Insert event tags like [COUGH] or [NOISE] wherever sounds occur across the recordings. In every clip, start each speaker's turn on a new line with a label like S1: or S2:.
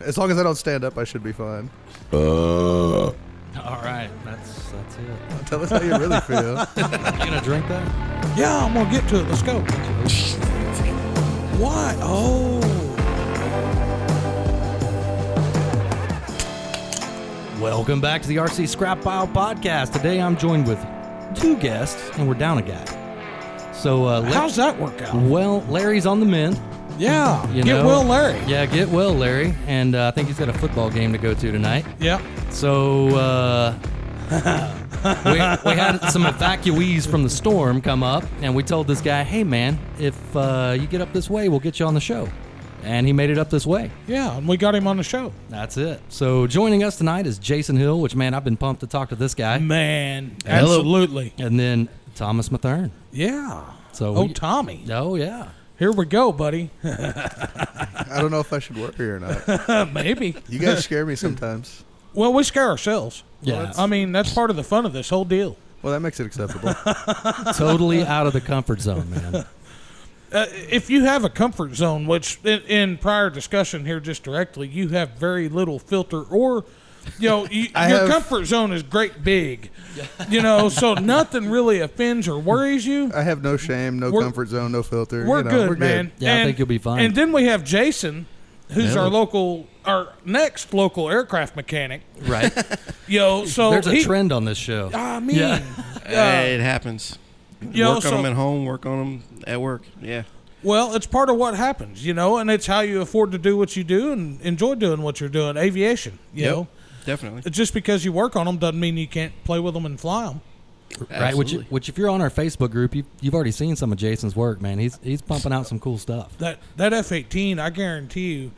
S1: As long as I don't stand up, I should be fine. [LAUGHS]
S2: [LAUGHS]
S3: Uh,
S2: All right, that's that's it.
S1: Tell us how you really feel.
S2: You gonna drink that?
S3: yeah, I'm gonna get to it. Let's go. What? Oh,
S2: Welcome back to the RC Scrap Pile Podcast. Today I'm joined with two guests, and we're down a guy. So uh, La-
S3: how's that work out?
S2: well, Larry's on the mend.
S3: Yeah,
S2: You
S3: get
S2: know?
S3: Will Larry.
S2: Yeah, get well, Larry. And uh, I think he's got a football game to go to tonight.
S3: Yeah.
S2: So uh, [LAUGHS] we, we had some evacuees from the storm come up, and we told this guy, "Hey, man, if uh, you get up this way, we'll get you on the show." And he made it up this way.
S3: yeah, and we got him on the show.
S2: That's it. So joining us tonight is Jason Hill, which man, I've been pumped to talk to this guy,
S3: Man,
S2: Hello.
S3: absolutely.
S2: and then Thomas Mathern.
S3: Yeah.
S2: So
S3: oh,
S2: we-
S3: Tommy,
S2: Oh yeah,
S3: here we
S2: [LAUGHS]
S3: go, buddy.
S1: I don't know if I should worry or not.
S3: Maybe.
S1: You guys scare me sometimes.
S3: Well, we scare ourselves.
S2: yeah.
S3: I mean, that's part of the fun of this whole deal.
S1: Well, that makes it acceptable.
S3: [LAUGHS]
S2: totally out of the comfort zone, man.
S3: Uh, if you have a comfort zone, which in, in prior discussion here just directly, you have very little filter or. You know,
S2: [LAUGHS]
S3: you, your
S1: I have-
S3: comfort zone is great big. You
S2: [LAUGHS]
S3: know, so nothing really offends or worries
S2: Uh,
S3: you.
S1: I have no shame, no
S3: We're-
S1: comfort zone, no filter.
S3: We're
S1: you know,
S3: good, man.
S2: Yeah, I
S3: And-
S2: think you'll be fine.
S3: And then we have Jason, who's
S2: Yeah.
S3: our local, our next local aircraft mechanic.
S2: Right?
S3: Yo, so
S2: There's a
S3: he,
S2: trend on this show.
S3: I mean,
S2: [LAUGHS] Yeah.
S4: Hey, it happens.
S3: you know,
S4: work on
S3: so-
S4: them at home. Work on them at work. Yeah.
S3: well, it's part of what happens, you know, and it's how you afford to do what you do and enjoy doing what you're doing. Aviation, you
S4: Yep.
S3: know,
S4: Definitely.
S3: just because you work on them doesn't mean you can't play with them and fly them.
S2: Right, which,
S4: Absolutely.
S2: which if you're on our Facebook group, you, you've already seen some of Jason's work, man. He's he's pumping out some cool stuff.
S3: That that F eighteen, I guarantee you,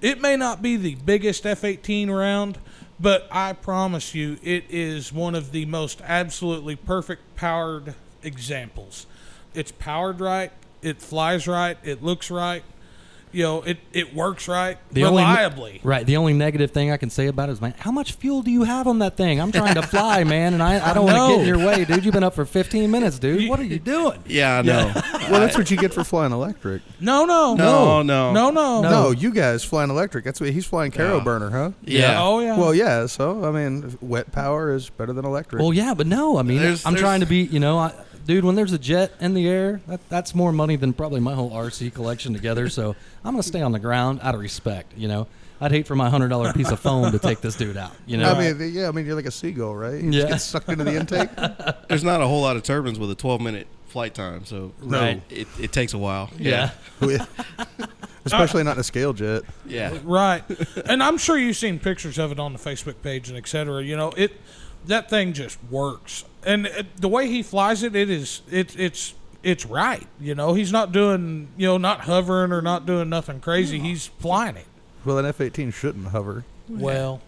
S3: it may not be the biggest F eighteen round, but I promise you, it is one of the most absolutely perfect powered examples. It's powered right, it flies right, it looks right, you know, it it works right
S2: only-
S3: reliably.
S2: right. The only negative thing I can say about it is, man, how much fuel do you have on that thing? I'm trying to
S3: [LAUGHS]
S2: fly, man, and I, I don't want to get in
S3: know.
S2: your way, dude. You've been up for 15 minutes, dude. What are you doing?
S4: Yeah,
S1: [LAUGHS]
S4: I know.
S1: Well, that's what you get for flying electric.
S3: No, no,
S4: No,
S3: no,
S4: no.
S3: no, no.
S1: No, you guys flying electric. That's what he's flying. Caro
S4: Yeah.
S1: burner, huh?
S4: yeah.
S3: Oh yeah.
S1: Well, yeah. So I mean, wet power is better than electric.
S2: Well, yeah, but no. I mean,
S4: There's-
S2: I'm
S4: there's-
S2: trying to be, you know, I, dude. When there's a jet in the air, that, that's more money than probably my whole RC collection together. So I'm gonna stay on the ground out of respect. You know, I'd hate for my hundred dollar piece of foam to take this dude out. You know,
S1: I mean, yeah. I mean, you're like a seagull, right? You just
S2: Yeah.
S1: get sucked into the
S3: [LAUGHS]
S1: intake.
S4: There's not a whole lot of turbines with a 12 minute flight time, so
S2: Right.
S4: it, it takes a while.
S2: yeah.
S1: We- Especially not in a scale jet.
S4: Yeah.
S3: Right. and I'm sure you've seen pictures of it on the Facebook page and et cetera. You know, it that thing just works. And uh, the way he flies it, it is it, it's it's right. You know, he's not doing you know not hovering or not doing nothing crazy. He's flying it.
S1: Well, an F-18 shouldn't hover.
S3: Well,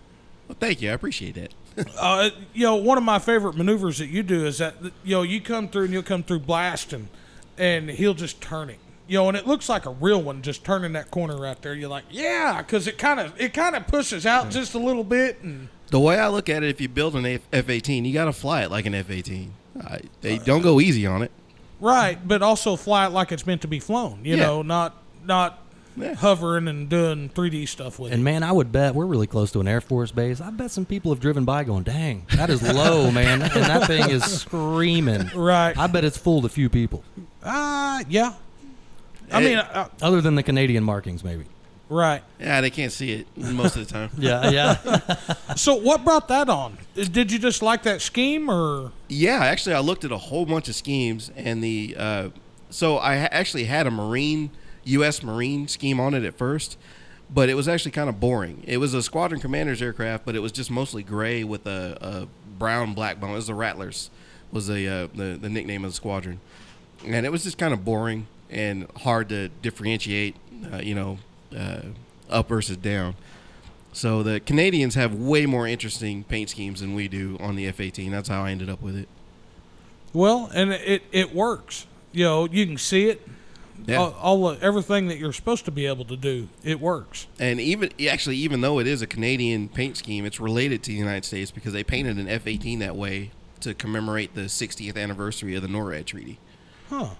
S4: Well, thank you. I appreciate that.
S3: uh, you know, one of my favorite maneuvers that you do is that you know you come through and you'll come through blasting, and he'll just turn it. You know, and it looks like a real one just turning that corner right there. You're like, yeah, because it kind of it kind of pushes out just a little bit and.
S4: The way I look at it, if you build an F 18, you got to fly it like an F 18. They don't go easy on it.
S3: Right, but also fly it like it's meant to be flown. You
S4: Yeah.
S3: know, not not
S4: Yeah.
S3: hovering and doing 3D stuff with
S2: And
S3: it.
S2: man, I would bet we're really close to an Air Force base. I bet some people have driven by going, "Dang, that is low, man," and that thing is screaming.
S3: Right.
S2: I bet it's fooled a few people,
S3: Ah, yeah. I
S4: It-
S3: mean, uh,
S2: other than the Canadian markings, maybe.
S3: right.
S4: Yeah, they can't see it most of the time.
S2: [LAUGHS] Yeah, yeah.
S3: So what brought that on? Did you just like that scheme or
S4: Yeah, actually, I looked at a whole bunch of schemes, and the uh, so I ha- actually had a Marine U.S. Marine scheme on it at first, but it was actually kind of boring. It was a squadron commander's aircraft, but it was just mostly gray with a, a brown black bone. It was the Rattlers, was the, uh, the the nickname of the squadron, and it was just kind of boring and hard to differentiate, uh, you know, uh, up versus down. So the Canadians have way more interesting paint schemes than we do on the F-18. That's how I ended up with it.
S3: well, and it it works. You know, you can see it.
S4: Yeah.
S3: All, all the- everything that you're supposed to be able to do, it works.
S4: And even actually, even though it is a Canadian paint scheme, it's related to the United States because they painted an F-18 that way to commemorate the 60th anniversary of the NORAD treaty.
S3: Huh.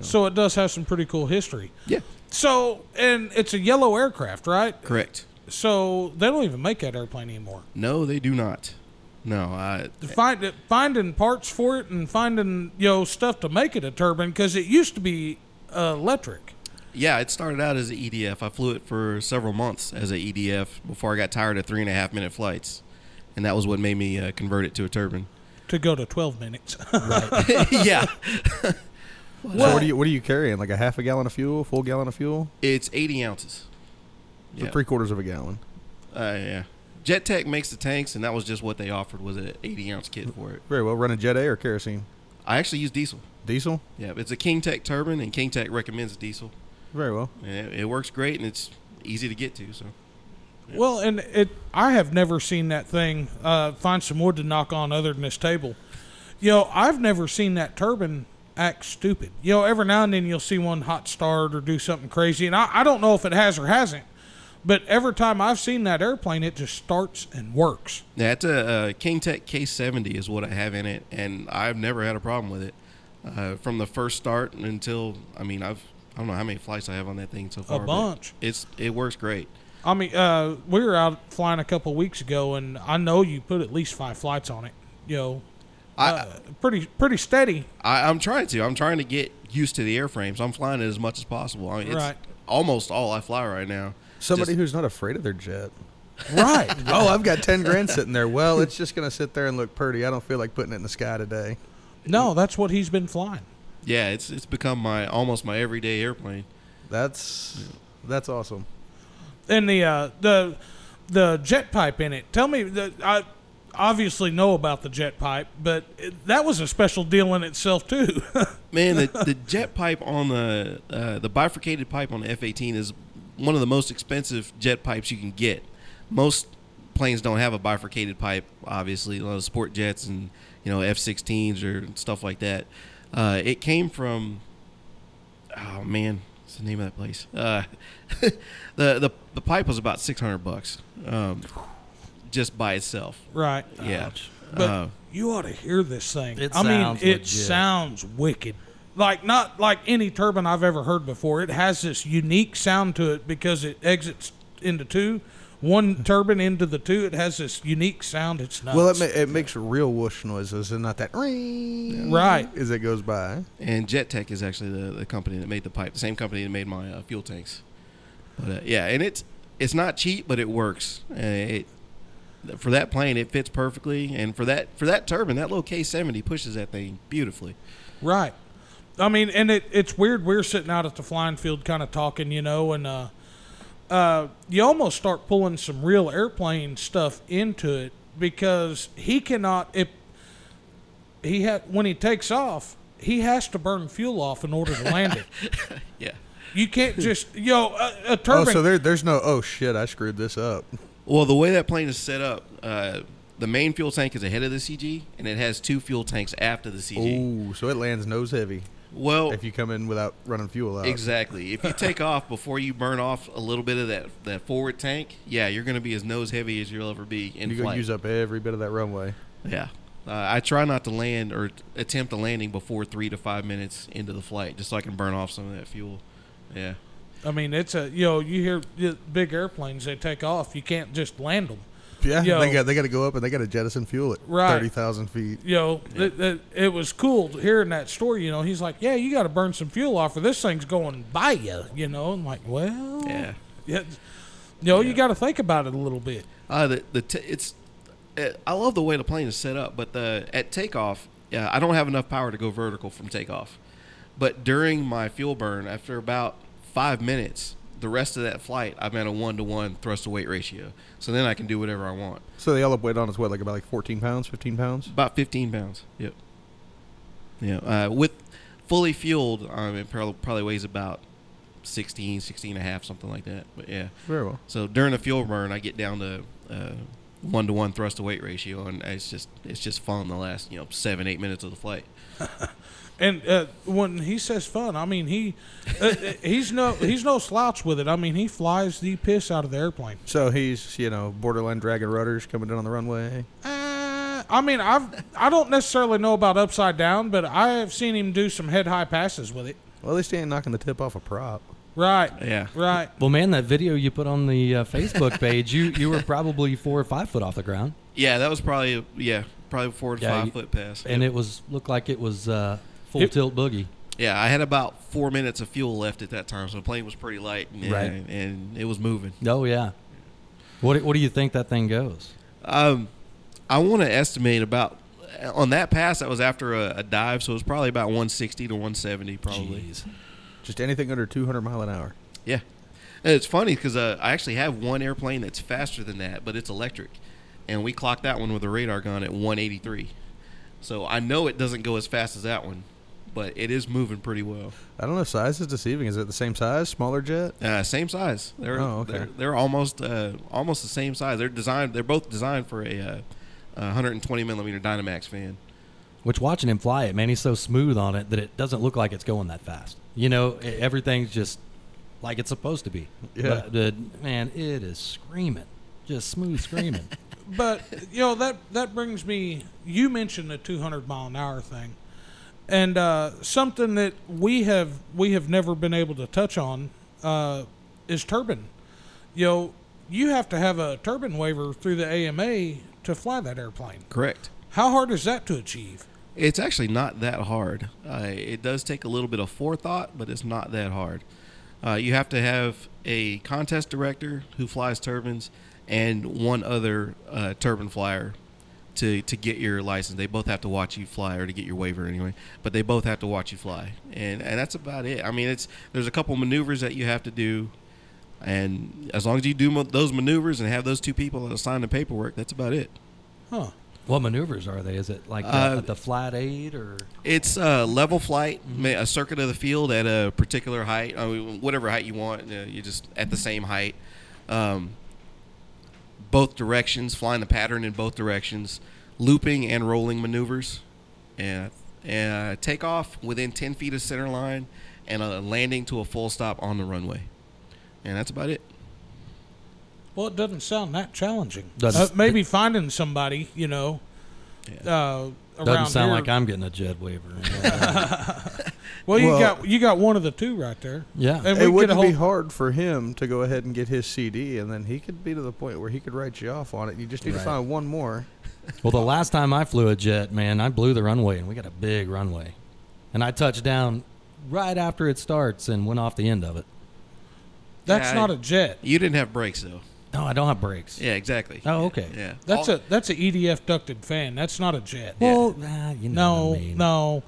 S3: so it does have some pretty cool history.
S4: Yeah,
S3: So, and it's a yellow aircraft, right?
S4: correct.
S3: So they don't even make that airplane anymore.
S4: No, they do not. No, I,
S3: Find it, finding parts for it and finding you know stuff to make it a turbine because it used to be uh, electric.
S4: yeah, it started out as an EDF. I flew it for several months as an EDF before I got tired of three and a half minute flights, and that was what made me uh, convert it to a turbine. [LAUGHS]
S3: To go to twelve minutes. [LAUGHS]
S4: yeah,
S1: So what are you what are you carrying? Like a half a gallon of fuel, full gallon of fuel,
S4: it's eighty ounces.
S1: So
S4: Yeah.
S1: three quarters of a gallon.
S4: Uh, yeah. Jet Tech makes the tanks, and that was just what they offered was an 80 ounce kit for it.
S1: Very well. Running Jet A or kerosene,
S4: I actually use diesel.
S1: diesel.
S4: Yeah, it's a King Tech turbine, and King Tech recommends diesel.
S1: Very well.
S4: And it, it works great, and it's easy to get to. So
S3: Well, and it I have never seen that thing uh, find some wood to knock on other than this table. You know, I've never seen that turbine act stupid. You know, every now and then you'll see one hot start or do something crazy, and I, I don't know if it has or hasn't. But every time I've seen that airplane, it just starts and works.
S4: yeah, it's a, uh King Tech K70 is what I have in it, and I've never had a problem with it uh, from the first start until I mean I've I don't know how many flights I have on that thing so far. but
S3: bunch.
S4: It's it works great.
S3: I mean, uh, we were out flying a couple weeks ago, and I know you put at least five flights on it. You know,
S4: I-
S3: uh, pretty pretty steady.
S4: I, I'm trying to. I'm trying to get used to the airframes. I'm flying it as much as possible. I mean, it's
S3: Right.
S4: almost all I fly right now.
S1: Somebody
S4: Just-
S1: who's not afraid of their jet.
S3: Right.
S1: oh, I've got ten [LAUGHS] grand sitting there. Well, it's just gonna sit there and look pretty. I don't feel like putting it in the sky today.
S3: no, that's what he's been flying.
S4: yeah, it's it's become my almost my everyday airplane.
S1: That's that's awesome.
S3: and the uh, the the jet pipe in it. Tell me, the, I obviously know about the jet pipe, but it, that was a special deal in itself too. [LAUGHS]
S4: Man, the, the jet pipe on the uh, the bifurcated pipe on the F-18 is one of the most expensive jet pipes you can get. Most planes don't have a bifurcated pipe, obviously. A lot of sport jets and you know F-16s or stuff like that. Uh, it came from oh man, what's the name of that place? Uh, [LAUGHS] the the the pipe was about six hundred bucks, um, just by itself.
S3: right.
S4: Yeah,
S3: But
S4: Uh,
S3: you ought to hear this thing.
S2: It
S3: I mean,
S2: sounds
S3: it
S2: legit.
S3: sounds wicked. Like not like any turbine I've ever heard before. It has this unique sound to it because it exits into two. One turbine into the two, it has this unique sound. It's nuts.
S1: Well, it, ma- it makes real whoosh noises and not that ring
S3: Right.
S1: as it goes by.
S4: And Jet Tech is actually the, the company that made the pipe, the same company that made my uh, fuel tanks. But uh, yeah, and it's it's not cheap, but it works. Uh, it for that plane, it fits perfectly, and for that for that turbine, that little K seventy pushes that thing beautifully.
S3: Right. I mean, and it, it's weird. We're sitting out at the flying field, kind of talking, you know, and uh, uh, you almost start pulling some real airplane stuff into it because he cannot. If he ha- when he takes off, he has to burn fuel off in order to land it.
S4: Yeah.
S3: You can't just yo a, a
S1: Oh,
S3: turbine.
S1: so there, there's no oh shit, I screwed this up.
S4: Well, the way that plane is set up, uh, the main fuel tank is ahead of the CG, and it has two fuel tanks after the CG.
S1: Ooh, so it lands nose heavy
S4: well,
S1: Oh. if you come in without running fuel out.
S4: [LAUGHS] Exactly. If you take off before you burn off a little bit of that, that forward tank, yeah, you're going to be as nose heavy as you'll ever be in
S1: You go
S4: flight.
S1: use up every bit of that runway.
S4: yeah. Uh, I try not to land or t- attempt a landing before three to five minutes into the flight, just so I can burn off some of that fuel. Yeah.
S3: I mean, it's a yo. you hear the big airplanes they take off. You can't just land them.
S1: Yeah,
S3: Yo.
S1: they got they got to go up and they got to jettison fuel at
S3: Right.
S1: thirty thousand feet.
S3: you know, th- th- it was cool hearing that story. You know, he's like, "Yeah, you got to burn some fuel off, or this thing's going by you." You know, I'm like, "Well,
S4: Yeah.
S3: yeah, you know, you got to think about it a little bit."
S4: Uh, the the t- it's uh, I love the way the plane is set up, but the at takeoff, yeah, I don't have enough power to go vertical from takeoff. But during my fuel burn, after about five minutes, the rest of that flight, I'm at a one to one thrust to weight ratio. So then I can do whatever I want.
S1: So the all up weight on is what like about like fourteen pounds, fifteen pounds.
S4: About 15 pounds. Yep. Yeah. Uh, with fully fueled, um, it prob- probably weighs about 16, 16 and a half, something like that. But yeah.
S1: Very well.
S4: So during a fuel burn, I get down to uh, one to one thrust to weight ratio, and it's just it's just fun the last you know seven eight minutes of the flight.
S3: And uh, when he says fun, I mean he uh, uh, he's no he's no slouch with it. I mean he flies the piss out of the airplane.
S1: So he's you know borderline dragging rudders coming down on the runway.
S3: Uh, I mean I've I don't necessarily know about upside down, but I have seen him do some head high passes with it.
S1: Well, at least he ain't knocking the tip off a prop.
S3: Right.
S4: Yeah.
S3: Right.
S2: Well, man, that video you put on the uh, Facebook page, you you were probably four or five foot off the ground,
S4: Yeah, that was probably yeah, probably four to
S2: Yeah,
S4: five
S2: you-
S4: foot pass.
S2: and it was looked like it was uh, full
S3: It-
S2: tilt boogie.
S4: yeah, I had about four minutes of fuel left at that time, so the plane was pretty light, and,
S2: Right.
S4: and it was moving.
S2: Oh yeah. What do- what do you think that thing goes?
S4: Um, I want to estimate about on that pass. That was after a, a dive, so it was probably about 160 to 170, probably.
S2: Jeez.
S1: Just anything under 200 mile an hour.
S4: Yeah, and it's funny because uh, I actually have one airplane that's faster than that, but it's electric, and we clocked that one with a radar gun at 183. So I know it doesn't go as fast as that one, but it is moving pretty well.
S1: I don't know. Size is deceiving. Is it the same size? Smaller jet?
S4: Uh, same size. They're,
S1: Oh, okay.
S4: they're they're almost uh, almost the same size. They're designed. They're both designed for a, uh, a 120 millimeter Dynamax fan.
S2: Which watching him fly it, man, he's so smooth on it that it doesn't look like it's going that fast. You know, e- everything's just like it's supposed to be.
S1: Yeah.
S2: But, the- man, it is screaming, just smooth screaming.
S3: But you know that that brings me. You mentioned the 200 mile an hour thing, and uh, something that we have we have never been able to touch on uh, is turbine. You know, you have to have a turbine waiver through the AMA to fly that airplane.
S4: Correct.
S3: How hard is that to achieve?
S4: It's actually not that hard. Uh, it does take a little bit of forethought, but it's not that hard. Uh, you have to have a contest director who flies turbines and one other uh, turbine flyer to, to get your license. They both have to watch you fly, or to get your waiver anyway. But they both have to watch you fly, and and that's about it. I mean, it's there's a couple maneuvers that you have to do, and as long as you do mo- those maneuvers and have those two people that sign the paperwork, that's about it.
S3: Huh?
S2: what maneuvers are they? Is it like the,
S4: Uh,
S2: the flat eight or?
S4: It's a level flight, ma- a circuit of the field at a particular height, I mean, whatever height you want. uh, You're just at the same height, um, both directions, flying the pattern in both directions, looping and rolling maneuvers, and and uh, takeoff within ten feet of center line, and a landing to a full stop on the runway, and that's about it.
S3: Well, it doesn't sound that challenging.
S2: Doesn't-
S3: Uh, maybe finding somebody, you know, uh, around
S2: Doesn't sound
S3: here.
S2: like I'm getting a jet waiver.
S3: Well, you
S1: Well-
S3: got you got one of the two right there.
S2: Yeah.
S3: and we
S1: It
S3: could
S1: wouldn't be
S3: hold-
S1: hard for him to go ahead and get his CD, and then he could be to the point where he could write you off on it. You just need
S2: Right.
S1: to find one more.
S2: Well, the last time I flew a jet, man, I blew the runway, and we got a big runway, and I touched down right after it starts and went off the end of it.
S3: That's
S4: Yeah, I-
S3: not a jet.
S4: You didn't have brakes though.
S2: No, I don't have brakes.
S4: Yeah, exactly.
S2: Oh, okay.
S4: Yeah,
S3: That's
S4: All-
S3: a that's a EDF ducted fan. That's not a jet.
S2: Well, nah, Oh, ah, you know
S3: no,
S2: what I mean.
S3: no,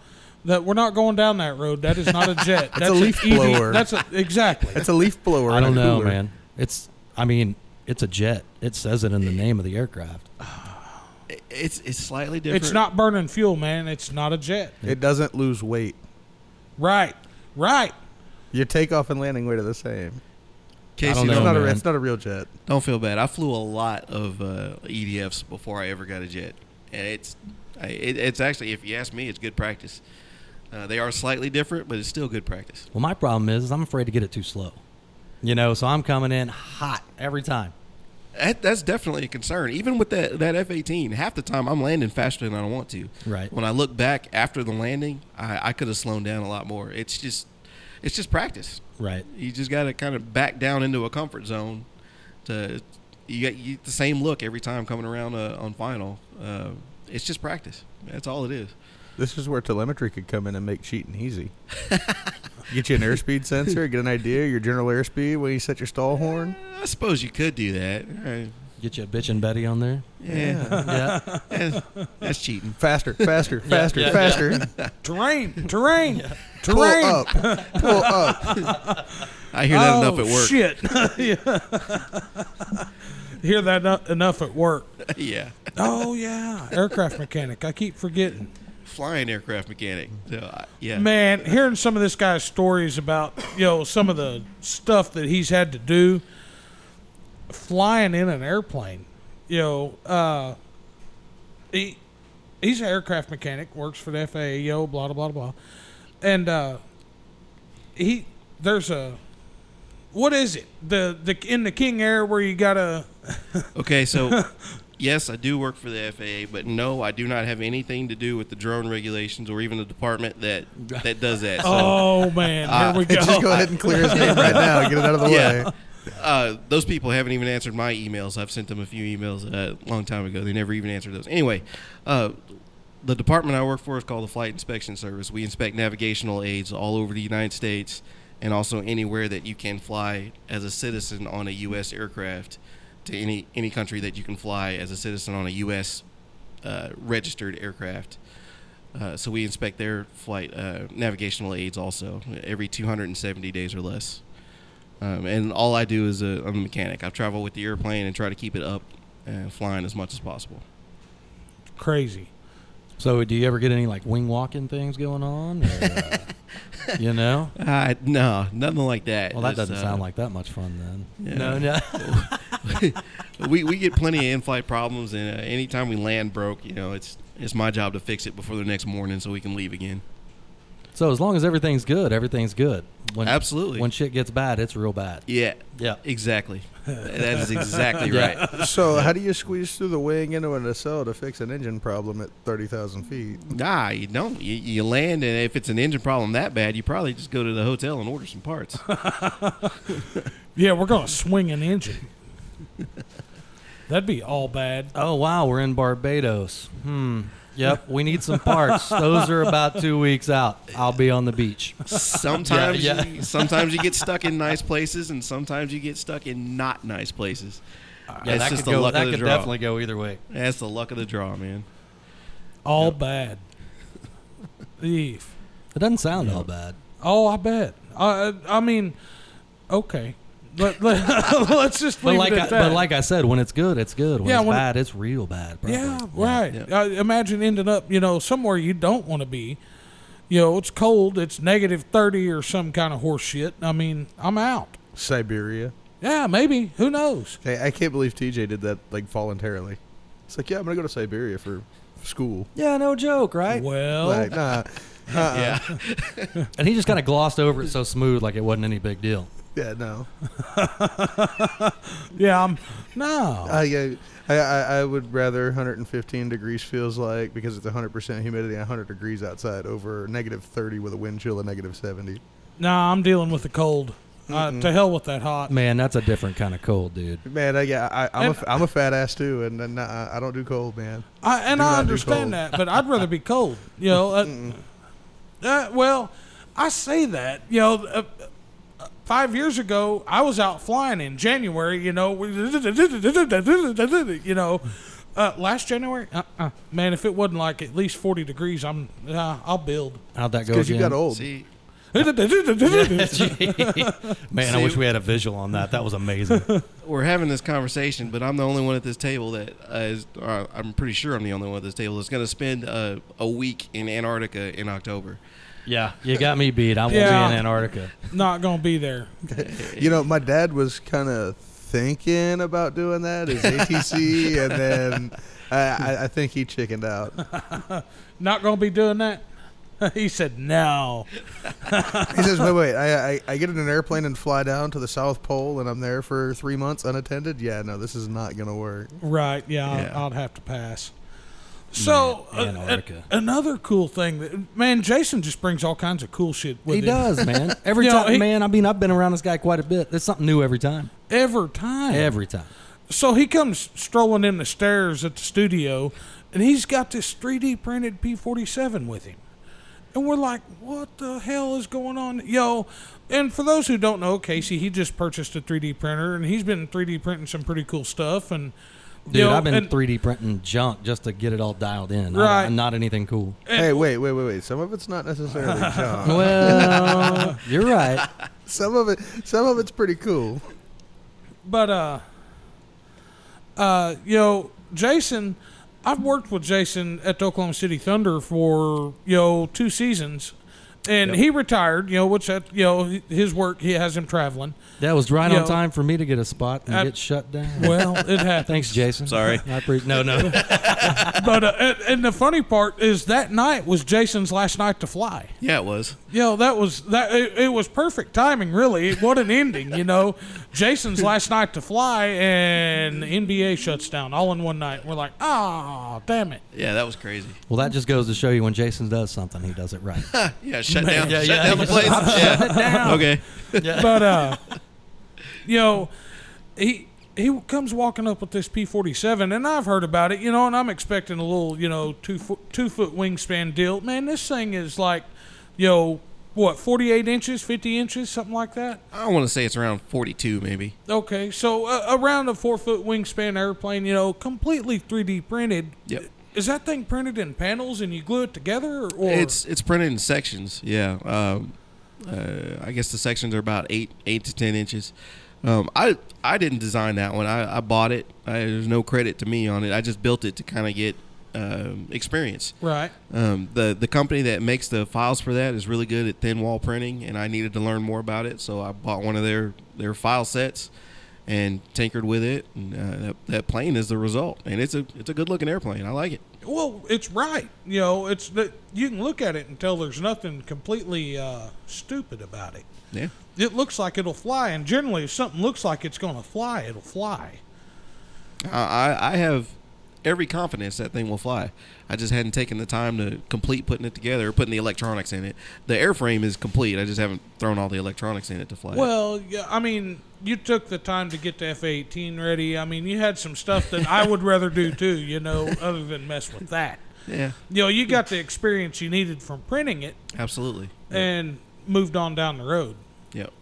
S3: that we're not going down that road. That is not a jet. that's
S1: a
S3: an
S1: leaf
S3: ED
S1: blower.
S3: That's a, exactly.
S1: It's a leaf [LAUGHS] blower.
S2: I
S1: and a
S2: don't know,
S1: cooler.
S2: man. It's, I mean, it's a jet. It says it in the name of the aircraft.
S4: It's it's slightly different.
S3: it's not burning fuel, man. It's not a jet.
S1: It doesn't lose weight.
S3: Right, right.
S1: Your takeoff and landing weight are the same.
S4: Casey,
S2: I don't
S1: It's,
S2: know,
S1: not a,
S2: man.
S1: it's not a real jet.
S4: Don't feel bad. I flew a lot of uh, EDFs before I ever got a jet, and it's I- it, it's actually, if you ask me, it's good practice. Uh, they are slightly different, but it's still good practice.
S2: Well, my problem is, is I'm afraid to get it too slow. You know, so I'm coming in hot every time.
S4: That, that's definitely a concern. Even with that that F eighteen, half the time I'm landing faster than I want to.
S2: Right.
S4: When I look back after the landing, I, I could have slowed down a lot more. It's just it's just practice.
S2: Right.
S4: You just got to kind of back down into a comfort zone. To you get you get the same look every time coming around uh, on final. Uh, it's just practice. That's all it is.
S1: This is where telemetry could come in and make cheating
S2: [LAUGHS]
S1: easy. get you an airspeed sensor, get an idea of your general airspeed when you set your stall horn.
S4: I suppose you could do that. All right.
S2: Get you a bitch and Betty on there.
S4: Yeah,
S2: Yeah.
S4: that's- that's cheating.
S1: Faster, faster, faster,
S2: yeah,
S1: faster.
S3: Terrain, terrain,
S1: Pull
S3: terrain.
S1: up,
S2: [LAUGHS]
S1: [LAUGHS] pull up.
S4: I hear that
S3: oh,
S4: enough at work.
S3: Shit. [LAUGHS] Yeah. Hear that eno- enough at work.
S4: [LAUGHS] yeah,
S3: Oh yeah, aircraft mechanic. I keep forgetting.
S4: flying aircraft mechanic. So, I- yeah,
S3: [LAUGHS] Man, hearing some of this guy's stories about, you know, some of the stuff that he's had to do flying in an airplane. You know, uh he he's an aircraft mechanic, works for the FAA, you know, blah blah blah blah. And uh he there's a what is it? The the in the King Air where you gotta
S4: Okay, so yes, I do work for the FAA, but no, I do not have anything to do with the drone regulations or even the department that that does that. So,
S3: [LAUGHS] Oh man, here [LAUGHS] we go.
S1: Just go ahead and clear his name right now. Get it out of the way.
S4: yeah. [LAUGHS] Uh, those people haven't even answered my emails. I've sent them a few emails uh, a long time ago. They never even answered those. Anyway, uh, the department I work for is called the Flight Inspection Service. We inspect navigational aids all over the United States and also anywhere that you can fly as a citizen on a U.S. aircraft to any, any country that you can fly as a citizen on a U.S. Uh, registered aircraft. Uh, so we inspect their flight uh, navigational aids also every 270 days or less. Um, and all I do is a, I'm a mechanic. I travel with the airplane and try to keep it up and flying as much as possible.
S3: Crazy.
S2: So, do you ever get any like wing walking things going on? Or, uh, you know,
S4: Uh, no, nothing like that.
S2: Ah, well, that
S4: It's,
S2: doesn't
S4: uh,
S2: sound like that much fun then.
S4: yeah.
S2: No, no. [LAUGHS]
S4: we we get plenty of in-flight problems, and uh, anytime we land broke, you know, it's it's my job to fix it before the next morning so we can leave again.
S2: so, as long as everything's good, everything's good. When,
S4: Absolutely.
S2: When shit gets bad, it's real bad.
S4: yeah,
S2: Yeah.
S4: exactly. that is
S2: [LAUGHS]
S4: exactly
S2: Yeah.
S4: right.
S1: So, how do you squeeze through the wing into an nacelle to fix an engine problem at 30,000 feet?
S4: Nah, you don't. You, you land, and if it's an engine problem that bad, you probably just go to the hotel and order some parts.
S3: Yeah, we're gonna swing an engine. [LAUGHS] That'd be all bad.
S2: Oh wow, we're in Barbados. Hmm. Yep, we need
S4: [LAUGHS]
S2: some parts. Those are about two weeks out. I'll be on the beach.
S4: Sometimes,
S2: Yeah, [LAUGHS] yeah.
S4: You, sometimes you get stuck in nice places, and sometimes you get stuck in not nice places.
S2: Uh, Yeah,
S4: It's
S2: that
S4: just
S2: could
S4: the
S2: go.
S4: luck
S2: That
S4: of the
S2: could
S4: draw.
S2: definitely go either way.
S4: That's the luck of the draw, man.
S3: All bad. Eve.
S2: It doesn't sound all bad.
S3: Oh, I bet. I I I mean, okay. Let, [LAUGHS] let, us just
S2: But
S3: leave
S2: like,
S3: it
S2: I,
S3: at that.
S2: but like I said, when it's good, it's good. When
S3: Yeah,
S2: it's
S3: when it-
S2: bad, it's real bad. Probably.
S3: yeah, right.
S4: Yeah.
S3: I imagine ending up, you know, somewhere you don't want to be. You know, it's cold. It's negative thirty or some kind of horse shit. I mean, I'm out.
S1: Siberia.
S3: Yeah, maybe. Who knows?
S1: Hey, I can't believe TJ did that like voluntarily. It's like, yeah, I'm going to go to Siberia for school.
S2: Yeah, no joke, right?
S3: Well,
S1: Like, nah.
S4: Yeah.
S2: And he just kind of glossed over it so smooth, like it wasn't any big deal.
S1: Yeah, no.
S3: yeah, I'm no.
S1: I, I, I, I would rather 115 degrees feels like because it's 100% humidity and 100 degrees outside over negative 30 with a wind chill of negative 70.
S3: Nah, I'm dealing with the cold. Uh, to hell with that hot.
S2: Man, that's a different kind of cold, dude.
S1: Man, I, yeah, I, I'm, a,
S3: And-
S1: I'm a fat ass too, and, and I, I don't do cold, man.
S3: I, and
S1: Do
S3: I
S1: not do
S3: understand
S1: cold.
S3: that, but I'd rather be cold. You know, uh, uh, well, I say that. You know, uh, uh, five years ago, I was out flying in January. You know, we- you know, uh, last January, uh-uh. man, if it wasn't like at least forty degrees, I'm uh, I'll build. [LAUGHS]
S2: How'd that go
S1: Because
S2: again?
S1: you got
S2: [LAUGHS]
S1: old.
S4: See,
S2: Man, I
S4: See-
S2: wish we had a visual on that. That was
S3: [LAUGHS]
S2: amazing.
S4: we're having this conversation, but I'm the only one at this table that uh, is. Uh, I'm pretty sure I'm the only one at this table that's going to spend uh, a week in Antarctica in October.
S2: yeah, you got me beat. I won't
S3: Yeah.
S2: be in Antarctica.
S3: Not gonna be there.
S1: You know, my dad was kind of thinking about doing that as ATC, and then I, I, I think he chickened out.
S3: Not gonna be doing that. [LAUGHS] he said no.
S1: He says, "Wait, wait, I, I, I get in an airplane and fly down to the South Pole, and I'm there for three months unattended. Yeah, no, this is not gonna work.
S3: Right. Yeah,
S4: Yeah.
S3: I'll I'd have to pass. So
S2: Man,
S3: uh, uh,
S2: Antarctica.
S3: another cool thing that man Jason just brings all kinds of cool shit with
S2: He
S3: him
S2: does, [LAUGHS] man. Every
S3: You know,
S2: time,
S3: he-
S2: man. I mean, I've been around this guy quite a bit. It's something new every time.
S3: every time.
S2: Every time.
S3: So he comes strolling in the stairs at the studio, and he's got this 3D printed P47 with him. And we're like, what the hell is going on? Yo, and for those who don't know, Casey, he just purchased a 3D printer, and he's been 3D printing some pretty cool stuff. And
S2: Dude,
S3: you know,
S2: I've been
S3: and-
S2: 3D printing junk just to get it all dialed in. I-
S3: Right.
S2: not anything
S3: [LAUGHS]
S2: cool.
S1: Hey, wait, wait, wait, wait. Some of it's not necessarily [LAUGHS] junk.
S2: Well, you're right.
S1: Some of it, some of it's pretty cool.
S3: But uh, uh, you know, Jason, I've worked with Jason at the Oklahoma City Thunder for you know two seasons, and he retired. You know, which that you know his work he has him traveling.
S2: That was right
S3: Yo.
S2: on time for me to get a spot and
S3: I-
S2: get shut down.
S3: [LAUGHS] Well, it happens.
S2: Thanks, Jason.
S4: Sorry.
S2: I appre- no, no.
S3: But uh, and, and the funny part is that night was Jason's last night to fly.
S4: Yeah, it was.
S3: You know, that was that it, it was perfect timing, really. What an ending, you know. Jason's last night to fly, and the NBA shuts down all in one night. We're like, ah, damn it.
S4: Yeah, that was crazy.
S2: Well, that just goes to show you when Jason does something, he does it
S3: [LAUGHS]
S2: right.
S4: Yeah, shut down.
S2: Yeah,
S4: shut
S2: yeah.
S4: down the
S2: [LAUGHS]
S4: place. yeah.
S3: Down.
S4: Okay.
S3: But uh, [LAUGHS] you know, he. He comes walking up with this P47, and I've heard about it, you know, and I'm expecting a little, you know, two foot, two foot wingspan deal. Man, this thing is like, you know, what, 48 inches, 50 inches, something like that?
S4: I want to say it's around 42, maybe.
S3: Okay, so uh, around a four foot wingspan airplane, you know, completely 3D printed.
S4: Yep.
S3: Is that thing printed in panels and you glue it together, or
S4: It's it's printed in sections. Yeah. Um, uh, I guess the sections are about eight eight to ten inches. Um, I I didn't design that one. I, I bought it. I, there's no credit to me on it. I just built it to kind of get um, experience.
S3: right?
S4: Um, the the company that makes the files for that is really good at thin wall printing, and I needed to learn more about it, so I bought one of their their file sets and tinkered with it. And, uh, that, that plane is the result, and it's a it's a good looking airplane. I like it.
S3: Well, it's right. You know, it's that you can look at it and tell there's nothing completely uh, stupid about it.
S4: Yeah,
S3: It looks like it'll fly, and generally, if something looks like it's going to fly, it'll fly.
S4: I I- I have every confidence that thing will fly. I just hadn't taken the time to complete putting it together, putting the electronics in it. The airframe is complete. I just haven't thrown all the electronics in it to fly. it.
S3: Well, yeah, I mean, you took the time to get the F 18 ready. I mean, you had some stuff that I would rather do too, you know, other than mess with that.
S4: yeah,
S3: you know, you got the experience you needed from printing it
S4: absolutely.
S3: and moved on down the road.
S4: Yep.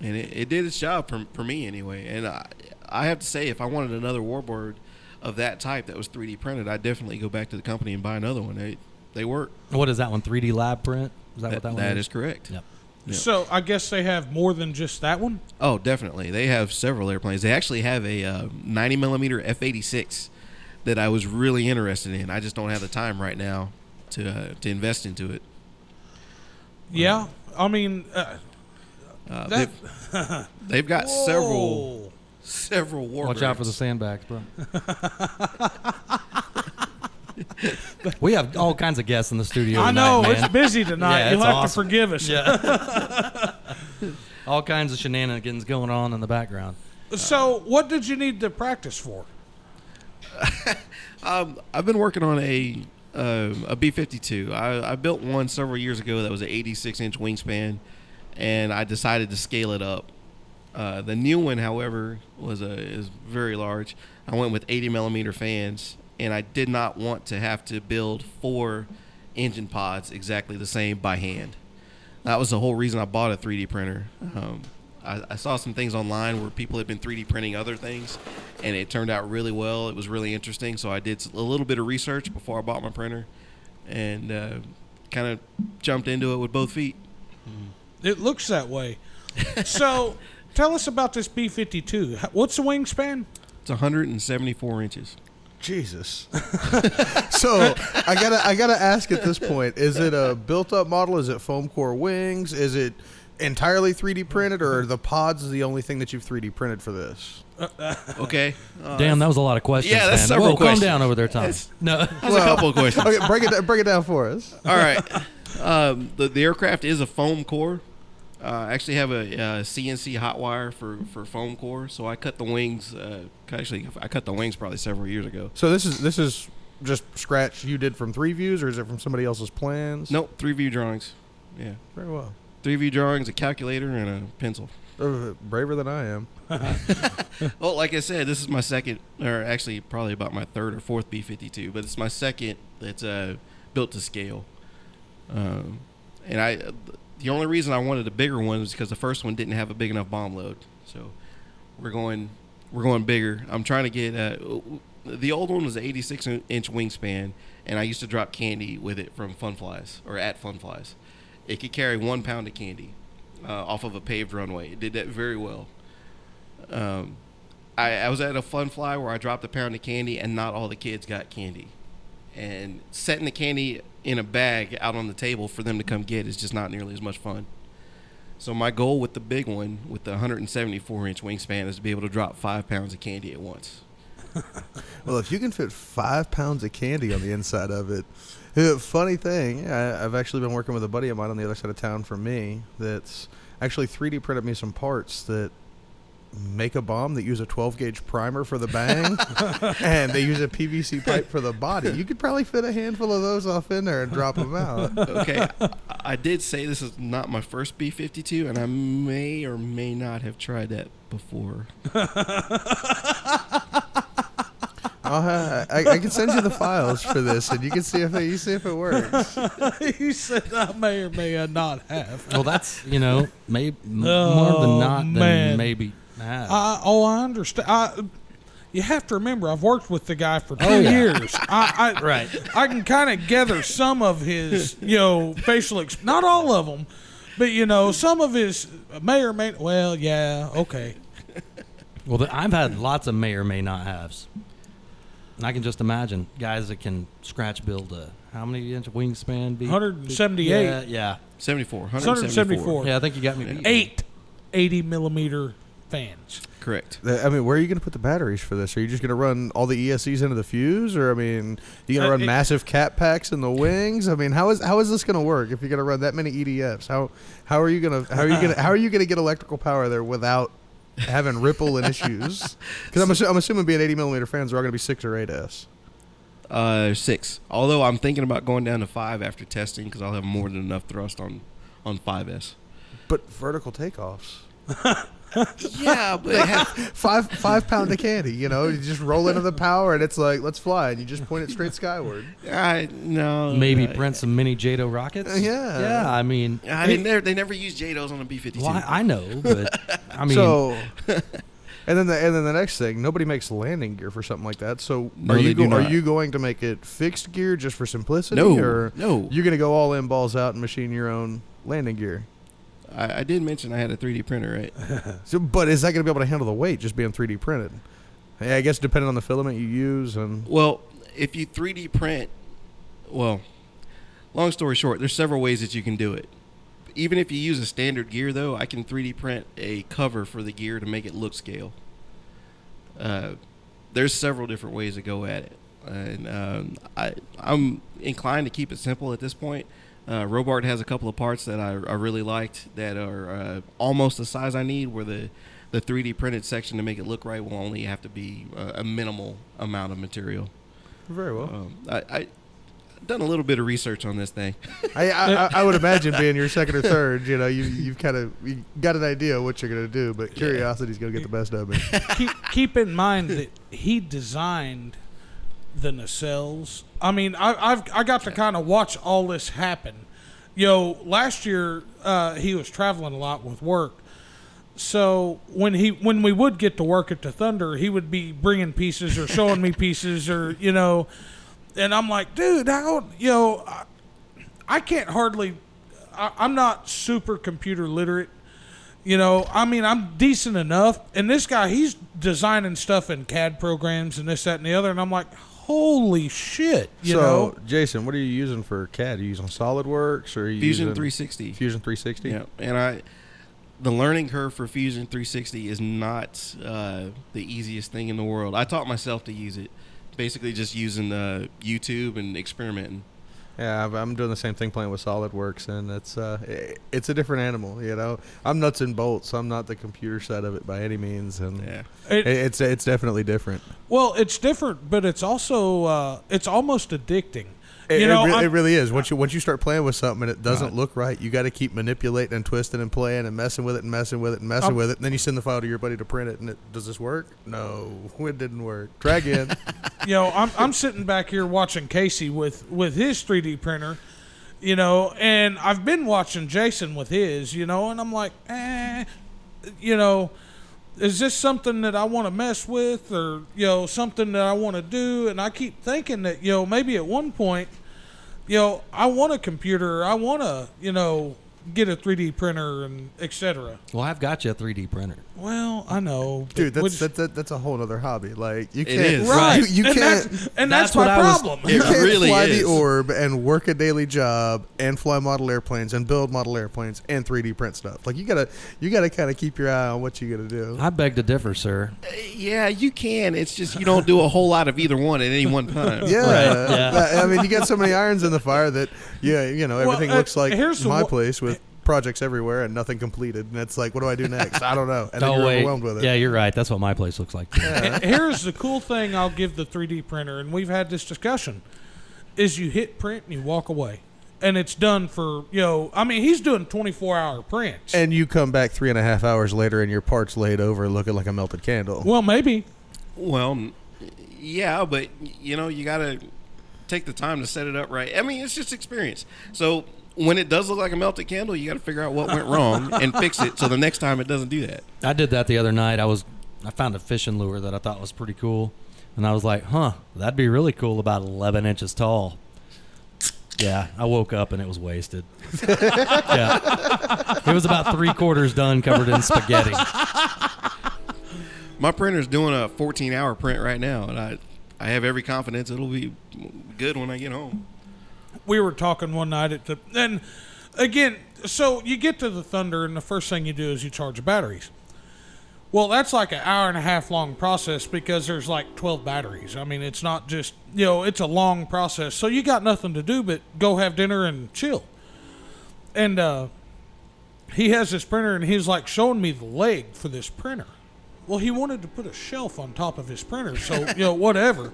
S4: And it, it did its job for, for me anyway. And I, I have to say, if I wanted another warbird of that type that was 3D printed, I'd definitely go back to the company and buy another one. They, they work.
S2: what is that one? 3D lab print? Is
S4: That,
S2: that, what that one
S4: that is correct.
S2: Yep.
S4: Yeah.
S3: So I guess they have more than just that one.
S4: Oh, definitely. They have several airplanes. They actually have a uh, 90 millimeter F 86 that I was really interested in. I just don't have the time right now to, uh, to invest into it.
S3: Yeah, I mean uh,
S4: Uh,
S3: that.
S4: they've, they've [LAUGHS] got several
S3: Whoa.
S4: several warbirds.
S2: Watch out for the sandbags,
S3: [LAUGHS]
S2: bro. we have all kinds of guests in the studio.
S3: I know
S2: tonight,
S3: it's
S2: man.
S3: busy tonight.
S2: Yeah,
S3: You'll
S2: it's
S3: have
S2: awesome.
S3: to forgive us.
S2: Yeah. [LAUGHS] all kinds of shenanigans going on in the background.
S3: So, what did you need to practice for?
S4: Um, I've been working on a um, a B fifty two. I I built one several years ago that was an eighty six inch wingspan, and I decided to scale it up. Uh, the new one, however, was a is very large. I went with eighty millimeter fans, and I did not want to have to build four engine pods exactly the same by hand. That was the whole reason I bought a 3D printer. Um, I, I saw some things online where people had been 3D printing other things, and it turned out really well. It was really interesting, so I did s- a little bit of research before I bought my printer, and uh, kind of jumped into it with both feet.
S3: It looks that way.
S2: [LAUGHS]
S3: so, tell us about this B fifty two. What's
S2: [LAUGHS]
S3: the wingspan?
S4: It's 174 inches.
S1: Jesus. so I gotta I gotta ask at this point: Is it a built-up model? Is it foam core wings? Is it entirely 3D printed, or are the pods the only thing that you've 3D printed for this?
S4: Okay, uh,
S2: Damn, that was a lot of questions.
S4: Yeah, that's
S2: man.
S4: several
S2: Whoa,
S4: questions.
S2: calm down over there, Tom. No.
S4: that's
S3: [LAUGHS]
S4: a couple of questions.
S1: Okay, break it break it down for us.
S4: All right, um, the the aircraft is a foam core. Uh, I actually have a, uh CNC hot wire for, for foam core, so I cut the wings. Uh, actually, I cut the wings probably several years ago.
S1: So this is this is just scratch you did from three views, or is it from somebody else's plans?
S4: Nope, three view drawings. Yeah,
S1: Very well.
S4: three view drawings, a calculator, and a pencil.
S1: Uh, braver than I am.
S4: [LAUGHS] Well, like I said, this is my second, or actually probably about my third or fourth B fifty two, but it's my second that's uh, built to scale. Um, and I, the only reason I wanted a bigger one was because the first one didn't have a big enough bomb load. So we're going, we're going bigger. I'm trying to get. Uh, the old one was an 86 in- inch wingspan, and I used to drop candy with it from Fun Flies or at Fun Flies. It could carry one pound of candy uh, off of a paved runway. It did that very well. Um, I, I was at a fun fly where I dropped a pound of candy and not all the kids got candy. and setting the candy in a bag out on the table for them to come get is just not nearly as much fun. So my goal with the big one, with the 174 inch wingspan, is to be able to drop five pounds of candy at once.
S1: Well, if you can fit five pounds of candy on the inside of it, Uh, funny thing, I, I've actually been working with a buddy of mine on the other side of town from me that's actually 3D printed me some parts that make a bomb that use a 12 gauge primer for the bang, and they use a PVC pipe for the body. You could probably fit a handful of those off in there and drop them out.
S4: Okay, I, I did say this is not my first B 52, and I may or may not have tried that before.
S1: I'll ha- I, I can send you the files for this, and you can see if it, you see if it works.
S3: you said I may or may not have.
S2: Well, that's you know maybe more
S3: Oh,
S2: than not
S3: man.
S2: than maybe. have.
S3: I, oh, I understand. I, you have to remember, I've worked with the guy for two
S2: Oh, yeah.
S3: years. I, I,
S2: [LAUGHS] Right.
S3: I can kind of gather some of his, you know, facial ex- not all of them, but you know, some of his may or may. Well, yeah, okay.
S2: Well, th- I've had lots of may or may not haves. And I can just imagine guys that can scratch build a how many inch wingspan? Be
S3: 178.
S2: Yeah, yeah,
S4: 74,
S3: 174.
S4: 174.
S2: yeah. I think you got me. beat.
S3: Eight 80 millimeter fans.
S4: Correct.
S1: The- I mean, where are you going to put the batteries for this? Are you just going to run all the ESCs into the fuse, or I mean, you going
S3: Uh,
S1: to run
S3: it-
S1: massive cat packs in the wings? I mean, how is how is this going to work if you're going to run that many EDFs? How how are you going to how are you going to how are you going to get electrical power there without having ripple and
S3: [LAUGHS]
S1: issues? Because I'm, assu- I'm assuming being 80 millimeter fans are all going to be six or eight S.
S4: Uh, six. Although I'm thinking about going down to five after testing because I'll have more than enough thrust on on 5S.
S1: But vertical takeoffs,
S4: [LAUGHS] Yeah, but they have
S1: [LAUGHS] five five pound of candy. You know, you just roll into the power and it's like let's fly, and you just point it [LAUGHS] straight skyward.
S4: I no.
S2: Maybe
S4: I-
S2: print some mini Jado rockets.
S1: Uh, yeah.
S2: yeah. I mean,
S4: I mean, they they never use JDOs on a B fifty two.
S2: why? I know, but
S4: [LAUGHS]
S2: I
S1: [LAUGHS]
S2: mean,
S1: so, and then the and then the next thing, nobody makes landing gear for something like that. So
S4: No,
S1: are you
S4: they do
S1: go- are
S4: not.
S1: you going to make it fixed gear just for simplicity?
S4: No,
S1: or
S4: no.
S1: You're going to go all in, balls out, and machine your own landing gear.
S4: I, I did mention I had a three D printer, right?
S1: So, but is that going to be able to handle the weight just being 3D printed? Yeah, I guess depending on the filament you use and
S4: Well, if you 3D print, well, long story short, there's several ways that you can do it. Even if you use a standard gear, though, I can 3D print a cover for the gear to make it look scale. Uh, there's several different ways to go at it, and um, I, I'm inclined to keep it simple at this point. Uh, Robart has a couple of parts that I, I really liked that are uh, almost the size I need, where the the 3D printed section to make it look right will only have to be uh, a minimal amount of material.
S1: very well.
S4: Um, I, I done a little bit of research on this thing.
S1: [LAUGHS] I, I I- I would imagine being your second or third, you know, you you've kind of you got an idea what you're going to do, but curiosity's going to get the best of me.
S3: keep, [LAUGHS] keep in mind that he designed the nacelles. I mean, I, I've I got to kind of watch all this happen. Yo, last year uh, he was traveling a lot with work, so when he when we would get to work at the Thunder, he would be bringing pieces or showing me pieces or you know, and I'm like, dude, how you know, I, I can't hardly. I, I'm not super computer literate. You know, I mean, I'm decent enough. And this guy, he's designing stuff in CAD programs and this, that, and the other. And I'm like, holy shit. You
S1: so,
S3: know,
S1: [LAUGHS] Jason, what are you using for CAD? Are you using SolidWorks or are you using
S4: Fusion 360.
S1: Fusion 360?
S4: Yeah, and I, the learning curve for Fusion 360 is not uh, the easiest thing in the world. I taught myself to use it, basically just using uh, YouTube and experimenting.
S1: Yeah, I've- I'm doing the same thing playing with SolidWorks, and it's uh, i- it's a different animal. You know, I'm nuts and bolts. I'm not the computer side of it by any means, and
S4: Yeah,
S1: i- it's it's definitely different.
S3: well, it's different, but it's also, uh, it's almost addicting.
S1: It,
S3: you know,
S1: it, re-
S3: I'm-
S1: it really is. Once you once you start playing with something and it doesn't look right, you got to keep manipulating and twisting and playing and messing with it and messing with it and messing
S3: Um,
S1: with it. And then you send the file to your buddy to print it, and it does this work? No, [LAUGHS] it didn't work. Try
S3: [LAUGHS]
S1: again.
S3: you know, I'm, I'm sitting back here watching Casey with, with his 3D printer, you know, and I've been watching Jason with his, you know, and I'm like, eh, you know, is this something that I want to mess with or, you know, something that I want to do? And I keep thinking that, you know, maybe at one point, you know, I want a computer, I want to, you know, get a 3D printer and etc.
S2: Well, I've got you a 3D printer.
S3: Well, I know, but
S1: Dude,
S3: we
S1: that's
S3: just-
S1: that, that, that's a whole other hobby. Like you can't,
S4: is.
S3: right.
S1: [LAUGHS] You, you
S3: and
S1: can't,
S3: that's, and
S2: That's
S3: that's,
S2: what
S3: my
S2: I was-
S3: problem.
S1: you
S4: It
S1: can't
S4: really
S1: fly the
S4: is.
S1: orb and work a daily job and fly model airplanes and build model airplanes and 3D print stuff. Like you gotta, you gotta kind of keep your eye on what you gotta do.
S2: I beg to differ, sir.
S4: Yeah, you can. It's just you don't do a whole lot of either one at any one time.
S1: Yeah,
S2: Right, yeah.
S1: That- I mean, you got so many irons in the fire that yeah, you know,
S3: Well,
S1: everything
S3: uh,
S1: looks like
S3: here's the
S1: my
S3: wa-
S1: place with projects everywhere and nothing completed, and it's like, what do I do next? I don't know, and then
S2: oh
S1: you're
S2: wait,
S1: overwhelmed with it.
S2: yeah, you're right. That's what my place looks like. too.
S3: And Here's the cool thing I'll give the 3D printer, and we've had this discussion, is you hit print and you walk away. And it's done for, you know, I mean, he's doing 24 hour prints.
S1: And you come back three and a half hours later, and your parts laid over, looking like a melted candle.
S3: well, maybe.
S4: Well, n- yeah, but you know, you got to take the time to set it up right. I mean, it's just experience. So when it does look like a melted candle, you got to figure out what went wrong and fix it so the next time it doesn't do that.
S2: I did that the other night. I was I found a fishing lure that I thought was pretty cool, and I was like, "Huh, that'd be really cool about 11 inches tall." Yeah, I woke up and it
S1: [LAUGHS]
S2: was wasted. yeah, it was about three quarters done, covered in spaghetti.
S4: My printer's doing a 14 hour print right now, and I, I have every confidence it'll be good when I get home.
S3: we were talking one night at the and again so you get to the thunder and the first thing you do is you charge the batteries well that's like an hour and a half long process because there's like 12 batteries i mean it's not just you know it's a long process so you got nothing to do but go have dinner and chill and uh he has this printer and he's like showing me the leg for this printer well he wanted to put a shelf on top of his printer so you know whatever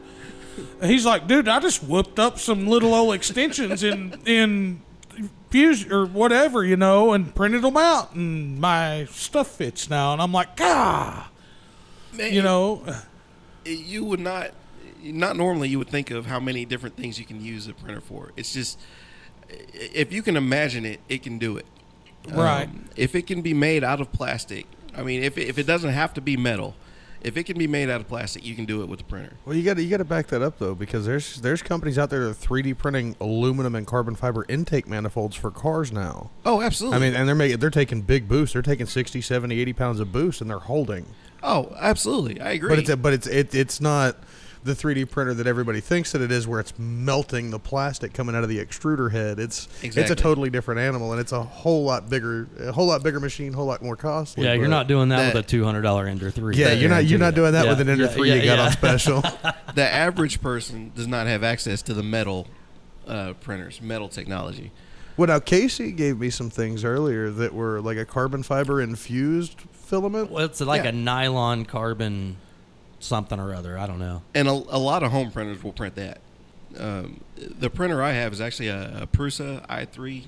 S3: and He's like, dude, I just whooped up some little old extensions in in fuse or whatever, you know, and printed them out, and my stuff fits now. And I'm like, ah,
S4: Man,
S3: you know,
S4: you would not not normally you would think of how many different things you can use a printer for it's just if you can imagine it it can do it Um,
S3: Right. [LAUGHS]
S4: if it can be made out of plastic i mean if it, if it doesn't have to be metal if it can be made out of plastic you can do it with the printer
S1: Well, you got to you got to back that up though, because there's there's companies out there that are 3D printing aluminum and carbon fiber intake manifolds for cars now.
S4: oh absolutely
S1: I mean, and they're making they're taking big boosts. They're taking 60, 70, 80 pounds of boost, and they're holding.
S4: oh absolutely i agree
S1: But it's a, but it's it, it's not the 3D printer that everybody thinks that it is, where it's melting the plastic coming out of the extruder head. It's it's a
S4: Exactly.
S1: totally different animal, and it's a whole lot bigger, a whole lot bigger machine, whole lot more costly.
S2: Yeah, you're
S1: but-
S2: not doing that,
S4: That-
S2: with a two hundred dollar Ender three.
S1: Yeah,
S2: I
S1: you're not
S2: guarantee
S1: you're not
S2: you.
S1: doing that
S2: Yeah,
S1: with an Ender
S2: yeah,
S1: three
S2: yeah,
S1: you got
S2: [LAUGHS] yeah.
S1: on special.
S4: the average person does not have access to the metal uh, printers metal technology
S1: Well, now Casey gave me some things earlier that were like a carbon fiber infused filament.
S2: Well, it's like
S4: Yeah.
S2: a nylon carbon something or other. I don't know.
S4: and a, a lot of home printers will print that. Um, the printer I have is actually a, a Prusa i3,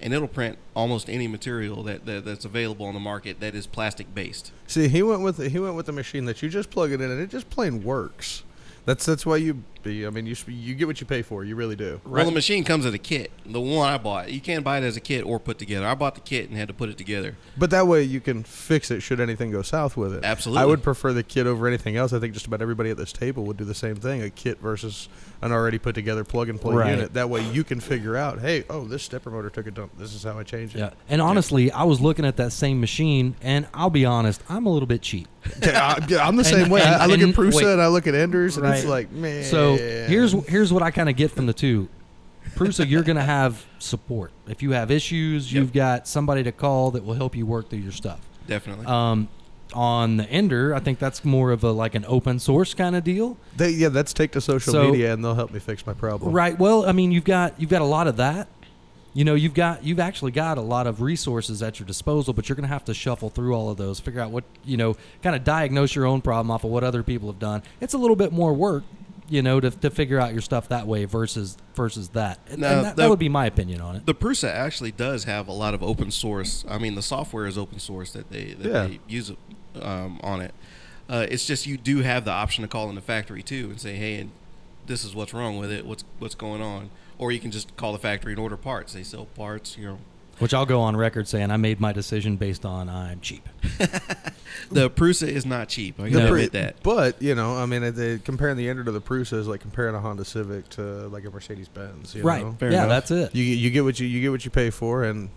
S4: and it'll print almost any material that, that that's available on the market that is plastic based.
S1: See, he went with he went with the machine that you just plug it in and it just plain works. That's that's why you be. I mean, you s- you get what you pay for. You really do.
S4: Well, the machine comes as a kit. The one I bought, you can buy it as a kit or put together. I bought the kit and had to put it together.
S1: But that way you can fix it should anything go south with it.
S4: Absolutely.
S1: I would prefer the kit over anything else. I think just about everybody at this table would do the same thing a kit versus an already put together plug and play
S2: Right.
S1: unit. That way you can figure out, hey, oh, this stepper motor took a dump. This is how I change it.
S2: Yeah, and honestly, I was looking at that same machine, and I'll be honest, I'm a little bit cheap.
S1: Yeah, I, yeah, I'm the same way. I, I
S2: and-
S1: look
S2: and-
S1: at Prusa
S2: wait.
S1: and I look at Enders, and [LAUGHS] it's
S2: Right.
S1: like, man.
S2: So here's here's what I kind of get from the two. Prusa, you're going to have support. If you have issues, you've got somebody to call that will help you work through your stuff.
S4: Definitely.
S2: Um, on the Ender, I think that's more of a like an open source kind of deal.
S1: They, yeah, that's take to social
S2: So-
S1: media, and they'll help me fix my problem.
S2: Right. Well, I mean, you've got you've got a lot of that. You know, you've got you've actually got a lot of resources at your disposal, but you're going to have to shuffle through all of those, figure out what you know, kind of diagnose your own problem off of what other people have done. It's a little bit more work, you know, to, to figure out your stuff that way versus versus that. And,
S4: No,
S2: and that, that
S4: the-
S2: would be my opinion on it.
S4: the Prusa actually does have a lot of open source. I mean, the software is open source that they that
S1: Yeah.
S4: they use um, on it. Uh, it's just you do have the option to call in the factory too and say, "Hey, and this is what's wrong with it. What's what's going on?" Or you can just call the factory and order parts. They sell parts. You know,
S2: Which I'll go on record saying I made my decision based on I'm cheap.
S4: the Prusa is not cheap. I
S1: The
S4: gotta
S1: Pru-
S4: admit that.
S1: But you know, I mean, it- it- comparing the Ender to the Prusa is like comparing a Honda Civic to like a Mercedes Benz.
S2: Right.
S1: Know?
S2: yeah, that's it.
S1: You you get what you you get what you pay for, and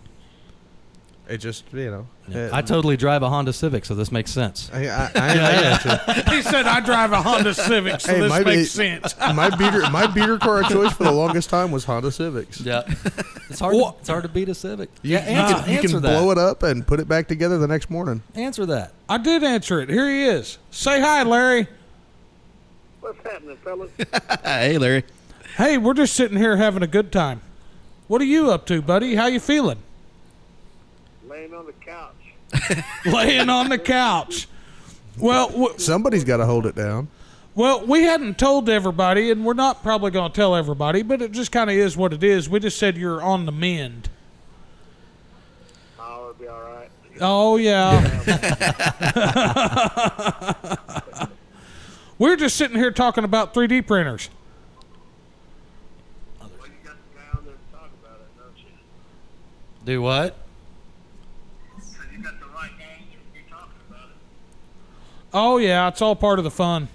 S1: It just you know. it-
S2: I totally drive a Honda Civic, so this makes sense.
S1: I, I, I, I got you.
S3: He said, I drive a Honda Civic, so
S1: Hey,
S3: this
S1: my ba-
S3: makes sense.
S1: my beater my beater car of choice for the longest time was Honda Civics.
S2: Yeah, [LAUGHS] it's hard. To, it's hard to beat a Civic. Yeah, answer,
S1: You
S2: answer
S1: can
S2: that.
S1: blow it up and put it back together the next morning.
S2: Answer that.
S3: I did answer it. Here he is. Say hi, Larry.
S5: What's happening, fellas?
S4: Ah, hey, Larry.
S3: Hey, we're just sitting here having a good time. What are you up to, buddy? How you feeling? [LAUGHS]
S5: Laying on the couch.
S3: Laying on the couch. Well, w-
S1: Somebody's got to hold it down.
S3: Well, we hadn't told everybody, and we're not probably going to tell everybody, but it just kind of is what it is. We just said you're on the mend.
S5: Oh, it'll be all right.
S3: Oh, yeah. [LAUGHS] we're just sitting here talking about 3D printers.
S5: Well, you got the guy on there to talk about it, don't you?
S2: Do what?
S5: So you got the right guy you're talking about it.
S3: Oh, yeah, it's all part of the fun.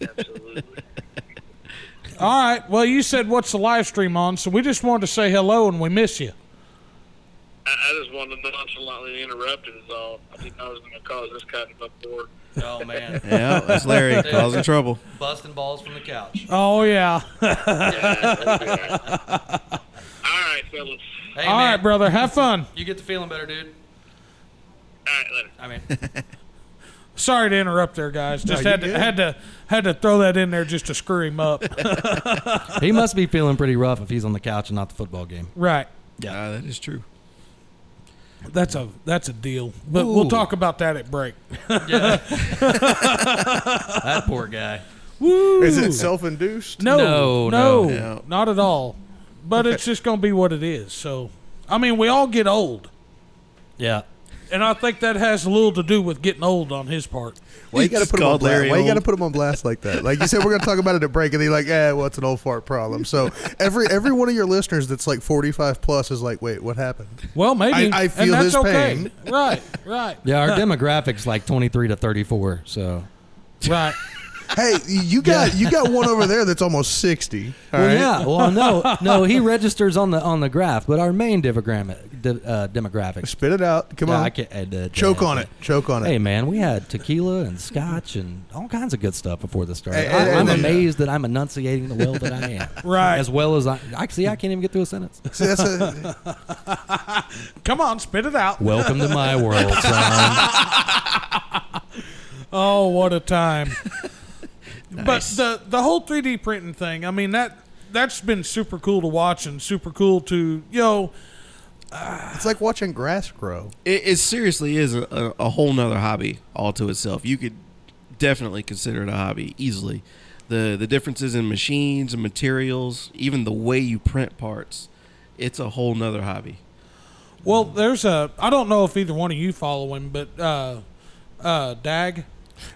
S5: Absolutely.
S3: All right. Well, you said what's the live stream on, so we just wanted to say hello and we miss you.
S5: [LAUGHS] I, I just wanted to nonchalantly interrupt it is all. I didn't know I was going to cause this kind of uproar.
S2: Oh man, [LAUGHS]
S4: Yeah, that's Larry causing trouble.
S2: busting balls from the couch.
S3: Oh, yeah.
S5: Yeah, it'll be all right. All right, fellas.
S2: Hey,
S3: All right, brother. Have fun.
S2: You get the feeling better, dude.
S5: All right, later.
S2: I mean,
S3: Sorry to interrupt there, guys. Just
S1: you're
S3: had to,
S1: good.
S3: had to had to throw that in there just to screw him [LAUGHS] up.
S2: [LAUGHS] he must be feeling pretty rough if he's on the couch and not the football game.
S3: right.
S4: Yeah, Ah, that is true.
S3: That's a that's a deal. But we'll
S2: Ooh.
S3: talk about that at break.
S2: That poor guy.
S3: Woo!
S1: [LAUGHS] Is it self-induced?
S3: no,
S2: No,
S3: no,
S2: no.
S4: No.
S3: not at all. But it's just gonna be what it is. So, I mean, we all get old,
S2: Yeah.
S3: and I think that has little to do with getting old on his part.
S1: Why you
S4: It's
S1: got to put him on
S4: called
S1: blast?
S4: Larry
S1: Why you got to
S4: old.
S1: put him on blast like that? Like you said, we're gonna talk about it at break, and they're like, "Eh, well, it's an old fart problem." So every every one of your listeners that's like forty-five plus is like, "Wait, what happened?"
S3: Well, maybe
S1: I- I feel
S3: and that's
S1: his
S3: okay.
S1: pain. [LAUGHS]
S3: Right, right,
S2: Yeah, our demographic's like 23 to 34, so.
S3: right.
S1: Hey, you got you got one over there that's almost sixty. all
S2: Well,
S1: right?
S2: yeah. Well, no,
S1: [LAUGHS]
S2: no. He registers on the on the graph, but our main demogram, de, uh, demographic.
S1: spit it out. Come
S2: Yeah,
S1: on,
S2: I can't, uh, uh,
S1: choke
S2: uh,
S1: on it. Choke on it.
S2: Hey, man, we had tequila and scotch and all kinds of good stuff before this
S1: Hey,
S2: started. I,
S1: and-
S2: am
S1: and then-
S2: amazed that I'm enunciating the well that I am.
S1: [LAUGHS]
S3: Right.
S2: As well as I. Actually, I can't even get through a sentence.
S1: See, that's a,
S3: Come on, spit it out.
S2: Welcome to my world, son.
S3: Oh, what
S1: [LAUGHS]
S3: a time! But the the whole 3D printing thing, I mean that that's been super cool to watch and super cool to you know
S1: it's like watching grass grow.
S4: It, it seriously is a, a, a whole nother hobby all to itself. You could definitely consider it a hobby easily. The the differences in machines and materials, even the way you print parts, it's a whole nother hobby.
S3: Well, there's a. I don't know if either one of you follow him, but uh, uh, Dag.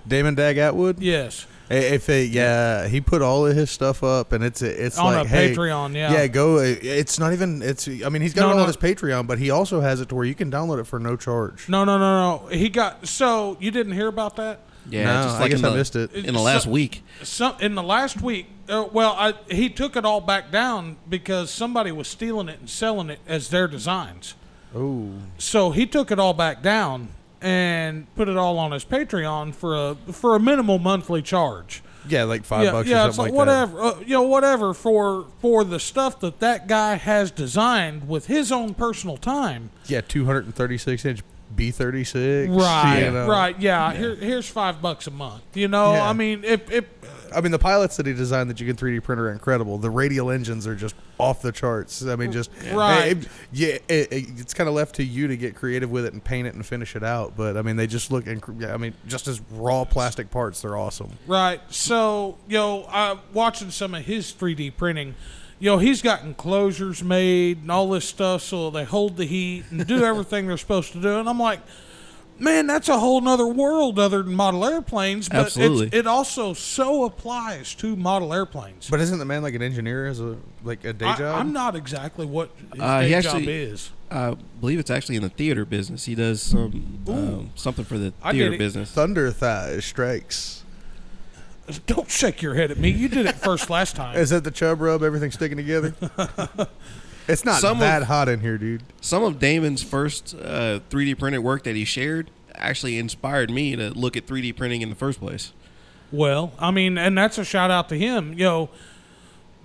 S1: Damon Dag Atwood.
S3: Yes.
S1: Hey, If they, yeah, he put all of his stuff up, and it's it's
S3: On
S1: like
S3: a
S1: hey,
S3: Patreon, yeah.
S1: yeah, go. uh, It's not even. It's I mean, he's got
S3: No,
S1: it all
S3: no.
S1: on his Patreon, but he also has it to where you can download it for no charge.
S3: No, no, no, no. He got. So you didn't hear about that?
S4: Yeah,
S1: No,
S4: just
S1: I
S4: like
S1: guess
S4: in
S1: I
S4: the-
S1: missed it.
S4: in the last
S3: So-
S4: week.
S3: Some in the last week. Uh, well, I, he took it all back down because somebody was stealing it and selling it as their designs.
S1: Oh,
S3: So he took it all back down and put it all on his Patreon for a for a minimal monthly charge.
S1: yeah, like five
S3: yeah,
S1: bucks
S3: yeah,
S1: or
S3: it's
S1: something like that.
S3: whatever, Uh, you know, whatever for for the stuff that that guy has designed with his own personal time.
S1: Yeah, two hundred and thirty-six inch B thirty-six.
S3: Right,
S1: you know.
S3: right, yeah. Here, here's five bucks a month. You know,
S1: uh, Yeah.
S3: I mean, if if
S1: I mean, the pilots that he designed that you can 3D print are incredible. The radial engines are just off the charts. I mean, just
S3: Mm. Right.
S1: It- yeah, it, it- it's kind of left to you to get creative with it and paint it and finish it out. But I mean, they just look. Inc- yeah, I mean, just as raw plastic parts, they're awesome.
S3: right, so you know, uh, watching some of his 3D printing, you know, he's got enclosures made and all this stuff, so they hold the heat and
S1: [LAUGHS]
S3: do everything they're supposed to do. And I'm like, man, that's a whole nother world other than model airplanes. But
S4: Absolutely.
S3: It's, it also so applies to model airplanes.
S1: But isn't the man like an engineer as a like a day job?
S3: I, am not exactly what his
S4: Uh, he
S3: day
S4: actually-
S3: job is.
S4: I believe it's actually in the theater business. He does some um, something for the
S3: I get
S4: theater
S3: it.
S4: business.
S1: Thunder thigh strikes.
S3: Don't
S1: [LAUGHS]
S3: shake your head at me. You did it first last time. [LAUGHS]
S1: Is that the chub rub? Everything sticking together? It's not
S4: Some of-
S1: that hot in here, dude.
S4: Some of Damon's first uh, 3D printed work that he shared actually inspired me to look at 3D printing in the first place.
S3: Well, I mean, and that's a shout out to him. You know,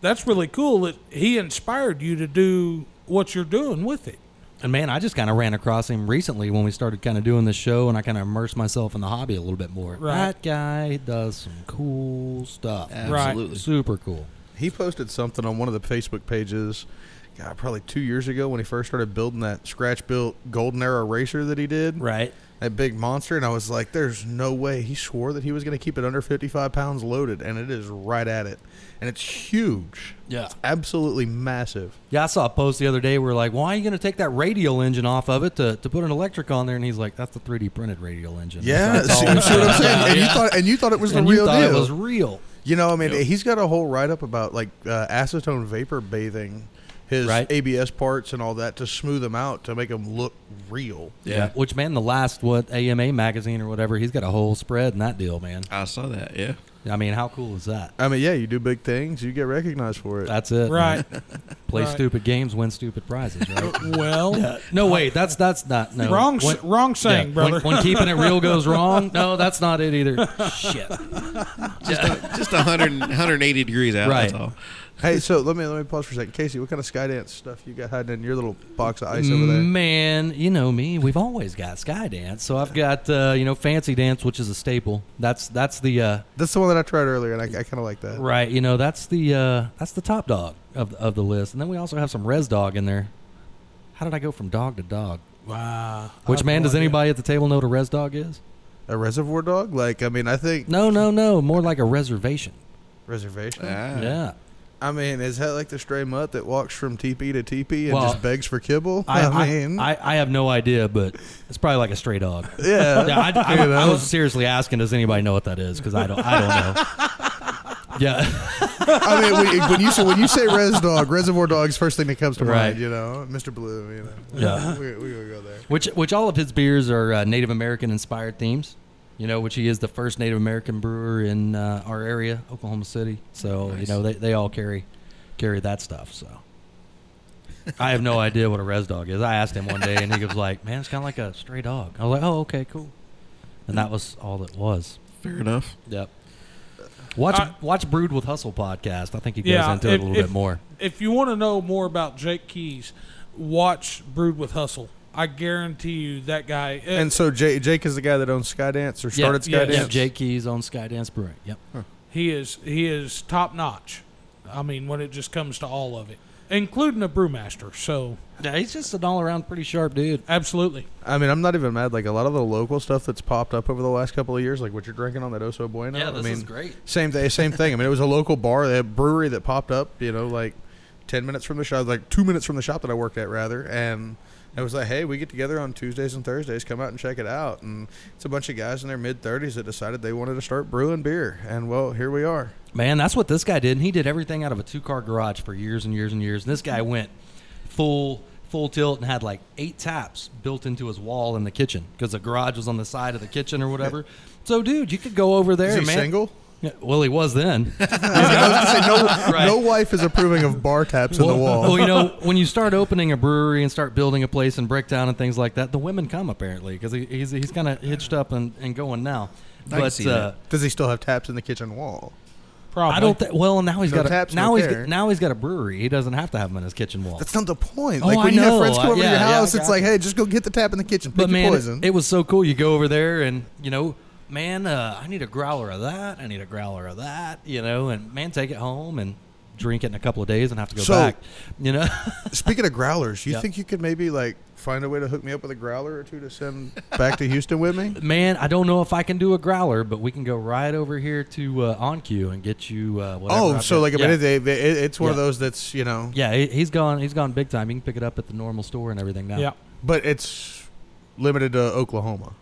S3: that's really cool that he inspired you to do what you're doing with it.
S2: And man, I just kind of ran across him recently when we started kind of doing this show, and I kind of immersed myself in the hobby a little bit more.
S3: Right.
S2: That guy does some cool stuff.
S4: Absolutely.
S2: Super cool.
S1: He posted something on one of the Facebook pages, God, probably two years ago when he first started building that scratch built Golden Era racer that he did,
S2: Right.
S1: that big monster. And I was like, there's no way. He swore that he was going to keep it under 55 pounds loaded, and it is right at it. And it's huge.
S2: Yeah.
S1: It's absolutely massive.
S2: Yeah, I saw a post the other day where like, why are you going to take that radial engine off of it to, to put an electric on there? And he's like, that's the 3D printed radial engine.
S1: Yeah,
S2: That's
S1: see,
S2: all-
S1: you see what I'm saying? And you thought, and you thought it was
S2: and
S1: the
S2: you
S1: real
S2: thought
S1: deal.
S2: it was real.
S1: You know, I mean, he's got a whole write up about like uh, acetone vapor bathing his
S2: Right.
S1: ABS parts and all that to smooth them out to make them look real.
S4: Yeah.
S2: Which man, the last what AMA magazine or whatever, he's got a whole spread in that deal, man.
S4: I saw that, yeah.
S2: I mean, how cool is that?
S1: I mean, yeah, you do big things, you get recognized for it.
S2: That's it. man. [LAUGHS]
S3: Right.
S2: Play
S3: Right.
S2: stupid games, win stupid prizes. Right.
S3: [LAUGHS] well,
S2: No, wait, that's that's not no
S3: wrong, s-
S2: When-
S3: wrong saying,
S2: yeah,
S3: brother.
S2: When, when keeping it real goes wrong, no, that's not it either. Shit.
S4: Just, a, just 100, 180 degrees out,
S2: Right.
S4: that's all.
S1: hey, so let me let me pause for a second, Casey. What kind of Skydance stuff you got hiding in your little box of ice over
S2: Mm,
S1: there?
S2: Man, you know me. We've always got Skydance. So I've got uh, you know Fancy Dance, which is a staple. That's that's the uh,
S1: That's the one that I tried earlier, and I, I kind of like that.
S2: right. You know that's the uh, that's the top dog of of the list. And then we also have some Res Dog in there. How did I go from dog to dog?
S3: [LAUGHS] wow.
S2: Which
S3: I've
S2: man
S3: no
S2: does
S3: idea.
S2: anybody at the table know what a Res Dog is?
S1: A reservoir dog? Like, I mean, I think
S2: No, no, no. More like a reservation.
S1: reservation.
S4: Ah.
S2: Yeah.
S1: I mean, is that like the stray mutt that walks from teepee to teepee and
S2: Well,
S1: just begs for kibble?
S2: I, I,
S1: mean,
S2: I, I have no idea, but it's probably like a stray dog.
S1: yeah.
S2: [LAUGHS] Yeah, I, I,
S1: You
S2: I
S1: know?
S2: was seriously asking, does anybody know what that is? Because I don't, I don't know. Yeah, [LAUGHS]
S1: I mean, when, when you say when you say res dog, reservoir dogs, first thing that comes to
S2: Right.
S1: mind, you know, Mr. Blue, you know,
S2: Yeah.
S1: we we gonna go there.
S2: which which all of his beers are uh, Native American inspired themes. You know, which he is the first Native American brewer in uh, our area, Oklahoma City. So you know, they, they all carry carry that stuff. So I have no idea what a res dog is. I asked him one day, and he was like, "Man, it's kind of like a stray dog." I was like, "Oh, okay, cool." And that was all it was.
S4: Fair enough.
S2: Yep. Watch
S3: I-
S2: Watch Brood with Hustle podcast. I think he goes
S3: Uh, Yeah,
S2: into
S3: if-
S2: it a little
S3: if-
S2: bit more.
S3: If you want to know more about Jake Keys, watch Brood with Hustle. I guarantee you that guy.
S1: And
S3: And
S1: so Jake, Jake is the guy that owns Skydance or started
S3: yeah,
S1: Skydance.
S3: yeah.
S2: Jake Keys on Skydance Brewing. Yep.
S3: he is he is top notch. I mean, when it just comes to all of it, including a brewmaster. So
S2: Yeah, he's just an all around pretty sharp dude.
S3: absolutely.
S1: I mean, I'm not even mad. Like a lot of the local stuff that's popped up over the last couple of years, like what you're drinking on that Oso Bueno.
S2: Yeah, this
S1: I mean,
S2: is great.
S1: Same thing. Same thing. I mean, it was a local bar, a brewery that popped up. You know, like ten minutes from the shop, like two minutes from the shop that I worked at, rather. And it was like, hey, we get together on Tuesdays and Thursdays. Come out and check it out. And it's a bunch of guys in their mid 30s that decided they wanted to start brewing beer. And well, here we are.
S2: Man, that's what this guy did. And he did everything out of a two car garage for years and years and years. And this guy went full full tilt and had like eight taps built into his wall in the kitchen because the garage was on the side of the kitchen or whatever. So, dude, you could go over there.
S1: Is he
S2: man.
S1: single?
S2: Yeah, well, he
S1: [LAUGHS]
S2: was then.
S1: I was gonna say, no,
S2: [LAUGHS] Right.
S1: no wife is approving of bar taps in the wall.
S2: Well,
S1: [LAUGHS]
S2: you know, when you start opening a brewery and start building a place and breakdown and things like that, the women come apparently because he, he's he's kind of hitched up and, and going now.
S4: I can
S2: But
S4: see
S2: uh,
S4: that.
S1: Does he still have taps in the kitchen wall?
S3: Probably.
S2: I don't. Th- well, now he's
S1: No
S2: got a,
S1: taps,
S2: now
S1: no
S2: he's
S1: care.
S2: got, now he's got a brewery. He doesn't have to have them in his kitchen wall.
S1: That's not the point.
S2: Oh,
S1: Like when
S2: I
S1: you have
S2: know.
S1: friends come over to
S2: Yeah,
S1: your
S2: yeah, I
S1: house, it's
S2: got
S1: like,
S2: you.
S1: hey, just go get the tap in the kitchen, pick
S2: but
S1: your
S2: man,
S1: poison.
S2: it, was so cool. You go over there and you know, man, uh, I need a growler of that. I need a growler of that. You know, and man, take it home and drink it in a couple of days and have to go
S1: So-
S2: back. You know,
S1: [LAUGHS]
S2: [LAUGHS]
S1: Speaking of growlers, you
S2: Yeah.
S1: think you could maybe like find a way to hook me up with a growler or two to send back to Houston with
S2: [LAUGHS]
S1: me?
S2: man, I don't know if I can do a growler, but we can go right over here to uh, On Cue and get you. Uh, whatever
S1: Oh,
S2: I've
S1: so
S2: got.
S1: like I
S2: yeah.
S1: mean, they, they, it, it's one of
S2: Yeah.
S1: those that's you know,
S2: Yeah, he- he's gone. He's gone big time. You can pick it up at the normal store and everything now.
S3: Yeah.
S1: but it's limited to Oklahoma.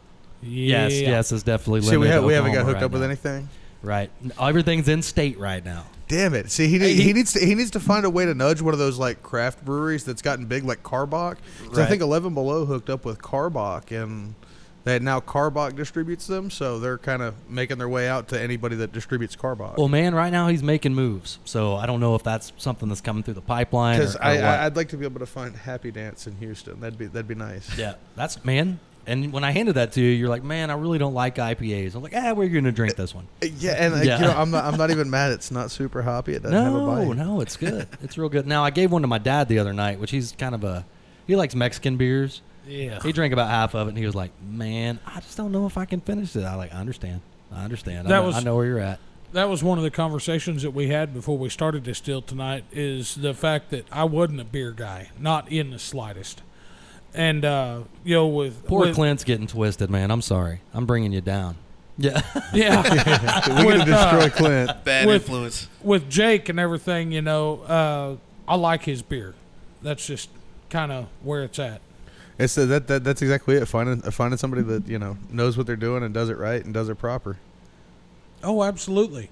S2: Yes, yes, it's definitely.
S1: See, we
S2: limited
S1: have
S2: to
S1: we haven't got
S2: Oklahoma
S1: hooked
S2: right
S1: up with
S2: now.
S1: anything.
S2: Right, everything's in state right now.
S1: Damn it! See, he, need-
S2: he-
S1: he needs to he needs to find a way to nudge one of those like craft breweries that's gotten big, like Carbach. 'Cause I
S2: Right.
S1: think Eleven Below hooked up with Carbach, and that now Carbach distributes them, so they're kind of making their way out to anybody that distributes Carbach.
S2: Well, man, right now he's making moves, so I don't know if that's something that's coming through the pipeline.
S1: Because
S2: or- or
S1: I,
S2: what.
S1: I, I'd like to be able to find Happy Dance in Houston. That'd be that'd be nice.
S2: yeah, that's man. And when I handed that to you, you're like, man, I really don't like IPAs. I'm like, ah, we're gonna drink this one.
S1: Uh, Yeah, and like,
S2: Yeah.
S1: you know, I'm not I'm not even mad. It's not super hoppy. It doesn't have a
S2: No,
S1: bite.
S2: no,
S1: [LAUGHS]
S2: it's good. It's real good. Now I gave one to my dad the other night, which he's kind of a he likes Mexican beers.
S3: Yeah.
S2: He drank about half of it, and he was like, "Man, I just don't know if I can finish it." I like, I understand, I understand. I,
S3: That
S2: know,
S3: was-
S2: I know where you're at.
S3: That was one of the conversations that we had before we started this deal tonight is the fact that I wasn't a beer guy, not in the slightest. And uh, you know, with
S2: Poor
S3: with,
S2: Clint's getting twisted, man. I'm sorry. I'm bringing you down. Yeah,
S3: [LAUGHS]
S2: [LAUGHS]
S3: yeah,
S1: We're gonna
S3: With, uh,
S1: destroy Clint.
S4: Bad
S3: With-
S4: influence.
S3: with Jake and everything, you know, uh, I like his beer. That's just kind of where it's at.
S1: It's uh, that, that that's exactly it. Finding uh, finding somebody that you know knows what they're doing and does it right and does it proper.
S3: Oh, absolutely.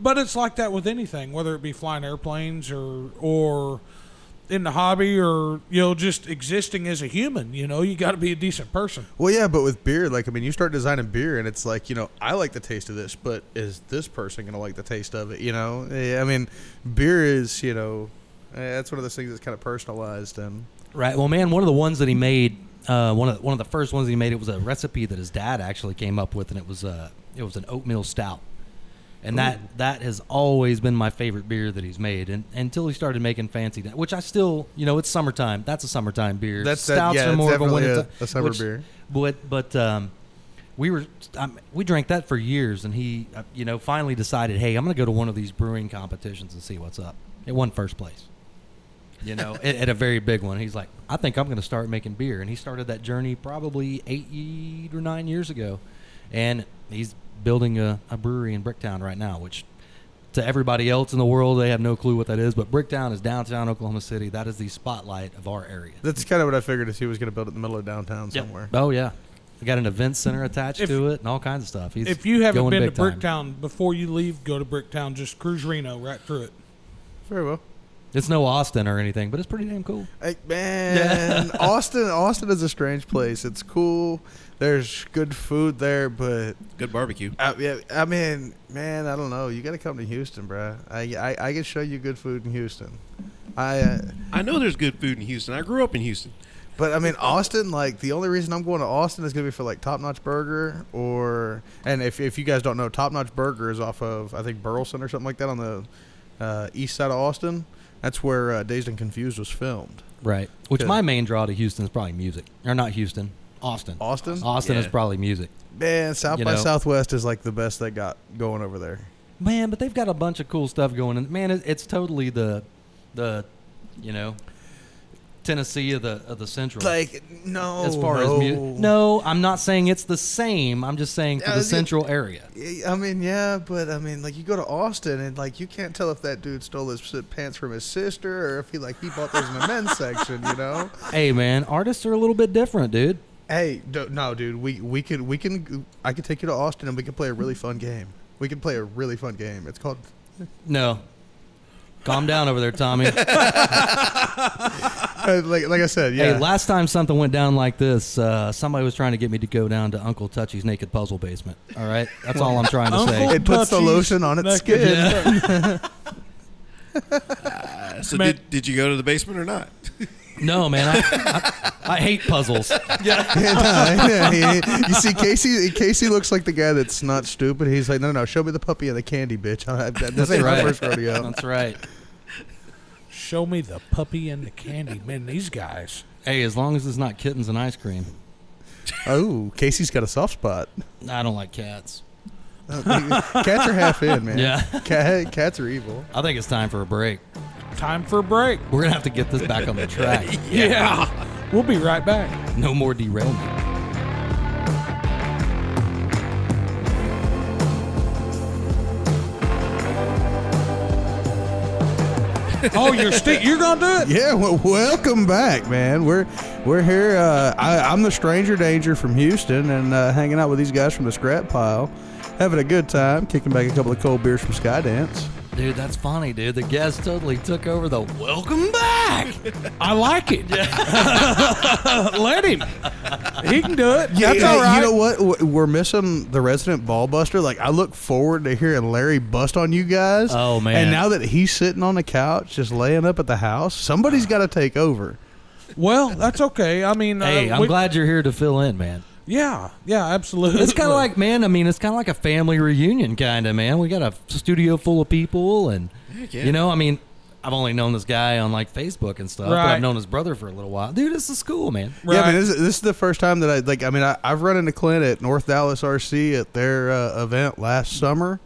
S3: But it's like that with anything, whether it be flying airplanes or or in the hobby or you know just existing as a human. You know, you got to be a decent person.
S1: Well, yeah, but with beer, like I mean, you start designing beer, and it's like you know, I like the taste of this, but is this person gonna like the taste of it? You know, Eh, I mean, beer is you know, eh, that's one of those things that's kind of personalized, and
S2: right. Well, man, one of the ones that he made, uh, one of one of the first ones he made, it was a recipe that his dad actually came up with, and it was uh, it was an oatmeal stout, and that that has always been my favorite beer that he's made, and until he started making fancy, da- which I still, you know, it's summertime. That's a summertime beer.
S1: That's that-
S2: stouts
S1: yeah,
S2: are
S1: it's
S2: more of a
S1: definitely
S2: winter
S1: a- a summer beer.
S2: But but um, we were um, we drank that for years, and he uh, you know finally decided, hey, I'm going to go to one of these brewing competitions and see what's up. It won first place. You know, at, at a very big one. He's like, I think I'm going to start making beer, and he started that journey probably eight ye- or nine years ago, and he's building a, a brewery in Bricktown right now, which. To everybody else in the world, they have no clue what that is. But Bricktown is downtown Oklahoma City. That is the spotlight of our area.
S1: that's kind of what I figured is he was gonna build it in the middle of downtown somewhere.
S2: Oh yeah, we got an event center attached
S3: If-
S2: to it and all kinds of stuff. He's
S3: if you haven't
S2: going
S3: been to
S2: big time.
S3: Bricktown before you leave, go to Bricktown. Just cruise Reno right through it.
S1: Very well.
S2: it's no Austin or anything, but it's pretty damn cool.
S1: Hey, man, Austin, Austin is a strange place. It's cool. There's good food there, but
S4: Good barbecue.
S1: I, yeah, I mean, man, I don't know. You got to come to Houston, bruh. I, I I can show you good food in Houston. I, uh,
S4: I know there's good food in Houston. I grew up in Houston.
S1: but I mean, Austin. Like the only reason I'm going to Austin is gonna be for like Top Notch Burger or and if if you guys don't know, Top Notch Burger is off of I think Burleson or something like that on the uh, east side of Austin. That's where uh, Dazed and Confused was filmed.
S2: Right. Which
S1: Good.
S2: my main draw to Houston is probably music, or not Houston, Austin.
S1: Austin,
S2: Austin is
S4: Yeah.
S2: probably music.
S1: man, South
S2: You
S1: by
S2: know.
S1: Southwest is like the best they got going over there.
S2: Man, but they've got a bunch of cool stuff going. And man, it, it's totally the, the, you know, Tennessee of the of the Central.
S1: Like oh, no,
S2: as far as music. No, I'm not saying it's the same. I'm just saying for
S1: Uh,
S2: the
S1: the-
S2: Central area.
S1: Yeah, I mean, yeah, but I mean, like you go to Austin and like you can't tell if that dude stole his si- pants from his sister or if he like he bought those in the men's section, you know?
S2: Hey man, artists are a little bit different, dude.
S1: Hey, do, no, dude, we we could we can I could take you to Austin and we could play a
S2: Hmm.
S1: really fun game. We could play a really fun game. It's called
S2: No. Calm down over there, Tommy.
S1: uh, like like I said, yeah.
S2: Hey, last time something went down like this, uh, somebody was trying to get me to go down to Uncle Touchy's naked puzzle basement. All right, that's all I'm trying to say.
S3: [LAUGHS] Uncle-
S1: it puts the
S3: Touchy's
S1: lotion on its
S3: naked.
S1: skin.
S4: Uh, so
S3: Man.
S4: did, did you go to the basement or not? [LAUGHS]
S2: No, man, I, I, I hate puzzles.
S1: [LAUGHS] Yeah, yeah. you see, Casey Casey looks like the guy that's not stupid. He's like, no, no, show me the puppy and the candy, bitch. [LAUGHS] I, that, this ain't my
S2: right.
S1: first rodeo.
S2: That's right.
S3: Show me the puppy and the candy, man. These guys.
S2: Hey, as long as it's not kittens and ice cream,
S1: Oh, Casey's got a soft spot. [LAUGHS]
S2: I don't like cats.
S1: cats are half in, man.
S2: Yeah.
S1: Cat, cats are evil.
S2: I think it's time for a break.
S3: Time for a break.
S2: We're gonna have to get this back on the track.
S3: [LAUGHS] yeah. We'll be right back.
S2: No more derailment.
S3: Oh, you're sti- you're gonna do it.
S1: Yeah, well, welcome back, man. We're we're here. Uh, I, I'm the stranger danger from Houston, and uh, hanging out with these guys from the scrap pile, having a good time, kicking back a couple of cold beers from Skydance.
S2: Dude, that's funny, dude. The guest totally took over the welcome back.
S3: I like it. [LAUGHS] Let him. He can do it. That's
S1: Yeah,
S3: all right.
S1: You know what? W- We're missing the resident ball buster. Like I look forward to hearing Larry bust on you guys.
S2: Oh, man.
S1: And now that he's sitting on the couch, just laying up at the house, somebody's got to take over.
S3: well, that's okay. I mean,
S2: hey,
S3: uh,
S2: I'm
S3: we-
S2: glad you're here to fill in, man.
S3: Yeah, yeah, absolutely.
S2: It's kind of like, man, I mean, it's kind of like a family reunion, kind of, man. We got a studio full of people, and,
S4: yeah.
S2: you know, I mean, I've only known this guy on like Facebook and stuff, but
S3: Right.
S2: I've known his brother for a little while. Dude, this is cool, man.
S1: Yeah, I mean,
S3: [LAUGHS] Right.
S1: this, this is the first time that I like. I mean, I, I've run into Clint at North Dallas RC at their uh, event last summer.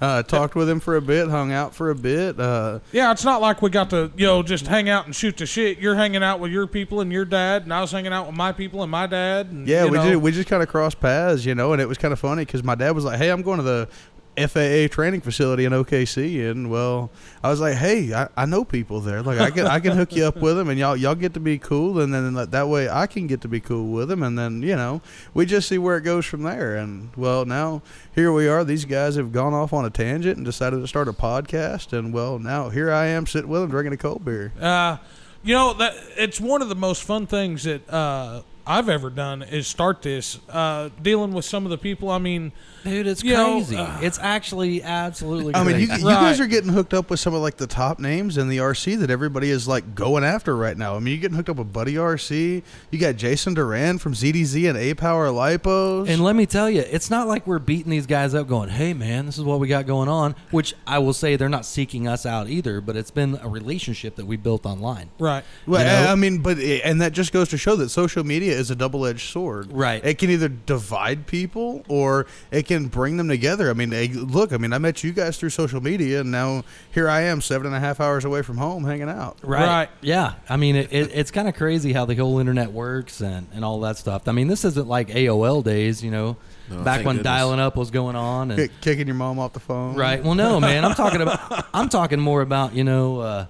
S1: Uh, talked with him for a bit, hung out for a bit. Uh,
S3: Yeah, it's not like we got to, you know, just hang out and shoot the shit. You're hanging out with your people and your dad, and I was hanging out with my people and my dad. And,
S1: yeah,
S3: you
S1: we
S3: know.
S1: did. We just kind of crossed paths, you know, and it was kind of funny because my dad was like, "Hey, I'm going to the FAA training facility in OKC," and well, I was like, "Hey, I, I know people there. Like, I can I can hook you up with them, and y'all y'all get to be cool, and then like, that way I can get to be cool with them, and then you know, we just see where it goes from there." And well, now here we are. These guys have gone off on a tangent and decided to start a podcast, and well, now here I am sitting with them drinking a cold beer.
S3: Uh, you know that it's one of the most fun things that uh, I've ever done is start this uh, dealing with some of the people. I mean,
S2: Dude, it's
S3: You know,
S2: crazy.
S3: uh,
S2: it's actually absolutely
S1: I
S2: crazy.
S1: mean, you, you
S3: Right.
S1: guys are getting hooked up with some of like the top names in the RC that everybody is like going after right now. I mean, you're getting hooked up with Buddy RC. You got Jason Duran from ZDZ and A Power Lipos.
S2: And let me tell you, it's not like we're beating these guys up going, hey, man, this is what we got going on, which I will say they're not seeking us out either, but it's been a relationship that we built online.
S3: right?
S1: well,
S2: you know-
S1: I mean, but eh, and that just goes to show that social media is a double-edged sword.
S2: Right.
S1: It can either divide people or it can bring them together. I mean, they, look, I mean, I met you guys through social media, and now here I am, seven and a half hours away from home, hanging out.
S2: Right.
S3: Right.
S2: Yeah. I mean, it, it, it's kind of crazy how the whole internet works and, and all that stuff. I mean, this isn't like AOL days, you know, back
S4: thank
S2: when
S4: goodness.
S2: dialing up was going on. And,
S1: Kick- Kicking your mom off the phone.
S2: right. Well, no, man. I'm talking about. I'm talking more about you know, uh,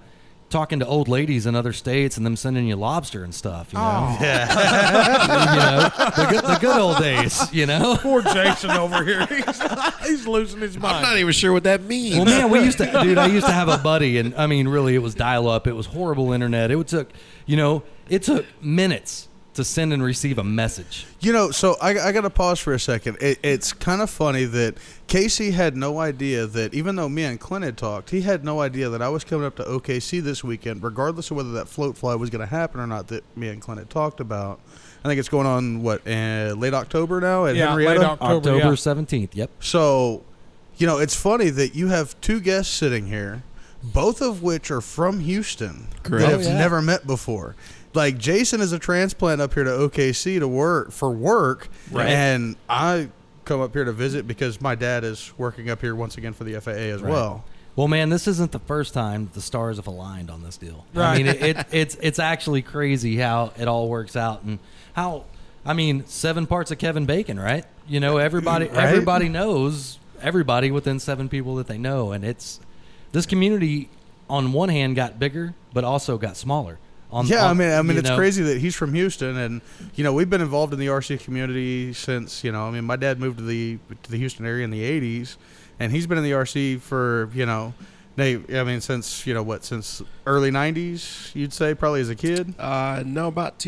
S2: talking to old ladies in other states and them sending you lobster and stuff. You
S3: Oh.
S2: know, [LAUGHS] you know the, good, the good old days. You know.
S3: Poor Jason over here, [LAUGHS] he's, he's losing his mind.
S4: I'm not even sure what that means.
S2: Well, man, we used to, dude. I used to have a buddy, and I mean, really, it was dial-up. It was horrible internet. It would took, you know, it took minutes to send and receive a message.
S1: You know, so I, I got to pause for a second. It, it's kind of funny that Casey had no idea that even though me and Clint had talked, he had no idea that I was coming up to OKC this weekend, regardless of whether that float fly was going to happen or not. That me and Clint had talked about. I think it's going on what uh, late October now at
S3: Yeah, late
S1: Henrietta.
S3: Oc- October, yeah.
S2: October seventeenth. Yep.
S1: So, you know, it's funny that you have two guests sitting here, both of which are from Houston
S4: Correct.
S1: that have
S2: Oh, yeah.
S1: never met before. Like Jason is a transplant up here to OKC to work for work,
S2: Right.
S1: and I come up here to visit because my dad is working up here once again for the FAA as well.
S2: Well, man, this isn't the first time the stars have aligned on this deal. I
S3: Right.
S2: mean, it, it, it's it's actually crazy how it all works out and how I mean, seven parts of Kevin Bacon, right? You know, everybody
S1: Right.
S2: everybody knows everybody within seven people that they know, and it's this community on one hand got bigger, but also got smaller. On
S1: Yeah,
S2: on-
S1: I mean, I mean,
S2: you
S1: it's
S2: know,
S1: crazy that he's from Houston, and you know, we've been involved in the RC community since you know, I mean, my dad moved to the to the Houston area in the '80s, and he's been in the RC for you know, they, I mean, since you know what, since early '90s, you'd say probably as a kid.
S4: Uh, no, about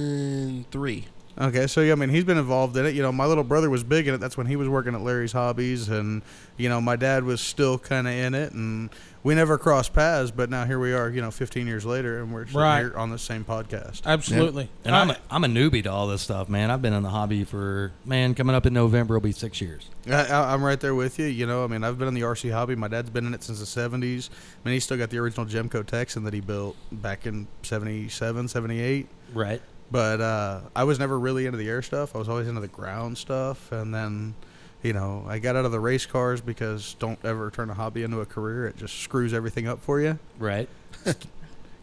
S4: 2003.
S1: Okay, so yeah, I mean, he's been involved in it. You know, my little brother was big in it. That's when he was working at Larry's Hobbies, and you know, my dad was still kind of in it, and we never crossed paths. But now here we are, you know, 15 years later, and we're sitting
S3: Right.
S1: here on the same podcast.
S3: Absolutely.
S2: And I'm a, I'm a newbie to all this stuff, man. I've been in the hobby for man, coming up in November will be six years.
S1: I, I, I'm right there with you. You know, I mean, I've been in the RC hobby. My dad's been in it since the 70s. I mean, he's still got the original Gemco Texan that he built back in 77, 78.
S2: Right.
S1: But uh, I was never really into the air stuff. I was always into the ground stuff. And then, you know, I got out of the race cars because don't ever turn a hobby into a career. It just screws everything up for you.
S2: Right.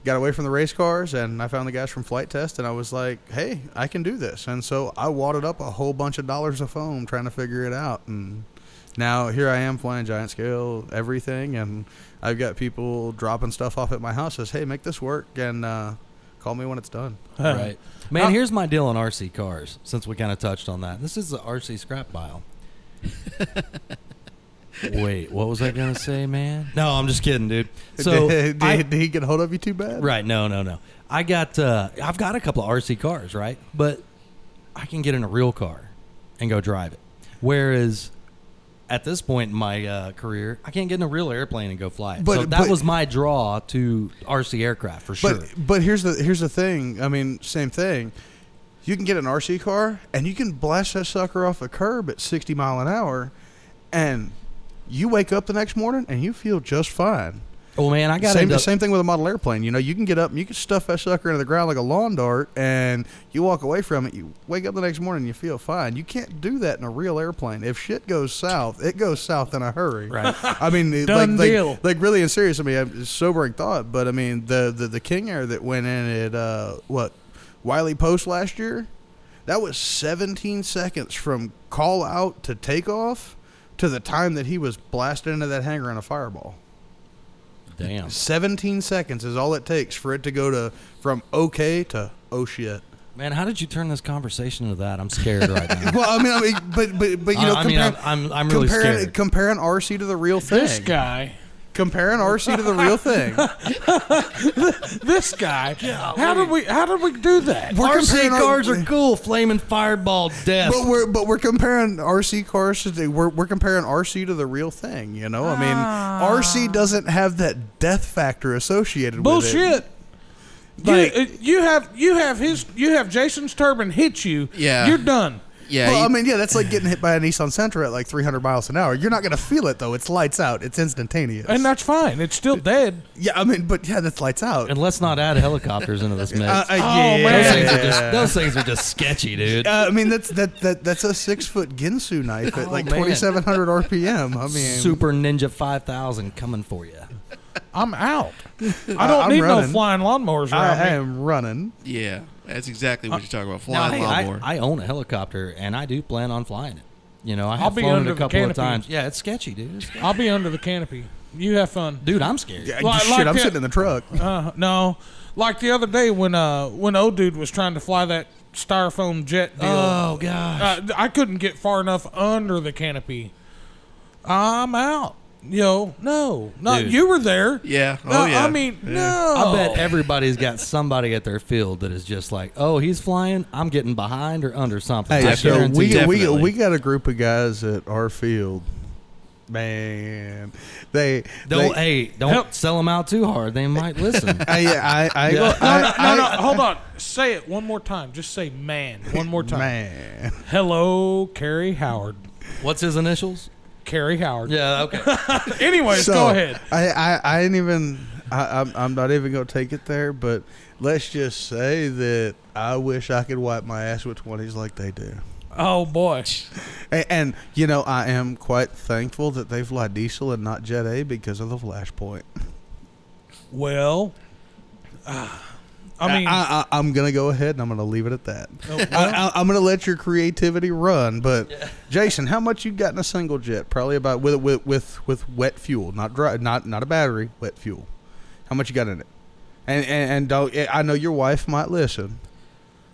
S1: Got away from the race cars and I found the guys from Flight Test and I was like, hey, I can do this. And so I wadded up a whole bunch of dollars of foam trying to figure it out. And now here I am flying giant scale, everything. And I've got people dropping stuff off at my house says, hey, make this work and uh, call me when it's done. [LAUGHS]
S2: right. Man,
S3: Uh,
S2: here's my deal on
S1: [LAUGHS]
S2: RC cars, since we kind of touched on that. This is the RC scrap pile. Wait, what was I gonna say, man? No, I'm just
S1: [LAUGHS]
S2: kidding, dude. So
S1: did,
S2: I-
S1: did he get hold of you too bad?
S2: Right. No, no, no. I got uh I've got a couple of RC cars, right? But I can get in a real car and go drive it. Whereas at this point in my uh, career, I can't get in a real airplane and go fly it.
S1: But-
S2: so that
S1: but-
S2: was my draw to RC aircraft for sure.
S1: But but here's the here's the thing. I mean, same thing. You can get an RC car and you can blast that sucker off a curb at 60 mile an hour, and you wake up the next morning and you feel just fine.
S2: oh man, I got
S1: Same
S2: into,
S1: the same thing with a model airplane. You know, you can get up and you can stuff that sucker into the ground like a lawn dart, and you walk away from it. You wake up the next morning and you feel fine. You can't do that in a real airplane. If shit goes south, it goes south in a hurry.
S2: Right.
S1: [LAUGHS] I mean, it-
S3: Done
S1: like,
S3: deal.
S1: Like, like really and serious. I mean, I'm- it's sobering thought, but I mean, the the, the King Air that went in at uh, what Wiley Post last year, that was 17 seconds from call out to takeoff to the time that he was blasted into that hangar in a fireball.
S2: Damn.
S1: 17 seconds is all it takes for it to go to from okay to oh shit.
S2: Man, how did you turn this conversation into that? I'm scared right now. [LAUGHS]
S1: Well, I mean, I mean, [LAUGHS] but but but you know,
S2: I- I mean,
S1: compare,
S2: I'm- I'm- I'm really
S1: compare,
S2: scared.
S1: compare an RC to the real thing.
S3: This guy.
S1: Compare an RC to the real thing.
S3: [LAUGHS] This guy. How did we how did we do that?
S1: We're
S2: RC
S1: comparing our-
S2: cars are cool. Flaming fireball death.
S1: But we're but we're comparing RC cars to the, we're we're comparing RC to the real thing. You know, I mean,
S3: Ah.
S1: RC doesn't have that death factor associated with
S3: Bullshit.
S1: it.
S3: You,
S1: Like-
S3: uh, you have you have his you have Jason's turbine hit you.
S4: Yeah.
S3: You're done.
S4: Yeah,
S1: Well,
S4: you-
S1: I mean, yeah, that's like getting hit by a Nissan Sentra at like 300 miles an hour. You're not going to feel it though. It's lights out. It's instantaneous.
S3: And that's fine. It's still dead.
S1: yeah, I mean, but yeah, that's lights out.
S2: and let's not add helicopters into this mix.
S1: Uh, uh,
S3: Oh,
S1: yeah.
S3: man.
S2: those, things are just, those things are just sketchy, dude.
S1: Uh, I mean that's that, that that's a six foot Ginsu knife at
S2: Oh,
S1: like
S2: man.
S1: twenty seven hundred RPM. I mean,
S2: Super Ninja 5000 coming for you.
S3: I'm out. I
S1: I-
S3: don't
S1: I'm
S3: need
S1: running.
S3: no flying lawnmowers
S1: I,
S3: around
S1: I
S3: me.
S1: am running.
S4: yeah, that's exactly what you're talking about.
S2: Now,
S4: Flying
S2: hey,
S4: lawnmower.
S2: Uh, I, I own a helicopter and I do plan on flying it. You know, I
S3: I'll
S2: have
S3: be
S2: flown it
S3: under
S2: a
S3: the
S2: couple of
S3: canopy.
S2: times. Yeah, it's sketchy, dude. It's sketchy.
S3: I'll be under the canopy. You have fun.
S2: Dude, I'm scared.
S1: Yeah,
S3: Like-
S1: shit,
S3: like
S1: I'm
S3: that-
S1: sitting in the truck.
S3: Uh, no, like the other day when uh when old dude was trying to fly that styrofoam jet deal,
S2: Oh gosh.
S3: uh, I couldn't get far enough under the canopy. I'm out. Yo, no, not
S2: Dude.
S3: you were there.
S4: Yeah.
S3: No,
S4: Oh, yeah.
S3: I mean,
S4: Yeah.
S3: no.
S2: I bet everybody's got somebody at their field that is just like, oh, he's flying. I'm getting behind or under something.
S1: Hey,
S2: I
S1: so
S2: guarantee
S1: we,
S2: you.
S1: we
S4: Definitely.
S1: we got a group of guys at our field. Man, they
S2: don't
S1: They,
S2: hey, don't
S3: Help.
S2: sell them out too hard. They might listen.
S1: I I I,
S2: Yeah.
S1: go- I,
S3: no,
S1: I-
S3: no, no, hold on. Say it one more time. Just say man one more time.
S1: man.
S3: Hello, Carrie Howard.
S2: What's his initials?
S3: Carrie Howard.
S2: Yeah, okay.
S3: Anyways,
S1: So,
S3: go ahead.
S1: I, I, I didn't even. I, I'm, I'm not even gonna take it there. But let's just say that I wish I could wipe my ass with twenties like they do.
S3: Oh boy.
S1: And, and you know, I am quite thankful that they fly diesel and not Jet A because of the flashpoint.
S3: Well, ah,
S4: Uh,
S3: I mean, Oh,
S1: I, I, I'm gonna go ahead and I'm gonna leave it at that. I, I, I'm gonna let your creativity run, but Jason, how much you got in a single jet? Probably about with with with, with wet fuel, not dry, not not a battery, wet fuel. How much you got in it? And and, and don't, eh, I know your wife might listen.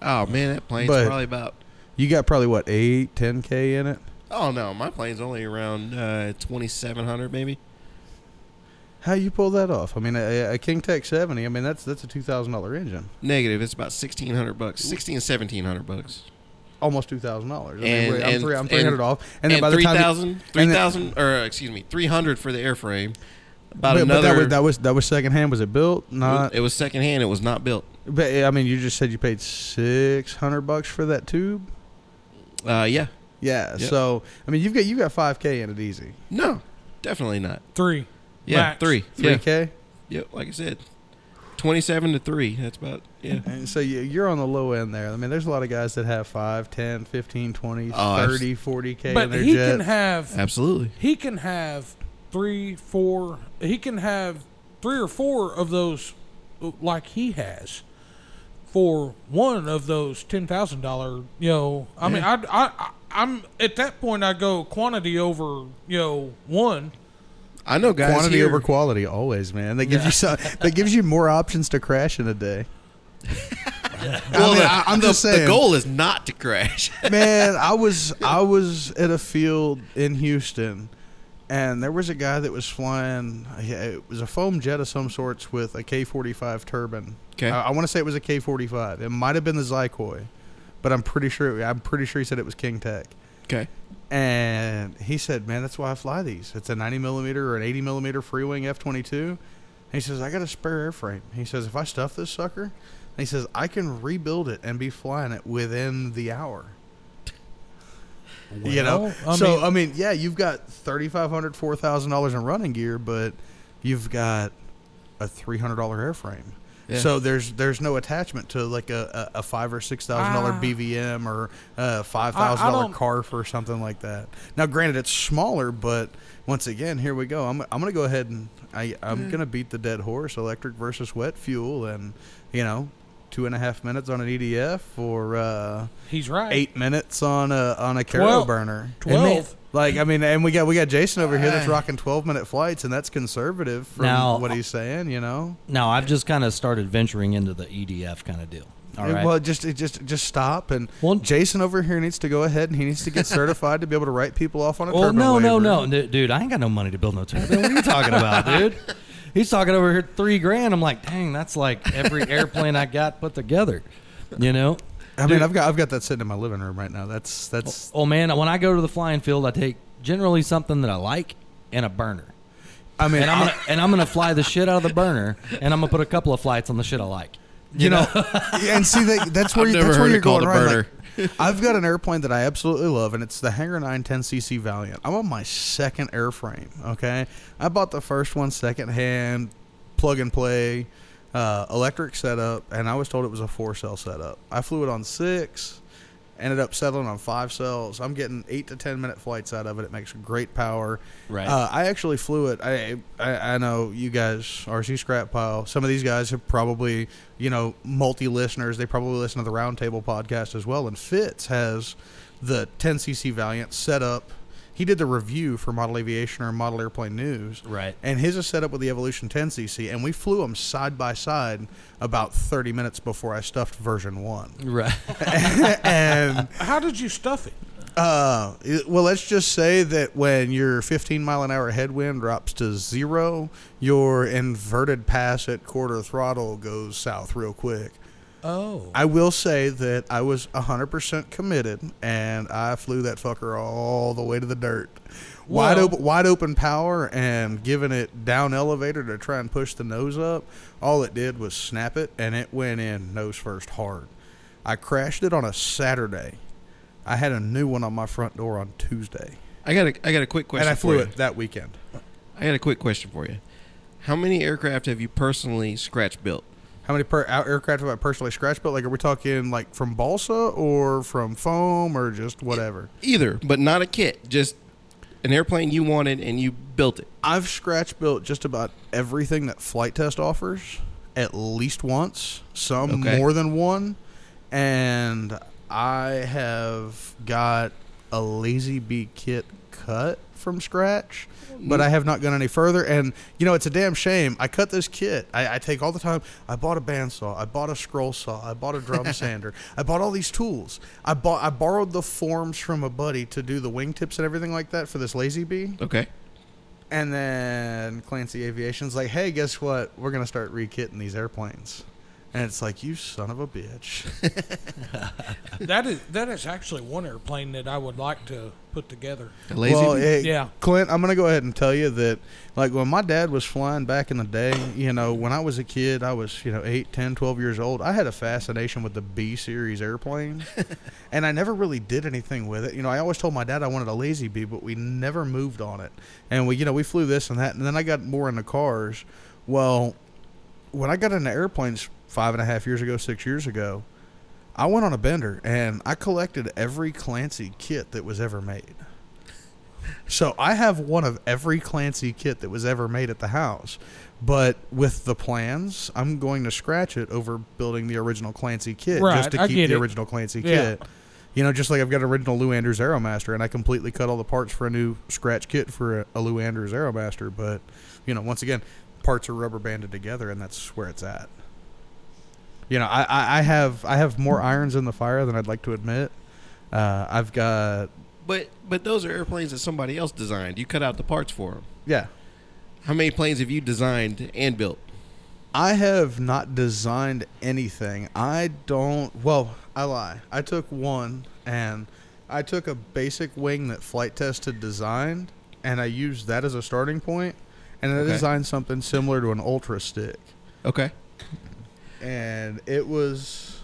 S4: oh man, that plane's
S1: But-
S4: probably about.
S1: You got probably what eight, ten k in it.
S4: Oh no, my plane's only around uh, twenty seven hundred maybe.
S1: How you pull that off? I mean, a, a King Tech seventy. I mean, that's that's a two thousand dollar engine,
S4: Negative. It's about sixteen hundred bucks. Sixteen seventeen hundred bucks.
S1: almost two thousand dollars. I
S4: And-
S1: mean, I'm
S4: and-
S1: three, I'm
S4: and-
S1: three hundred off, and then by the
S4: three
S1: time you-
S4: thousand,
S1: and
S4: three
S1: then-
S4: thousand, or excuse me, three hundred for the airframe. About
S1: but, but
S4: another.
S1: that was that was that was second hand. Was it built? Not.
S4: it was second hand. It was not built.
S1: But I mean, you just said you paid six hundred bucks for that tube.
S4: Uh, yeah.
S1: Yeah.
S4: Yep.
S1: So I mean, you've got you got five k in it easy.
S4: No, definitely not.
S3: three.
S4: Yeah,
S3: Max.
S4: three.
S1: Three
S4: Yeah.
S1: k.
S4: Yep. Like I said, twenty-seven to three. That's about. Yeah.
S1: And so you- you're on the low end there. I mean, there's a lot of guys that have 5, 10, 15, 20,
S4: Oh, I've-
S1: 30, 40 k in
S3: But
S1: their
S3: he
S1: jet.
S3: can have
S4: Absolutely.
S3: he can have three, four. He can have three or four of those, uh, like he has, for one of those ten thousand dollar. You know, I mean, I, I, I, I'm at that point. I go quantity over you know one.
S4: I know guys.
S1: Quantity
S4: here-
S1: over quality, always, man. That gives you some, that gives you more options to crash in a day.
S4: Well,
S1: mean,
S4: the-
S1: I- I'm
S4: the,
S1: just saying.
S4: the goal is not to crash. [LAUGHS]
S1: man, I was I was at a field in Houston, and there was a guy that was flying. yeah, It was a foam jet of some sorts with a K forty five turbine.
S4: 'Kay.
S1: I, want to say it was a K forty five. It might have been the Zykoi, but I'm pretty sure. I'm pretty sure he said it was King Tech.
S4: Okay.
S1: And he said, "Man, that's why I fly these. It's a 90 millimeter or an 80 millimeter free wing F-22." He says, "I got a spare airframe." He says, "If I stuff this sucker," he says, "I can rebuild it and be flying it within the hour." you know,
S3: Well, I
S1: so
S3: mean-
S1: I mean, yeah, you've got 3,500, 4,000 dollars in running gear, but you've got a 300 dollar airframe.
S4: Yeah.
S1: So there's there's no attachment to like a, a, a five or six thousand dollar
S3: Ah.
S1: BVM or a five thousand
S3: I
S1: dollar
S3: don't-
S1: car for something like that. Now, granted, it's smaller, but once again, here we go. I'm I'm gonna go ahead and I
S3: Mm.
S1: I'm gonna beat the dead horse: electric versus wet fuel, and you know, two and a half minutes on an EDF or uh,
S3: He's right.
S1: eight minutes on a on a Caro
S3: Twelve.
S1: burner.
S3: Twelve.
S1: Like I mean, and we got we got Jason over here that's rocking twelve minute flights, and that's conservative from
S2: Now-
S3: uh,
S1: what he's saying. You know,
S2: [LAUGHS] No, I've just kind of started venturing into the E EDF kind of deal. All right.
S1: well, just it just just stop and
S2: Well-
S1: Jason over here needs to go ahead and he needs to get certified to be able to write people off on a
S2: Well,
S1: turbine
S2: no, no,
S1: waiver.
S2: no, no, dude. I ain't got no money to build no turbine. What are you talking about, dude? He's talking over here three grand. I'm like, dang, that's like every airplane I got put together. You know.
S1: I mean, I've got I've got that sitting in my living room right now. That's that's
S2: Oh man, when I go to the flying field, I take generally something that I like and a burner.
S1: I mean,
S2: Oh. And I'm gonna, and I'm gonna fly the shit out of the burner, and I'm gonna put a couple of flights on the shit I like.
S1: you know, yeah, [LAUGHS] and see that that's where
S4: I've
S1: you,
S4: never
S1: that's where
S4: heard it
S1: you're going
S4: called a
S1: right.
S4: [LAUGHS]
S1: Like, I've got an airplane that I absolutely love, and it's the Hangar 910 CC Valiant. I'm on my second airframe. Okay, I bought the first one secondhand, plug and play, uh, electric setup, and I was told it was a four cell setup. I flew it on six. Ended up settling on five cells. I'm getting eight to ten minute flights out of it. It makes great power.
S2: Right.
S1: Uh, I actually flew it. I, I I know you guys, RC Scrap Pile. Some of these guys have probably, you know, multi listeners. They probably listen to the Roundtable podcast as well. And Fitz has the 10cc Valiant set up. He did the review for Model Aviation or Model Airplane News.
S2: Right.
S1: And his is set up with the Evolution 10cc. And we flew them side by side about 30 minutes before I stuffed version
S2: [LAUGHS]
S1: one.
S2: Right.
S1: and
S3: How did you stuff it?
S1: uh, it- well, let's just say that when your 15 mile an hour headwind drops to zero, your inverted pass at quarter throttle goes south real quick.
S3: Oh.
S1: I will say that I was 100% committed and I flew that fucker all the way to the dirt. wide
S3: Well-
S1: open wide open power and giving it down elevator to try and push the nose up. All it did was snap it and it went in nose first hard. I crashed it on a Saturday. I had a new one on my front door on Tuesday.
S4: I got a I got a quick question.
S1: and I flew
S4: for
S1: it that weekend.
S4: You. I got a quick question for you. How many aircraft have you personally scratch built?
S1: How many per- out- aircraft have I personally scratch built? Like, are we talking like from balsa or from foam or just whatever?
S4: Either, but not a kit. Just an airplane you wanted and you built it.
S1: I've scratch built just about everything that flight test offers at least once, some
S4: Okay.
S1: more than one, and I have got a lazy bee kit cut from scratch, but I have not gone any further. And you know, it's a damn shame. I cut this kit. I, I take all the time. I bought a bandsaw. I bought a scroll saw. I bought a drum sander. I bought all these tools. I bought. I borrowed the forms from a buddy to do the wingtips and everything like that for this lazy bee.
S4: Okay.
S1: And then Clancy Aviation's like, hey, guess what? We're going to start re-kitting these airplanes. And it's like, you son of a bitch. [LAUGHS]
S3: That is that is actually one airplane that I would like to
S2: [LAUGHS]
S3: put together.
S4: A lazy
S1: well,
S4: bee?
S1: hey,
S3: Yeah.
S1: Clint, I'm going to go ahead and tell you that, like, when my dad was flying back in the day, you know, when I was a kid, I was, you know, 8, 10, 12 years old. I had a fascination with the B series airplane, and I never really did anything with it. You know, I always told my dad I wanted a Lazy Bee, but we never moved on it. And we, you know, we flew this and that, and then I got more into cars. Well, when I got into airplanes five and a half years ago, six years ago, I went on a bender and I collected every Clancy kit that was ever made. So I have one of every Clancy kit that was ever made at the house. But with the plans, I'm going to scratch it over building the original Clancy kit just
S3: Right,
S1: to
S3: I
S1: keep
S3: get
S1: the
S3: it.
S1: original Clancy
S3: Yeah.
S1: kit. You know, just like I've got an original Lou Andrews Aeromaster, and I completely cut all the parts for a new scratch kit for a, a Lou Andrews Aeromaster. But, you know, once again, parts are rubber banded together, and that's where it's at. You know, I, I, I have I have more irons in the fire than I'd like to admit. Uh, I've got
S4: But but those are airplanes that somebody else designed. You cut out the parts for them.
S1: Yeah.
S4: How many planes have you designed and built?
S1: I have not designed anything. I don't. Well, I lie. I took one, and I took a basic wing that flight test had designed, and I used that as a starting point, and I
S4: Okay.
S1: designed something similar to an ultra stick,
S4: Okay.
S1: and it was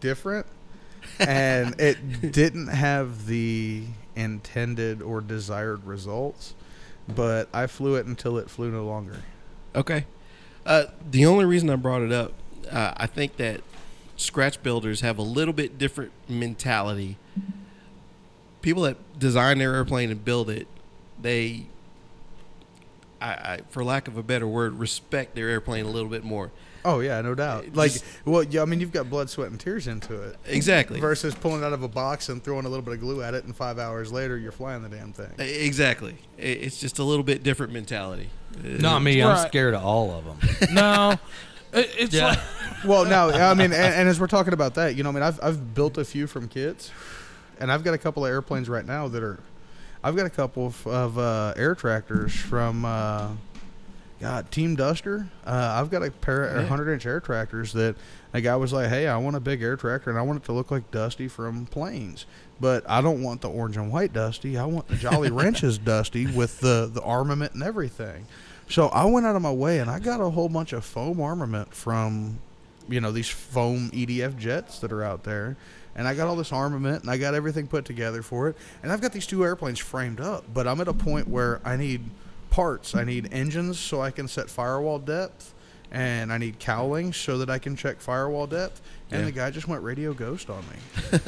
S1: different, and it didn't have the intended or desired results, but I flew it until it flew no longer.
S4: Okay. Uh, the only reason I brought it up, uh, I think that scratch builders have a little bit different mentality. People that design their airplane and build it, they, I, I for lack of a better word, respect their airplane a little bit more.
S1: Oh yeah, no doubt.
S4: It
S1: Like,
S4: just-
S1: well, yeah, I mean, you've got blood, sweat, and tears into it,
S4: Exactly.
S1: versus pulling it out of a box and throwing a little bit of glue at it, and five hours later you're flying the damn thing.
S4: E- Exactly. I- It's just a little bit different mentality.
S2: Not me. I'm
S3: Right.
S2: scared of all of them.
S3: No, it, it's
S2: Yeah.
S3: like
S1: Well, no, I mean, and, and as we're talking about that, you know, I mean, I've I've built a few from kits, and I've got a couple of airplanes right now that are, I've got a couple of, of uh, air tractors from, uh, God, Team Duster. Uh, I've got a pair of
S4: Yeah.
S1: hundred inch air tractors that a guy was like, hey, I want a big air tractor, and I want it to look like Dusty from Planes. But I don't want the orange and white Dusty. I want the Jolly Ranches Dusty with the, the armament and everything. So I went out of my way and I got a whole bunch of foam armament from, you know, these foam EDF jets that are out there. And I got all this armament and I got everything put together for it. And I've got these two airplanes framed up, but I'm at a point where I need parts. I need engines so I can set firewall depth and I need cowling so that I can check firewall depth. And
S4: Yeah.
S1: the guy just went radio ghost on me.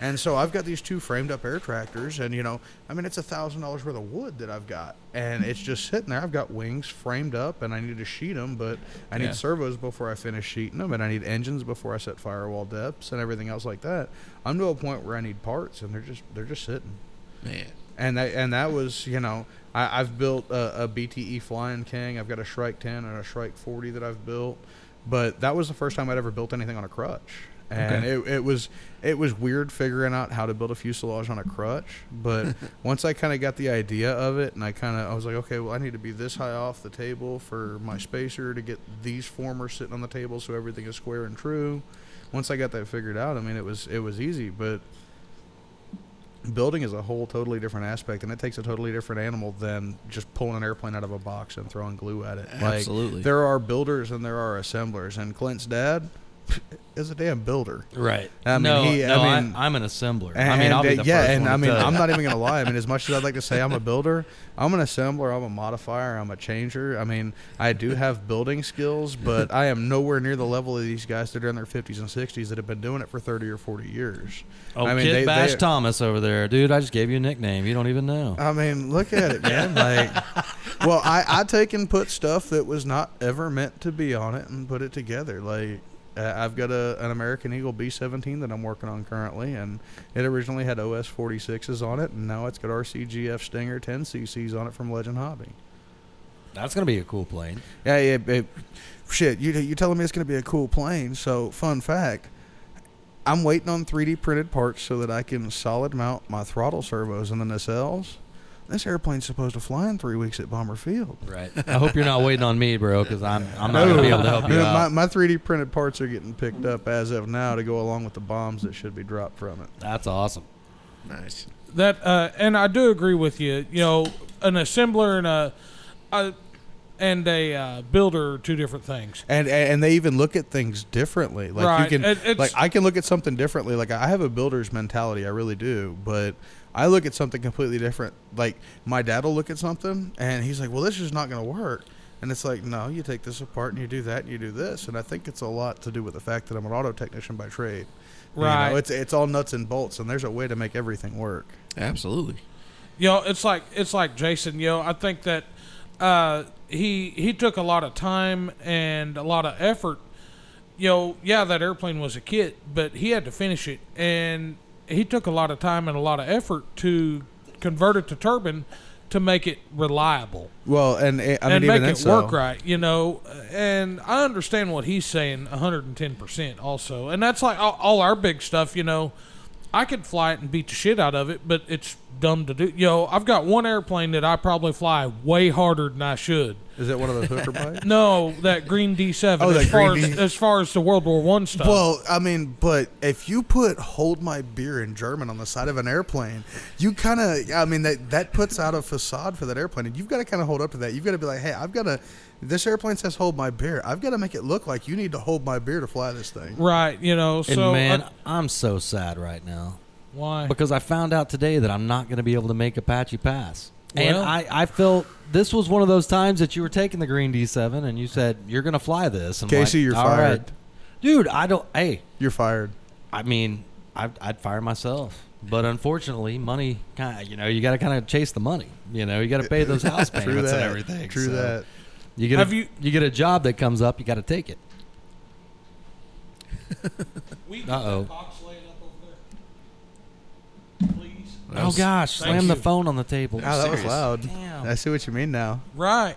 S1: and so I've got these two framed up air tractors, and you know, I mean, it's a thousand dollars worth of wood that I've got, and it's just sitting there. I've got wings framed up, and I need to sheet them, but I need
S4: Yeah.
S1: servos before I finish sheeting them, and I need engines before I set firewall depths and everything else like that. I'm to a point where I need parts, and they're just they're just sitting
S4: Man.
S1: and that and that was you know I, I've built a, a BTE Flying King. I've got a Shrike 10 and a Shrike 40 that I've built, but that was the first time I'd ever built anything on a crutch, and
S4: Okay.
S1: it, it was it was weird figuring out how to build a fuselage on a crutch. But once I kind of got the idea of it, and I kind of I was like, okay, well I need to be this high off the table for my spacer to get these formers sitting on the table so everything is square and true. Once I got that figured out, I mean it was it was easy, but building is a whole totally different aspect and it takes a totally different animal than just pulling an airplane out of a box and throwing glue at it
S4: Absolutely.
S1: like, there are builders and there are assemblers and clint's dad [LAUGHS] is a damn builder
S2: Right.
S1: [LAUGHS] I mean,
S2: no,
S1: he- I
S2: no, I
S1: mean-
S2: I, am an assembler.
S1: and,
S2: I mean, I'll be
S1: uh,
S2: the
S1: yeah
S2: first
S1: and
S2: one
S1: i
S2: to
S1: mean
S2: tell you.
S1: i'm not even
S2: [LAUGHS]
S1: gonna lie i mean as much as i'd like to say i'm a builder i'm an assembler i'm a modifier i'm a changer i mean i do have building skills but i am nowhere near the level of these guys that are in their 50s and 60s that have been doing it for 30 or 40 years
S2: Oh,
S1: i mean
S2: Kid
S1: they-
S2: Bash
S1: they-
S2: Thomas over there, dude. I just gave you a nickname. You don't even know.
S1: I mean, look at it, man. Like, well, I, I take and put stuff that was not ever meant to be on it and put it together. Like, uh, I've got a an American Eagle B17 that I'm working on currently, and it originally had OS 46s on it, and now it's got RCGF Stinger 10 CCs on it from Legend Hobby.
S2: That's gonna be a cool plane.
S1: Yeah, yeah, it, shit. You you telling me it's gonna be a cool plane? So fun fact, I'm waiting on 3D printed parts so that I can solid mount my throttle servos in the nacelles. This airplane's supposed to fly in three weeks at Bomber Field.
S2: Right. I hope you're not waiting on me, bro, because I'm I'm not gonna be able to help you
S1: No, [LAUGHS]
S2: out.
S1: My, my 3D printed parts are getting picked up as of now to go along with the bombs that should be dropped from it.
S2: That's awesome.
S4: Nice.
S3: that, uh, and I do agree with you. You know, an assembler and a, a and a uh, builder are two different things.
S1: and and and they even look at things differently. Like
S3: Right.
S1: you can,
S3: It- it's-
S1: like I can look at something differently. Like I have a builder's mentality, I really do, but I look at something completely different. Like my dad will look at something and he's like, "Well, this is not going to work." And it's like, no, you take this apart and you do that and you do this. And I think it's a lot to do with the fact that I'm an auto technician by trade. You know,
S3: Right.
S1: it's it's all nuts and bolts, and there's a way to make everything work.
S4: Absolutely. [LAUGHS]
S3: You know, it's like it's like Jason. You know, I think that uh, he he took a lot of time and a lot of effort. You know, yeah, that airplane was a kit, but he had to finish it, and he took a lot of time and a lot of effort to convert it to turbine to make it reliable
S1: Well, and eh, I mean,
S3: and
S1: even
S3: make
S1: then,
S3: it
S1: so-
S3: work right. You know, uh, and I understand what he's saying, 110 percent also, and that's like all, all our big stuff. You know, I could fly it and beat the shit out of it, but it's dumb to do. Yo, I've got one airplane that I probably fly way harder than I should.
S1: Is that one of those
S3: [LAUGHS]
S1: hooker bikes?
S3: No, that green D
S1: [LAUGHS]
S3: seven.
S1: Oh,
S3: as
S1: that
S3: far
S1: green
S3: as,
S1: D-
S3: as far as the World War One
S2: Oh.
S3: stuff.
S1: Well, I mean, but if you put "Hold my beer" in German on the side of an airplane, you kind of, I mean, that that puts out a facade for that airplane, and you've got to kind of hold up to that. You've got to be like, hey, I've got to. This airplane says "Hold my beer." I've got to make it look like you need to hold my beer to fly this thing.
S3: right, you know.
S2: And
S3: So I-
S2: man, I'm so sad right now
S3: why?
S2: because I found out today that I'm not going to be able to make Apache Pass. and
S3: Well-
S2: I, I felt this was one of those times that you were taking the green D7 and you said, you're going to fly this. I'm
S1: Casey,
S2: like,
S1: you're
S2: "All
S1: fired."
S2: right." Dude, I don't. Hey,
S1: You're fired.
S2: I mean, I'd, I'd fire myself. But unfortunately, money kind of, you know, you got to kind of chase the money. You know, you got to pay
S1: [LAUGHS]
S2: those house
S1: True
S2: payments
S1: that.
S2: and everything.
S1: True
S2: so
S1: that.
S2: You get,
S3: Have
S2: a,
S3: you-
S2: you, get a job that comes up, you got to take it.
S3: We
S2: Uh-oh.
S3: Please.
S2: Oh, gosh.
S3: Thank
S2: Slam the
S3: you.
S2: phone on the table.
S1: Oh, that was
S4: serious.
S1: loud.
S2: Damn.
S1: I see what you mean now.
S3: Right.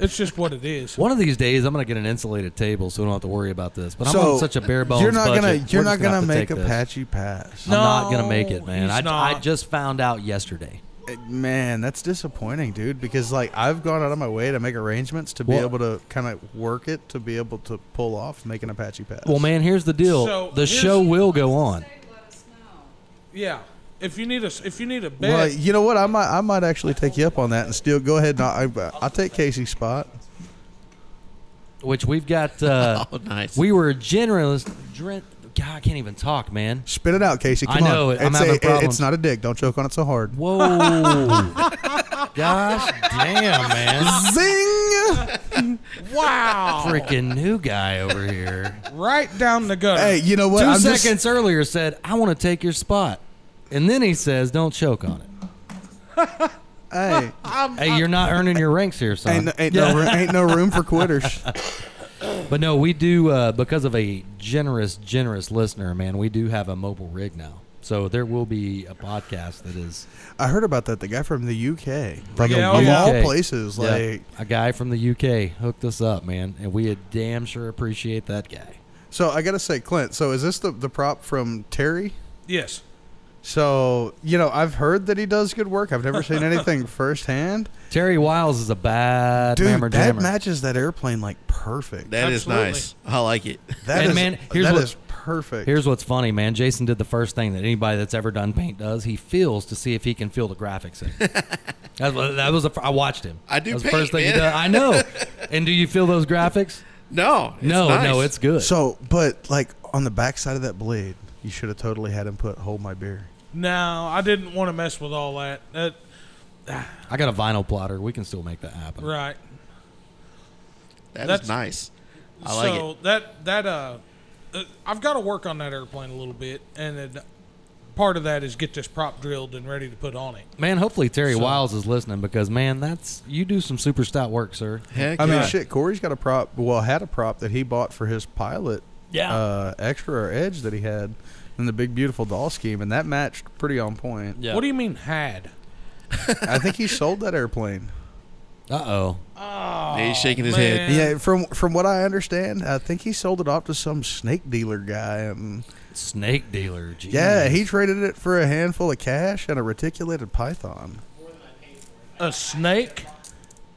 S3: It's just what it is.
S2: [LAUGHS] One of these days, I'm going to get an insulated table so we don't have to worry about this. But I'm
S1: So,
S2: on such a bare bones
S1: You're not
S2: budget.
S1: gonna. You're
S2: we're
S1: not
S2: just gonna
S1: gonna,
S2: have to
S1: make
S2: take this.
S1: Apache pass.
S2: I'm not going to
S3: No,
S2: make it, man.
S3: he's
S2: I, I
S3: not.
S2: just found out yesterday.
S1: Uh, Man, that's disappointing, dude. Because like I've gone out of my way to make arrangements to be
S2: Well-
S1: able to kind of work it to be able to pull off making Apache pass.
S2: Well, man, here's the deal.
S3: So,
S2: the
S3: here's-
S2: show will go on.
S3: Yeah. If you need a s- if you need a bed,
S1: Well, you know what? I might I might actually take you up on that and still go ahead and I, I, I'll take Casey's spot.
S2: which we've
S1: [LAUGHS]
S2: got. Uh,
S4: Oh, nice.
S2: We were generous. Dren- God, I can't even talk, man.
S1: Spit it out, Casey.
S2: I
S1: Come
S2: know
S1: on.
S2: it. I'm
S1: It's
S2: having
S1: a-
S2: problems.
S1: It's not a dick. Don't choke on it so hard. [LAUGHS]
S2: Whoa. Gosh damn, man.
S1: Zing!
S3: wow,
S1: [LAUGHS]
S2: Freaking new guy over here.
S3: right down the gutter.
S1: Hey, you know what?
S2: 2
S1: I'm just-
S2: seconds earlier said, I want to take your spot. And then he says, don't choke on it.
S1: hey,
S2: Hey, you're not earning your ranks here, son.
S1: ain't, no, ain't, no, room, ain't no room for
S2: [LAUGHS]
S1: quitters.
S2: But no, we do uh, because of a generous, generous listener, man. We do have a mobile rig now, so there will be a podcast that is
S1: I heard about that. The guy from the UK, like
S3: Yeah,
S1: of
S3: oh, yeah.
S1: all
S2: UK.
S1: places,
S2: Yeah,
S1: like
S2: a guy from the UK hooked us up, man, and we would damn sure appreciate that guy.
S1: So I gotta say, Clint. So is this the the prop from Terry?
S3: yes.
S1: So you know, I've heard that he does good work. I've never seen anything firsthand.
S2: Terry Wiles is a bad
S1: Dude,
S2: mammer
S1: that
S2: jammer.
S1: matches that airplane like perfect.
S4: That is
S3: Absolutely.
S4: nice. I like it. [LAUGHS]
S1: that
S2: And
S1: is
S2: man, here's
S1: that
S2: what-
S1: is perfect.
S2: Here's what's funny, man. Jason did the first thing that anybody that's ever done paint does. He feels to see if he can feel the
S4: [LAUGHS]
S2: graphics in. that was, that was the, fir- I watched him.
S4: I do
S2: That was
S4: paint,
S2: the first thing he
S4: man.
S2: does.
S4: [LAUGHS]
S2: I know. and do you feel those graphics?
S4: No, it's
S2: no,
S4: nice.
S2: no, it's good.
S1: so, but like on the backside of that blade, you should have totally had him put "Hold my beer."
S3: No, I didn't want to mess with all that. That
S2: I got a vinyl plotter. We can still make that happen.
S3: right.
S4: that
S3: that's-
S4: is nice. I like
S3: so
S4: it.
S3: that that uh, uh, I've got to work on that airplane a little bit, and then part of that is get this prop drilled and ready to put on it.
S2: Man, hopefully Terry
S3: So-
S2: Wiles is listening because man, that's you do some super stout work, sir.
S4: Heck,
S1: I mean,
S4: yeah.
S1: shit. Corey's got a prop. Well, had a prop that he bought for his pilot. Uh, extra or edge that he had in the big beautiful doll scheme, and that matched pretty on point.
S2: yeah.
S3: What do you mean had?
S1: I think he sold that airplane.
S2: Uh oh.
S3: Oh,
S4: he's shaking his head.
S1: Yeah, from from what I understand, I think he sold it off to some snake dealer guy, and
S2: Snake dealer. Jeez.
S1: yeah, he traded it for a handful of cash and a reticulated python.
S3: A snake?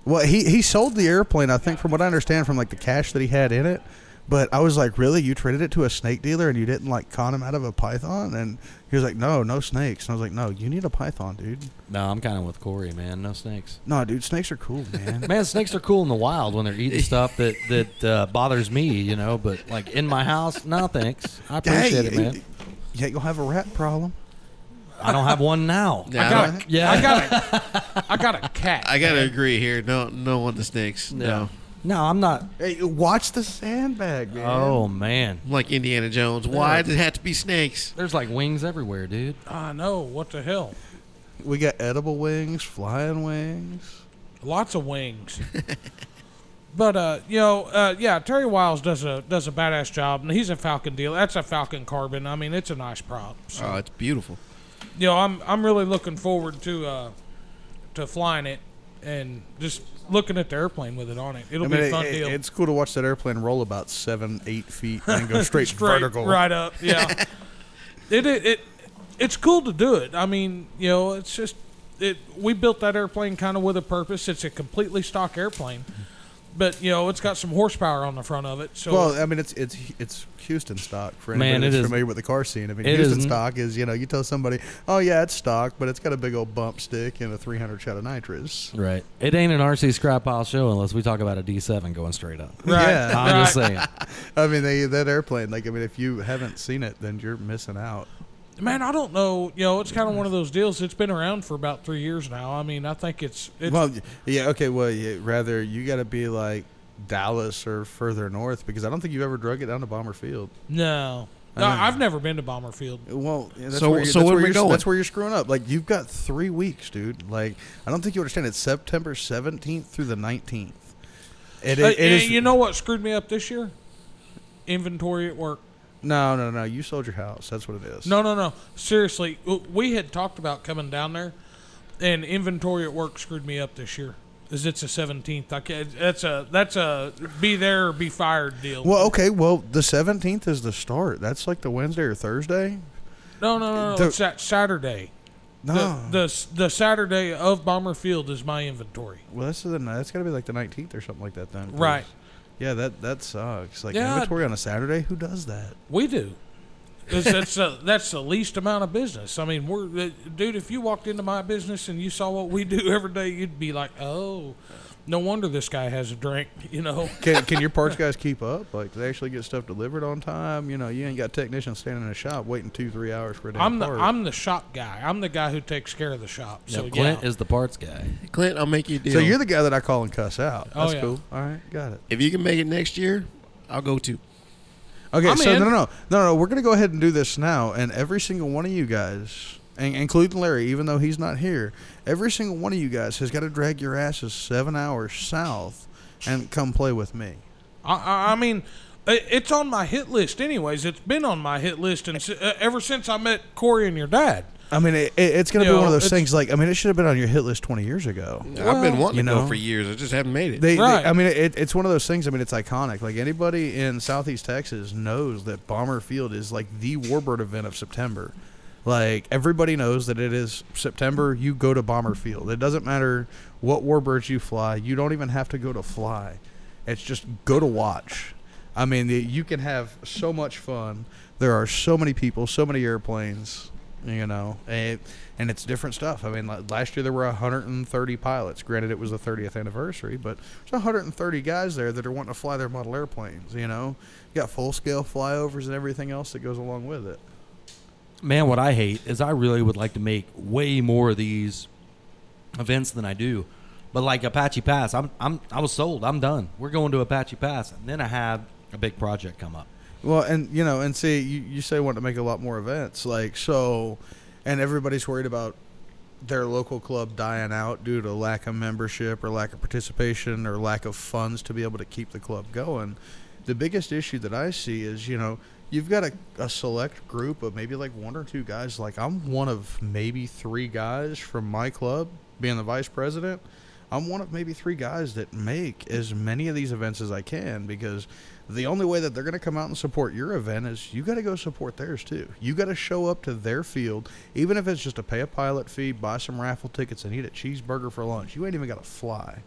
S1: Well, he he sold the airplane, I think, from what I understand, from like the cash that he had in it. But I was like, really, you traded it to a snake dealer and you didn't like con him out of a python? And he was like, no, no snakes. And I was like, no, you need a python, dude.
S2: No, I'm kind of with Corey, man. No snakes.
S1: No, dude, snakes are cool, man.
S2: Man, snakes are cool in the wild when they're eating stuff that that uh, bothers me, you know. But like in my house, no thanks. I [LAUGHS] appreciate it, man.
S1: Yeah, you'll have a rat problem.
S2: I don't have one now.
S4: Yeah,
S3: I
S4: I,
S3: got
S4: don't-
S3: a,
S2: Yeah.
S3: I got a,
S4: [LAUGHS]
S3: I got a cat.
S4: I gotta agree here. No, no one the snakes. No,
S2: No, I'm not.
S1: Hey, watch the sandbag, man.
S2: Oh man,
S4: I'm like Indiana Jones. Why did it have to be snakes?
S2: there's like wings everywhere, dude.
S3: I know what the hell.
S1: We got edible wings, flying wings.
S3: Lots of wings. [LAUGHS] but uh, you know, uh, yeah, Terry Wiles does a does a badass job, and he's a Falcon deal. That's a Falcon carbon. I mean, it's a nice prop.
S1: Uh,
S3: So,
S4: Oh, it's beautiful.
S3: you know, I'm I'm really looking forward to uh, to flying it and just looking at the airplane with it on it. It'll
S1: I mean,
S3: be a
S1: it-
S3: fun
S1: it-
S3: deal.
S1: it's cool to watch
S3: [LAUGHS]
S1: that airplane roll about seven, eight feet and go straight,
S3: Straight
S1: vertical.
S3: right up. Yeah. It, it it it's cool to do it. I mean, you know, it's just it. We built that airplane kind of with a purpose. It's a completely stock airplane, but you know, it's got some horsepower on the front of it. So
S1: Well, I mean, it's it's it's Houston stock for anybody
S2: Man, it
S1: that's
S2: is-
S1: familiar with the car scene. I mean,
S2: it
S1: Houston
S2: is-
S1: stock is you know you tell somebody, oh yeah, it's stock, but it's got a big old bump stick and a 300 shot of nitrous.
S2: Right. It ain't an RC scrap pile show unless we talk about a D7 going straight up.
S1: [LAUGHS]
S3: right,
S1: yeah.
S2: I'm just saying.
S1: I mean, they, that airplane. Like, I mean, if you haven't seen it, then you're missing out.
S3: man, I don't know. You know, it's kind of one of those deals. It's been around for about three years now. I mean, I think it's it's
S1: well, y- yeah, okay. Well, yeah, rather you got to be like Dallas or further north because I don't think you've ever drug it down to Bomber Field.
S3: no. No, I've never been to Bomber Field.
S1: Well, yeah, that's
S4: So-
S1: where you're,
S4: so
S1: that's
S4: where
S1: where
S4: we
S1: you're,
S4: going?
S1: That's where you're screwing up. Like you've got three weeks, dude. Like I don't think you understand. It's September 17th through the 19th. It,
S3: Uh,
S1: it
S3: and
S1: is
S3: you know what screwed me up this year? Inventory at work.
S1: no, no, no. You sold your house. That's what it is.
S3: No, no, no. Seriously, w- we had talked about coming down there, and inventory at work screwed me up this year. Is it's a seventeenth? I can't, that's a that's a be there or be fired deal.
S1: Well, okay. Well, the 17th is the start. That's like the Wednesday or Thursday.
S3: no, no, no, no.
S1: The- Oh.
S3: it's that Saturday.
S1: No.
S3: The, the s- the Saturday of Bomber Field is my inventory.
S1: well, that's the that's got to be like the 19th or something like that then. 'cause-
S3: Right.
S1: Yeah, that that sucks. Like
S3: Yeah.
S1: inventory on a Saturday, who does that?
S3: We do. 'Cause that's the that's the least amount of business. I mean, we're uh, dude. If you walked into my business and you saw what we do every day, you'd be like, "Oh, no wonder this guy has a drink." You know,
S1: Can, can your parts guys keep up? Like, do they actually get stuff delivered on time? You know, you ain't got technicians standing in a shop waiting two, three hours for a damn
S3: I'm the
S1: part.
S3: I'm the shop guy. I'm the guy who takes care of the shop.
S2: So
S3: So
S2: Clint
S3: yeah.
S2: is the parts guy.
S4: Clint, I'll make you a deal.
S1: so you're the guy that I call and cuss out.
S3: Oh,
S1: That's
S3: yeah.
S1: cool. All right, got it.
S4: if you can make it next year, I'll go to.
S1: Okay,
S3: I'm
S1: so
S3: in.
S1: no, no, no, no, no. We're gonna go ahead and do this now, and every single one of you guys, and, including Larry, even though he's not here, every single one of you guys has got to drag your asses seven hours south and come play with me.
S3: I, I, I mean, i- it's on my hit list. Anyways, it's been on my hit list, and s- uh, ever since I met Corey and your dad.
S1: I mean, it, it- it's gonna
S3: You
S1: be one
S3: know,
S1: of those
S3: it's-
S1: things. Like, I mean, it should have been on your hit list twenty years ago.
S4: I've been wanting
S1: you
S4: to
S1: know.
S4: go for years. I just haven't made it.
S1: They, they-
S3: Right.
S1: I mean, it, it's one of those things. I mean, it's iconic. Like anybody in Southeast Texas knows that Bomber Field is like the Warbird event of September. Like everybody knows that it is September. You go to Bomber Field. It doesn't matter what warbirds you fly. You don't even have to go to fly. It's just go to watch. I mean, the, you can have so much fun. There are so many people, so many airplanes. You know, and, and it's different stuff. I mean, like, last year there were 130 pilots. Granted, it was the 30th anniversary, but there's 130 guys there that are wanting to fly their model airplanes. You know, you got full scale flyovers and everything else that goes along with it.
S2: Man, what I hate is I really would like to make way more of these events than I do. But like Apache Pass, I'm I'm I was sold. I'm done. We're going to Apache Pass, and then I have a big project come up.
S1: Well, and you know, and see, you, you say want to make a lot more events, like so, and everybody's worried about their local club dying out due to lack of membership or lack of participation or lack of funds to be able to keep the club going. The biggest issue that I see is, you know, you've got a, a select group of maybe like one or two guys. Like I'm one of maybe three guys from my club being the vice president. I'm one of maybe three guys that make as many of these events as I can because the only way that they're going to come out and support your event is you got to go support theirs too. You got to show up to their field, even if it's just to pay a pilot fee, buy some raffle tickets, and eat a cheeseburger for lunch. You ain't even got to fly.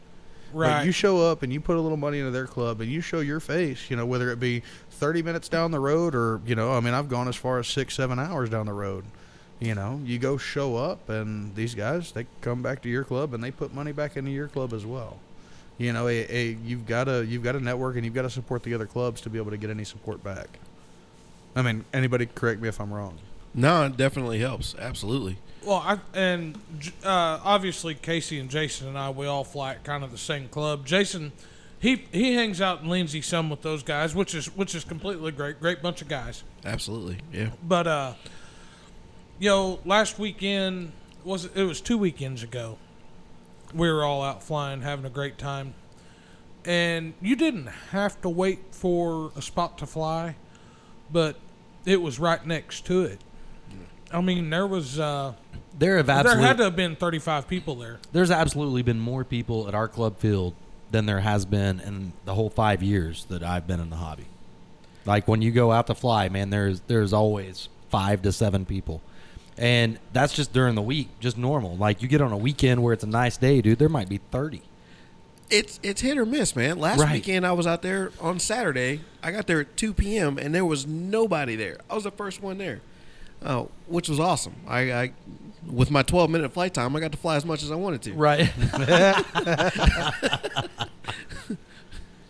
S1: But
S3: Right.
S1: you show up and you put a little money into their club and you show your face, you know, whether it be 30 minutes down the road or, you know, I mean, I've gone as far as six, seven hours down the road. You know, you go show up and these guys, they come back to your club and they put money back into your club as well. You know, a, a, you've got to you've got to network and you've got to support the other clubs to be able to get any support back. I mean, anybody correct me if I'm wrong.
S4: No, it definitely helps. Absolutely.
S3: Well, I, and J- uh, obviously Casey and Jason and I, we all fly at kind of the same club. Jason, he he hangs out in Lindsay some with those guys, which is which is completely great. Great bunch of guys.
S4: Absolutely. Yeah.
S3: But uh, you know, last weekend was it was two weekends ago. We were all out flying, having a great time, and you didn't have to wait for a spot to fly, but it was right next to it. I mean, there was uh,
S2: There have
S3: there
S2: absolutely
S3: had to have been thirty-five people there.
S2: there's absolutely been more people at our club field than there has been in the whole five years that I've been in the hobby. Like when you go out to fly, man, there's there's always five to seven people. And that's just during the week, just normal. Like you get on a weekend where it's a nice day, dude, there might be 30.
S4: It's it's hit or miss, man. Last
S2: Right.
S4: weekend I was out there on Saturday. I got there at 2 p.m. and there was nobody there. I was the first one there, uh, which was awesome. I, I with my 12 minute flight time, I got to fly as much as I wanted to.
S2: Right.
S1: [LAUGHS]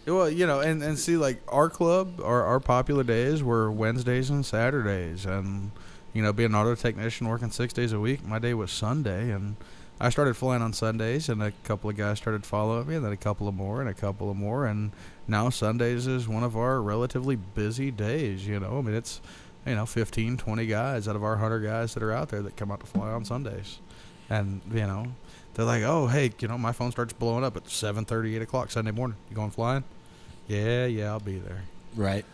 S1: Well, you know, and, and see, like our club, our our popular days were Wednesdays and Saturdays, and you know, being an auto technician working six days a week, my day was Sunday, and I started flying on Sundays, and a couple of guys started following me, and then a couple of more, and a couple of more, and now Sundays is one of our relatively busy days. You know, I mean, it's you know 15, 20 guys out of our hundred guys that are out there that come out to fly on Sundays, and you know. They're like, oh, hey, you know, my phone starts blowing up at 7.30, 8 o'clock Sunday morning. You going flying? Yeah, yeah, I'll be there.
S2: [LAUGHS] right.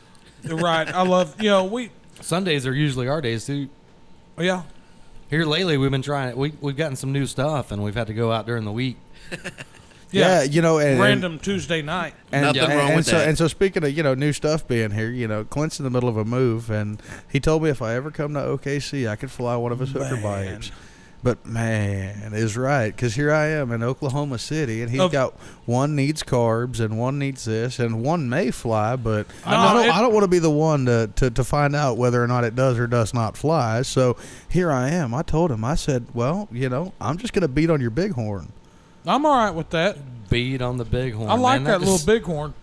S3: right. I love you know we oh,
S2: Sundays are usually our days too.
S3: yeah
S2: Here lately, we've been trying. We we've gotten some new stuff, and we've had to go out during the week.
S3: yeah,
S1: you know, and
S3: random Tuesday night.
S1: And,
S4: Nothing
S1: and-
S4: wrong
S1: and
S4: with
S1: so,
S4: that.
S1: And so, speaking of you know new stuff being here, you know, Clint's in the middle of a move, and he told me if I ever come to OKC, I could fly one of his hooker
S3: Man.
S1: bikes. But man, is right because here I am in Oklahoma City, and he's
S3: Of-
S1: got one needs carbs and one needs this, and one may fly, but I
S3: No,
S1: don't,
S3: it-
S1: I don't want to be the one to, to to find out whether or not it does or does not fly. So here I am. I told him, I said, well, you know, I'm just gonna beat on your bighorn.
S3: I'm all right with that.
S2: Beat on the bighorn.
S3: I like
S2: man.
S3: that, little
S2: just-
S3: bighorn.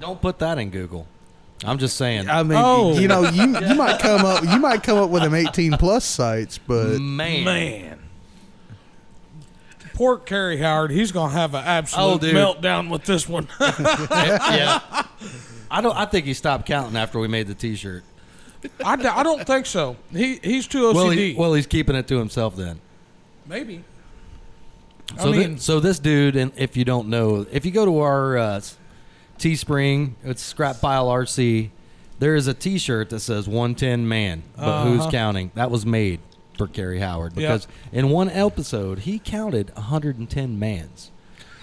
S2: Don't put that in Google. I'm just saying,
S1: I mean,
S3: Oh.
S1: you know, you,
S3: [LAUGHS]
S1: you might come up you might come up with them eighteen plus sites, but
S2: man.
S3: Man. Poor Kerry Howard, he's gonna have an
S2: Oh,
S3: absolute
S2: dude.
S3: meltdown with this one.
S2: [LAUGHS]
S3: [LAUGHS]
S2: yeah. I don't. I think he stopped counting after we made the T-shirt.
S3: I, d- I don't think so. He he's too OCD.
S2: Well, he, well, he's keeping it to himself then.
S3: Maybe. I
S2: So, thi-
S3: mean,
S2: so this dude, and if you don't know, if you go to our uh, s- Teespring, it's Scrap Pile RC. There is a T-shirt that says "110 Man," but who's
S3: Uh-huh.
S2: counting? That was made for Gary Howard because in one episode he counted 110 mans,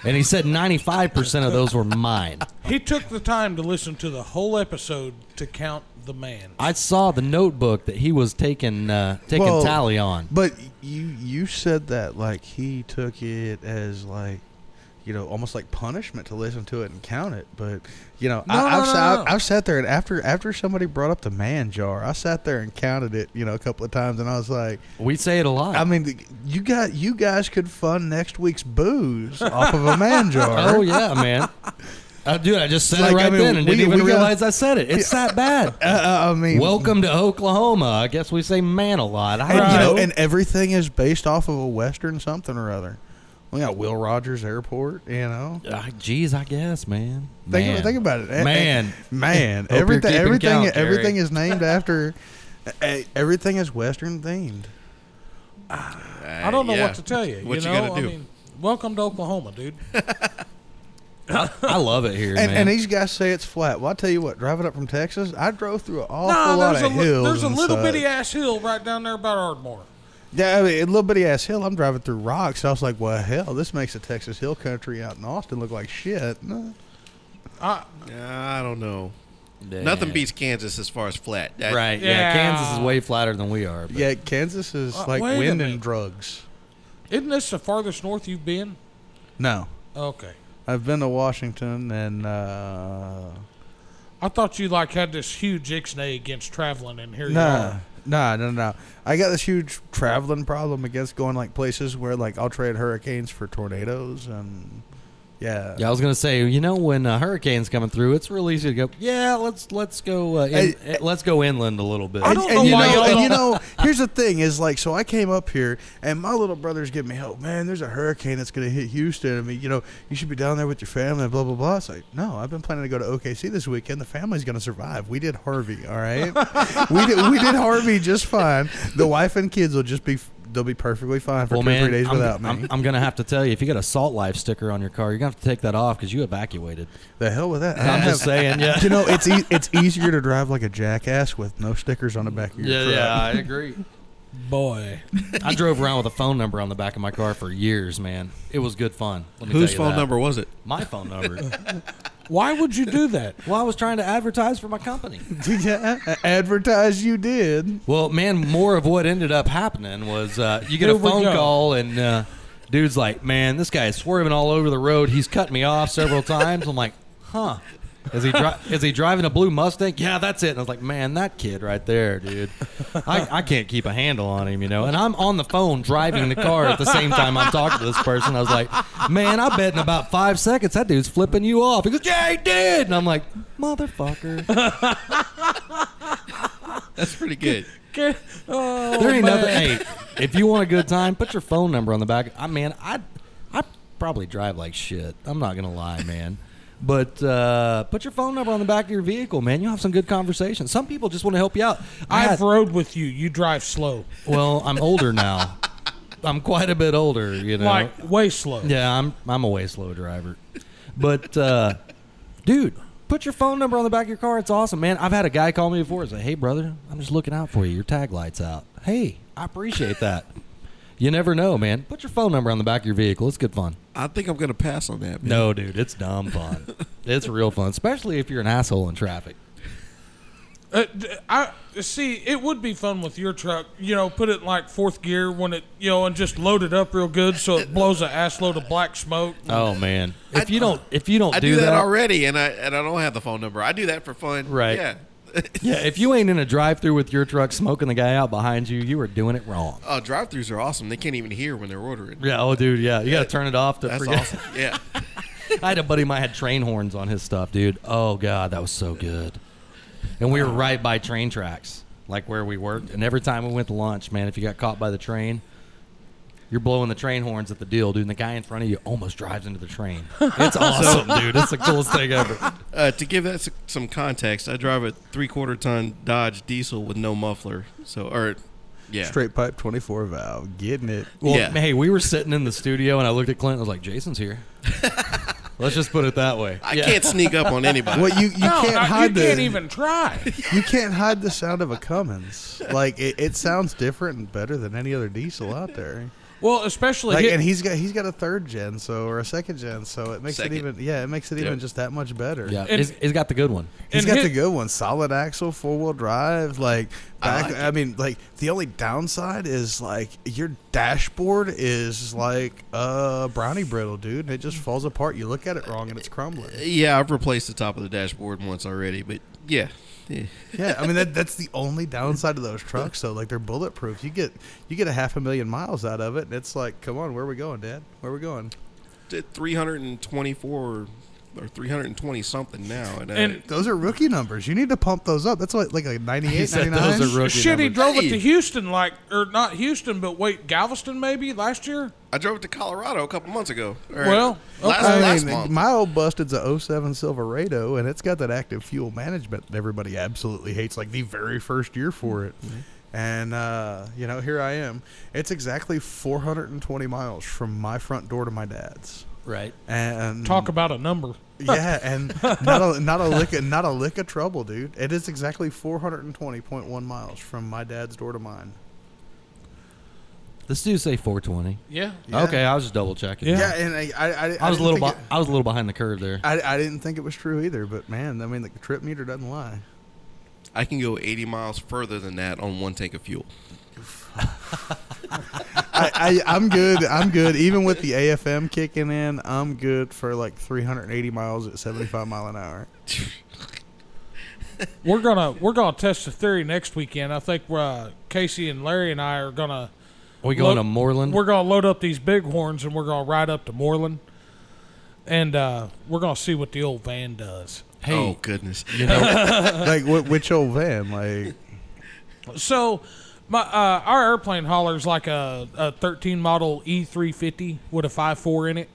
S2: and he said 95 percent of those were mine.
S3: he took the time to listen to the whole episode to count the man.
S2: I saw the notebook that he was taking uh, taking
S1: Well,
S2: tally on.
S1: but you you said that like he took it as like you know almost like punishment to listen to it and count it. But you know,
S3: No,
S1: I,
S3: no,
S1: I've,
S3: no,
S1: sat,
S3: no.
S1: I've sat there and after after somebody brought up the man jar, I sat there and counted it you know a couple of times, and I was like,
S2: We say it a lot.
S1: I mean, you got you guys could fund next week's booze off of a
S2: [LAUGHS]
S1: man jar.
S2: Oh yeah, man. Uh, dude, I just said
S1: Like,
S2: it right
S1: I mean,
S2: then and
S1: we-
S2: didn't even
S1: we got-
S2: realize I said it. It's
S1: [LAUGHS]
S2: that bad.
S1: Uh, I mean,
S2: Welcome to Oklahoma. I guess we say man a lot. I
S1: And,
S2: don't
S1: you know,
S2: know.
S1: and everything is based off of a Western something or other. We got Will Rogers Airport, you know.
S2: Ah, Jeez, I guess, man.
S1: Think,
S2: man.
S1: think about it, Eh, eh,
S2: Man.
S1: man.
S2: Hope you're
S1: everything,
S2: keeping
S1: everything,
S2: count, Gary.
S1: everything is
S2: [LAUGHS]
S1: named after. eh, Everything is Western themed.
S3: I don't know
S4: yeah.
S3: what to tell you.
S4: What
S3: you,
S4: you
S3: know,
S4: gotta
S3: I
S4: do.
S3: mean, welcome to Oklahoma, dude.
S1: [LAUGHS]
S2: I love it here,
S1: And,
S2: man.
S1: and these guys say it's flat. Well, I tell you what, driving up from Texas, I drove through an awful
S3: no,
S1: lot
S3: there's a
S1: of
S3: li-
S1: hills.
S3: there's a
S1: and
S3: little
S1: such.
S3: bitty ass hill right down there about Ardmore.
S1: Yeah, I mean, a little bitty ass hill. I'm driving through rocks. I was like, well, hell, this makes the Texas hill country out in Austin look like shit. No.
S3: I,
S4: I don't know.
S2: Yeah.
S4: Nothing beats Kansas as far as flat. That-
S2: Right, yeah.
S3: Yeah.
S2: Kansas is way flatter than we are. But
S1: Yeah, Kansas is
S3: Uh,
S1: like
S3: wait a
S1: wind
S3: minute.
S1: and drugs.
S3: isn't this the farthest north you've been?
S1: No,
S3: Okay.
S1: I've been to Washington and uh,
S3: I thought you like had this huge ixnay against traveling, and here you
S1: no,
S3: are.
S1: no, no, no. I got this huge traveling problem against going like places where like I'll trade hurricanes for tornadoes and yeah.
S2: Yeah, I was gonna say, you know, when a hurricane's coming through, it's real easy to go. Yeah, let's let's go uh, in,
S1: Hey,
S2: let's go inland a little bit.
S3: I don't
S1: and
S3: know
S1: you
S3: why
S1: know,
S3: y'all [LAUGHS]
S1: and you
S3: don't-
S1: know, here's the thing is like, so I came up here and my little brother's giving me hope. Man, there's a hurricane that's going to hit Houston. I mean, you know, you should be down there with your family and blah, blah, blah. It's like, no, I've been planning to go to OKC this weekend. The family's going to survive. We did Harvey, all
S3: [LAUGHS]
S1: right? we, did, we did Harvey just fine. The wife and kids will just be, they'll be perfectly fine for
S2: Well,
S1: two or
S2: man,
S1: three days
S2: I'm,
S1: without me.
S2: I'm, I'm gonna have to tell you, if you got a salt life sticker on your car, you're gonna have to take that off because you evacuated.
S1: the hell with that.
S2: I'm just saying, yeah.
S1: You know, it's e-
S2: [LAUGHS]
S1: it's easier to drive like a jackass with no stickers on the back of your truck. [LAUGHS]
S2: I agree.
S3: Boy,
S2: I drove around with a phone number on the back of my car for years, man. It was good fun. Let me
S4: Whose
S2: tell you
S4: phone
S2: that.
S4: number was it?
S2: My phone number.
S3: Why would you
S1: [LAUGHS]
S3: do that?
S2: Well, I was trying to advertise for my company.
S1: Advertise you did.
S2: Well, man, more of what ended up happening was uh, you get a
S3: Here we
S2: phone
S3: go.
S2: call and uh, dude's like, "Man, this guy is swerving all over the road. He's cut me off several times." I'm like, "Huh." Is he dri- is he driving a blue Mustang? Yeah, that's it. And I was like, man, that kid right there, dude. I, I can't keep a handle on him, you know. And I'm on the phone driving the car at the same time I'm talking to this person. I was like, man, I bet in about five seconds that dude's flipping you off. He goes, yeah, he did. And I'm like, motherfucker.
S4: That's pretty
S2: [LAUGHS]
S4: good.
S3: Okay. Oh,
S2: There ain't
S3: man.
S2: nothing. Hey, if you want a good time, put your phone number on the back. I man, I I probably drive like shit. I'm not gonna lie, man. But uh, put your phone number on the back of your vehicle, man. You'll have some good conversations. Some people just want to help you out. I
S3: I've rode with you. You drive slow,
S2: well, I'm older now. I'm quite a bit older, you know.
S3: like way slow.
S2: Yeah, I'm I'm a way slow driver. But uh, dude, put your phone number on the back of your car. It's awesome, man. I've had a guy call me before. He's like, "Hey, brother, I'm just looking out for you. Your tag light's out." Hey, I appreciate that. You never know, man. Put your phone number on the back of your vehicle. It's good fun.
S4: I think I'm gonna pass on that. Man.
S2: No, dude, it's dumb fun. [LAUGHS] it's real fun, especially if you're an asshole in traffic.
S3: Uh, d- I see. It would be fun with your truck. You know, put it in like fourth gear when it, you know, and just load it up real good so it blows a assload of black smoke.
S2: Oh man, if you don't if you don't
S4: I do, that, already, and I and I don't have the phone number. I do that for fun.
S2: Right.
S4: Yeah.
S2: yeah, if you ain't in a drive-through with your truck smoking the guy out behind you, you are doing it wrong.
S4: Oh, drive-throughs are awesome. They can't even hear when they're ordering.
S2: Yeah, oh dude, yeah, you gotta turn it off to
S4: That's
S2: forget.
S4: awesome. Yeah.
S2: I had a buddy of mine had train horns on his stuff, dude. Oh god, that was so good. And we were right by train tracks, like where we worked. And every time we went to lunch, man, if you got caught by the train, you're blowing the train horns at the deal, dude. And the guy in front of you almost drives into the train. It's awesome, dude. It's the coolest thing ever.
S4: Uh, to give that s- some context, I drive a three-quarter ton Dodge diesel with no muffler. So, or yeah,
S1: Straight pipe, twenty four valve, getting it.
S2: Well,
S4: Yeah.
S2: hey, we were sitting in the studio, and I looked at Clint. and I was like, "Jason's here." Let's just put it that way.
S4: I
S2: Yeah.
S4: can't sneak up on anybody.
S1: What you you
S3: no,
S1: can't
S3: no,
S1: hide
S3: you
S1: the
S3: can't even try.
S1: [LAUGHS] you can't hide the sound of a Cummins. Like it, it sounds different and better than any other diesel out there.
S3: Well, especially
S1: Like
S3: hit-
S1: and he's got he's got a third gen so or a second gen so it makes
S4: Second.
S1: it even yeah it makes it
S4: Yep.
S1: even just that much better.
S2: Yeah,
S3: And-
S2: he's- he's got the good one.
S1: He's
S3: and
S1: got
S3: hit-
S1: the good one. Solid axle, four wheel drive. Like
S4: I
S1: back. I,
S4: like
S1: mean, like the only downside is like your dashboard is like a brownie brittle, dude. And it
S3: Mm.
S1: just falls apart. You look at it wrong and it's crumbling.
S4: Yeah, I've replaced the top of the dashboard once already, but yeah, yeah.
S1: Yeah, I mean that that's the only downside of those trucks. So like they're bulletproof. You get you get a half a million miles out of it, and it's like, come on, where are we going, Dad? Where are we going?
S4: Did 324 or, or 320 something now, and, uh,
S3: And-
S1: Those are rookie numbers. You need to pump those up. That's like like a 98, 99.
S3: Shit, he drove it
S4: Hey.
S3: to Houston, like, or not Houston, but wait, Galveston maybe last year.
S4: I drove to Colorado a couple months ago. or
S3: Well,
S4: last,
S3: okay.
S1: I
S4: last
S1: mean,
S4: month.
S1: my old busted's a 07 Silverado, and it's got that active fuel management that everybody absolutely hates, like the very first year for it. And, uh, you know, here I am. It's exactly 420 miles from my front door to my dad's.
S2: Right.
S1: And
S2: Mm-hmm.
S3: Talk about a number.
S1: yeah, and not a not a lick of, not a lick of trouble, dude. It is exactly 420.1 miles from my dad's door to mine.
S2: This dude say 420.
S3: Yeah.
S1: Yeah.
S2: Okay, I was just double checking.
S3: Yeah.
S1: Yeah, and I I, I,
S2: I was a
S1: didn't
S2: little
S1: think
S2: beh-
S1: it-
S2: I was a little behind the curve there.
S1: I, I didn't think it was true either, but man, I mean, like, the trip meter doesn't lie.
S4: I can go 80 miles further than that on one tank of fuel.
S1: I, I, I'm good. I'm good. Even with the AFM kicking in, I'm good for like 380 miles at 75 mile an hour.
S3: We're gonna we're gonna test the theory next weekend. I think uh, Casey and Larry and I are gonna
S2: we going
S3: Look,
S2: to Moreland.
S3: we're gonna load up these big horns and we're gonna ride up to Moreland, and uh, we're gonna see what the old van does.
S2: hey,
S4: Oh goodness!
S2: you [LAUGHS] know,
S1: Like, wh- which old van? Like,
S3: So, my uh, our airplane hauler's like a, a 13 model E350 with a 5.4 in it,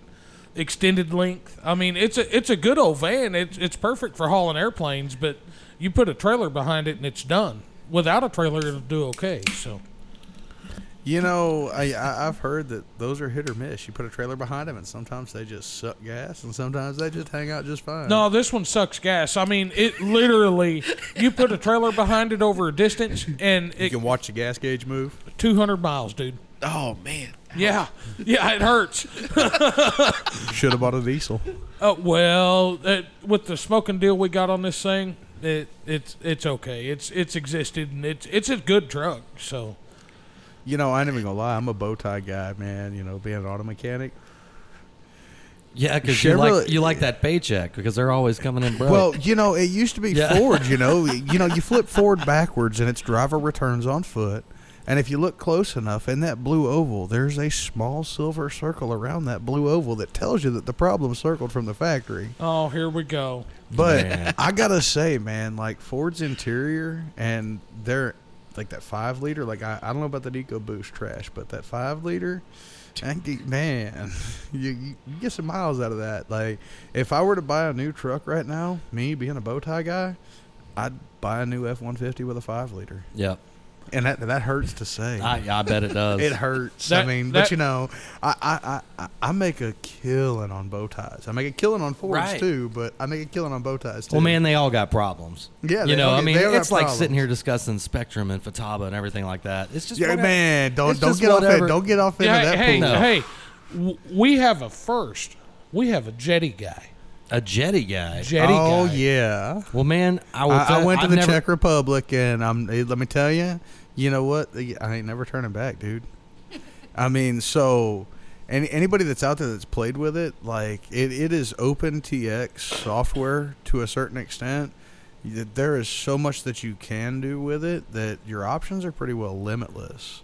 S3: extended length. I mean, it's a it's a good old van. It's it's perfect for hauling airplanes, but you put a trailer behind it and it's done. Without a trailer, it'll do okay. So,
S1: you know, I, I, I've heard that those are hit or miss. You put a trailer behind them, and sometimes they just suck gas, and sometimes they just hang out just fine.
S3: no, this one sucks gas. I mean, it literally you put a trailer behind it over a distance and
S1: You
S3: it
S1: can watch the gas gauge move.
S3: 200 miles, dude.
S4: Oh man,
S3: Yeah, yeah, it hurts.
S1: Should have bought a diesel.
S3: Oh well, it, with the smoking deal we got on this thing, it it's it's okay. It's it's existed and it's it's a good drug. So
S1: You know, I ain't even gonna lie. I'm a bow tie guy, man. You know, being an auto mechanic.
S2: Yeah, because you like
S1: Chevrolet-
S2: you like that paycheck because they're always coming in broke.
S1: Well, you know, it used to be
S2: Yeah.
S1: Ford. You [LAUGHS] know, you know, you flip Ford backwards, and its driver returns on foot. And if you look close enough in that blue oval, there's a small silver circle around that blue oval that tells you that the problem circled from the factory.
S3: oh, here we go.
S1: But
S2: Man.
S1: I gotta say, man, like Ford's interior and their like that five liter, like I, I don't know about that EcoBoost trash, but that five liter, I think, man, [LAUGHS] you, you you get some miles out of that. Like if I were to buy a new truck right now, me being a bow tie guy, I'd buy a new F one fifty with a five liter,
S2: yeah,
S1: and that that hurts to say.
S2: I, I bet it does.
S1: it hurts.
S3: That-
S1: I mean,
S3: that-
S1: but you know, I, I, I, I make a killing on bow ties. I make a killing on Fords
S2: Right.
S1: too, but I make a killing on bow ties too.
S2: Well, man, they all got problems.
S1: Yeah,
S2: you
S1: they
S2: know,
S1: all
S2: I
S1: get-
S2: mean,
S1: they all got
S2: it's like sitting
S1: problems.
S2: here discussing Spectrum and Fataba and everything like that. It's just
S1: Yeah,
S2: whatever-
S1: man, don't
S2: it's
S1: don't
S2: just
S1: get off
S2: whatever.
S1: it. Don't get off into
S3: Yeah,
S1: that
S3: hey,
S1: pool.
S2: No.
S3: hey, w- we have a first. We have a jetty guy.
S2: a jetty guy.
S3: Jetty
S1: oh
S3: guy.
S1: yeah,
S2: Well, man, I will.
S1: I, I
S2: tell-
S1: went to
S2: I've
S1: the
S2: never-
S1: Czech Republic, and I'm. eh, Let me tell you, you know what? I ain't never turning back,
S2: [LAUGHS]
S1: dude. I mean, so any, anybody that's out there that's played with it, like it, it is OpenTX software to a certain extent. Y- There is so much that you can do with it that your options are pretty well limitless.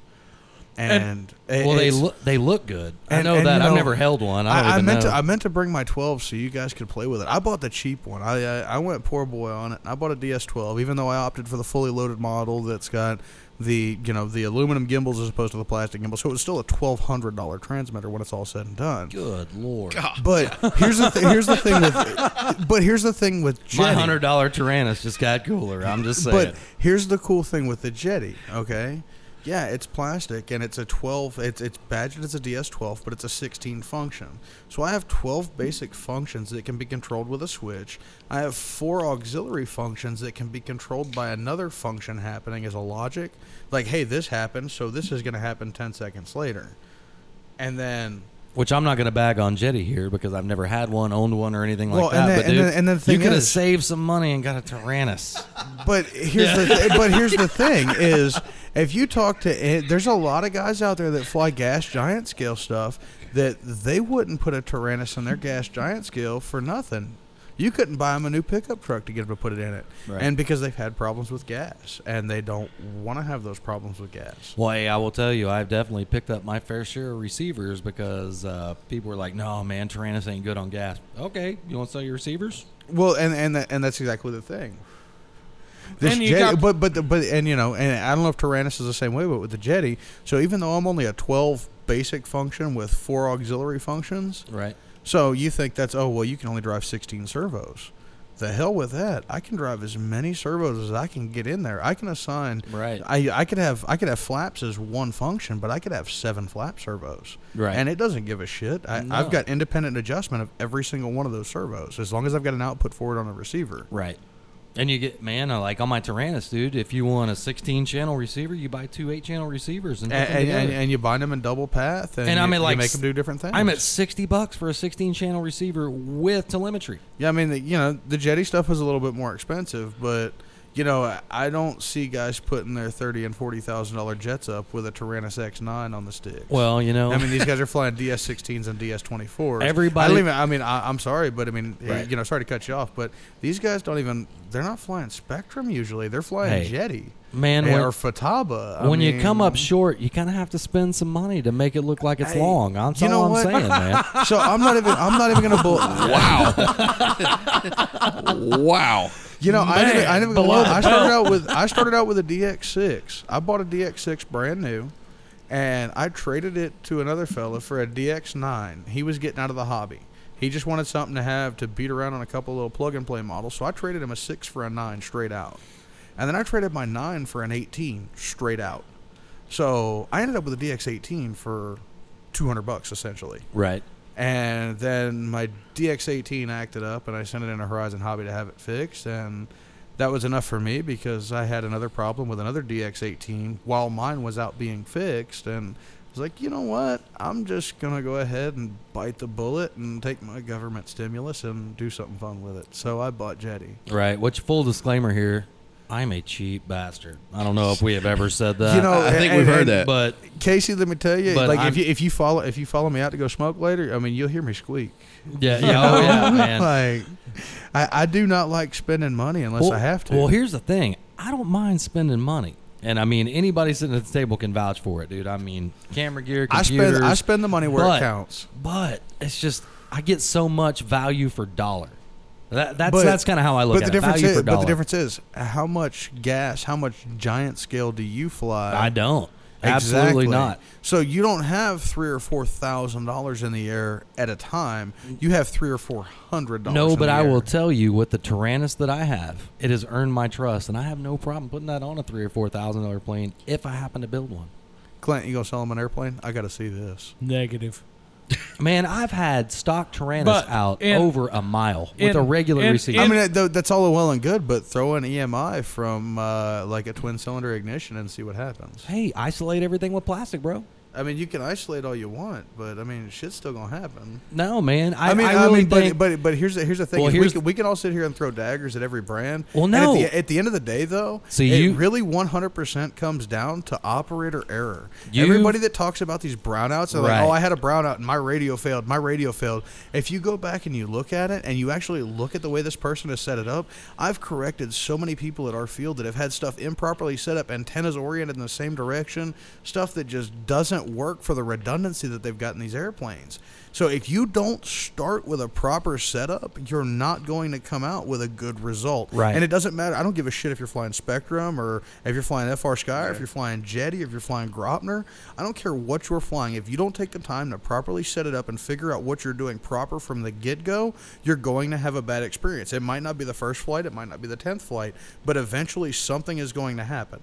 S1: And, it-
S2: Well, they
S1: it's-
S2: look they look good. I
S1: And-
S2: know
S1: and,
S2: that.
S1: you
S2: I've
S1: know,
S2: never held one. I
S1: I,
S2: don't
S1: I
S2: even
S1: meant
S2: know.
S1: to I meant to bring my 12 so you guys could play with it. I bought the cheap one. I I, I went poor boy on it. I bought a DS12, even though I opted for the fully loaded model that's got the you know the aluminum gimbals as opposed to the plastic gimbals. So it was still a twelve hundred dollar transmitter when it's all said and done.
S2: good lord,
S1: But here's the th- here's the thing
S2: [LAUGHS]
S1: with but here's the thing with
S2: my
S1: Jetty.
S2: hundred dollar Tyrannus just got cooler. I'm just saying.
S1: But here's the cool thing with the Jetty, okay? Yeah, it's plastic and it's a 12. It's it's badged as a DS12, but it's a 16 function. So I have 12 basic functions that can be controlled with a switch. I have four auxiliary functions that can be controlled by another function happening as a logic, like hey, this happened, so this is going to happen 10 seconds later. And then
S2: Which I'm not going to bag on Jetty here because I've never had one, owned one, or anything like
S1: Well,
S2: that.
S1: and the-
S2: but
S1: and
S2: dude,
S1: the- and the
S2: you
S1: thing
S2: could have
S1: is-
S2: saved some money and got a Tyrannus. [LAUGHS]
S1: But here's the th- but here's the thing is if you talk to an- there's a lot of guys out there that fly gas giant scale stuff that they wouldn't put a Tyrannus in their gas giant scale for nothing. You couldn't buy them a new pickup truck to get them to put it in it,
S2: Right.
S1: and because they've had problems with gas and they don't want to have those problems with gas.
S2: Well, hey, I will tell you, I've definitely picked up my fair share of receivers because uh, people were like, "No, man, Tyrannus ain't good on gas." Okay, you want to sell your receivers?
S1: Well, and and that, and that's exactly the thing. This
S3: And you
S1: jetty,
S3: got-
S1: but but the- but and you know, and I don't know if Tyrannus is the same way, but with the jetty, so even though I'm only a 12 basic function with four auxiliary functions,
S2: Right.
S1: so you think that's oh well, you can only drive 16 servos. The hell with that! I can drive as many servos as I can get in there. I can assign.
S2: Right.
S1: I, I could have I could have flaps as one function, but I could have seven flap servos.
S2: Right.
S1: And it doesn't give a shit. I,
S2: No.
S1: I've got independent adjustment of every single one of those servos as long as I've got an output forward on a receiver.
S2: Right. And you get man, I like on my Tyrannus, dude. If you want a 16 channel receiver, you buy two eight channel receivers and. put
S1: And,
S2: them
S1: and,
S2: together.
S1: and, and you bind them in double path, and,
S2: And
S1: you,
S2: I'm at,
S1: you
S2: like,
S1: make them do different things.
S2: I'm at 60 bucks for a 16 channel receiver with telemetry.
S1: Yeah, I mean, the, you know, the Jetty stuff is a little bit more expensive, but you know, I- I don't see guys putting their thirty and forty thousand dollar jets up with a Tyrannus X nine on the stick.
S2: Well, you know,
S1: I mean, these guys are flying DS sixteens and DS twenty fours. I
S2: Everybody-
S1: don't even. I mean, I, I'm sorry, but I mean, eh,
S2: Right.
S1: you know, sorry to cut you off, but these guys don't even. They're not flying Spectrum usually. They're flying
S2: Hey.
S1: Jetty
S2: man,
S1: eh,
S2: when,
S1: or Fataba. I
S2: when you come
S1: mean-
S2: up short, you kind of have to spend some money to make it look like it's
S1: Hey,
S2: long. That's
S1: you know
S2: all I'm
S1: what?
S2: saying,
S1: [LAUGHS]
S2: man.
S1: so I'm not even. I'm not even
S2: [LAUGHS]
S1: gonna. Bull-
S4: Wow.
S1: You know, I didn't, I didn't even
S3: below
S1: lie.
S3: the
S1: I started out with I started out with a DX6. I bought a DX6 brand new, and I traded it to another fella for a DX9. He was getting out of the hobby. He just wanted something to have to beat around on a couple little plug and play models. So I traded him a six for a nine straight out, and then I traded my nine for an 18 straight out. So I ended up with a DX18 for 200 bucks essentially.
S2: Right.
S1: And then my DX18 acted up, and I sent it in a Horizon Hobby to have it fixed. And that was enough for me because I had another problem with another DX18 while mine was out being fixed. And was like, you know what? I'm just gonna go ahead and bite the bullet and take my government stimulus and do something fun with it. So I bought Jetty.
S2: Right. Which full disclaimer here, I'm a cheap bastard. I don't know if we have ever said that.
S1: You know,
S4: Uh, I think
S1: and-
S4: we've
S1: and-
S4: heard that.
S2: but
S1: Casey, let me tell you,
S2: But
S1: like
S2: I'm-
S1: if you if you follow if you follow me out to go smoke later, I mean you'll hear me squeak. [LAUGHS]
S2: yeah, yeah, oh, yeah, man.
S1: like I, I do not like spending money unless
S2: well,
S1: I have to.
S2: Well, here's the thing. I don't mind spending money. And I mean, anybody sitting at the table can vouch for it, dude. I mean, camera gear,
S1: I
S2: computers.
S1: spend I spend the money where
S2: but-
S1: it counts.
S2: But it's just I get so much value for dollar. That, that's
S1: But-
S2: that's kind of how I look
S1: but
S2: at
S1: the
S2: it.
S1: difference
S2: Value
S1: is,
S2: for dollar.
S1: but the difference is how much gas, how much giant scale do you fly?
S2: I don't.
S1: Exactly.
S2: Absolutely not.
S1: So you don't have three or four thousand dollars in the air at a time. You have three or four hundred dollars.
S2: No,
S1: in
S2: but
S1: the
S2: I
S1: air.
S2: will tell you with the Tyrannus that I have, it has earned my trust, and I have no problem putting that on a three or four thousand dollar plane if I happen to build one.
S1: Clint, you gonna sell him an airplane? I got to see this.
S3: Negative.
S2: Man, I've had stock Tyrannus
S3: But
S2: out
S3: in-
S2: over a mile with
S3: in-
S2: a regular
S3: in-
S2: receipt.
S1: I
S3: in-
S1: mean, that- tho- that's all well and good, but throw an EMI from uh, like a twin cylinder ignition and see what happens.
S2: hey, isolate everything with plastic, bro.
S1: I mean, you can isolate all you want, but I mean, shit's still gonna happen.
S2: No, man. I,
S1: I mean, I,
S2: really
S1: mean,
S2: think,
S1: but, but but here's the here's the thing.
S2: Well,
S1: is
S2: here's-
S1: we, can, we can all sit here and throw daggers at every brand.
S2: Well,
S1: And at the-
S2: no.
S1: at the, end of the day, though,
S2: So
S1: it
S2: you-
S1: really 100 percent comes down to operator error.
S2: You-
S1: Everybody that talks about these brownouts, they're
S2: Right.
S1: like, "Oh, I had a brownout and my radio failed. My radio failed." If you go back and you look at it, and you actually look at the way this person has set it up, I've corrected so many people at our field that have had stuff improperly set up, antennas oriented in the same direction, stuff that just doesn't work for the redundancy that they've got in these airplanes. So if you don't start with a proper setup, you're not going to come out with a good result.
S2: Right.
S1: And it doesn't matter. I don't give a shit if you're flying Spectrum or if you're flying FR Sky or if you're flying Jetty, if you're flying Gropner. I don't care what you're flying. If you don't take the time to properly set it up and figure out what you're doing proper from the get go, you're going to have a bad experience. It might not be the first flight, it might not be the 10th flight, but eventually something is going to happen.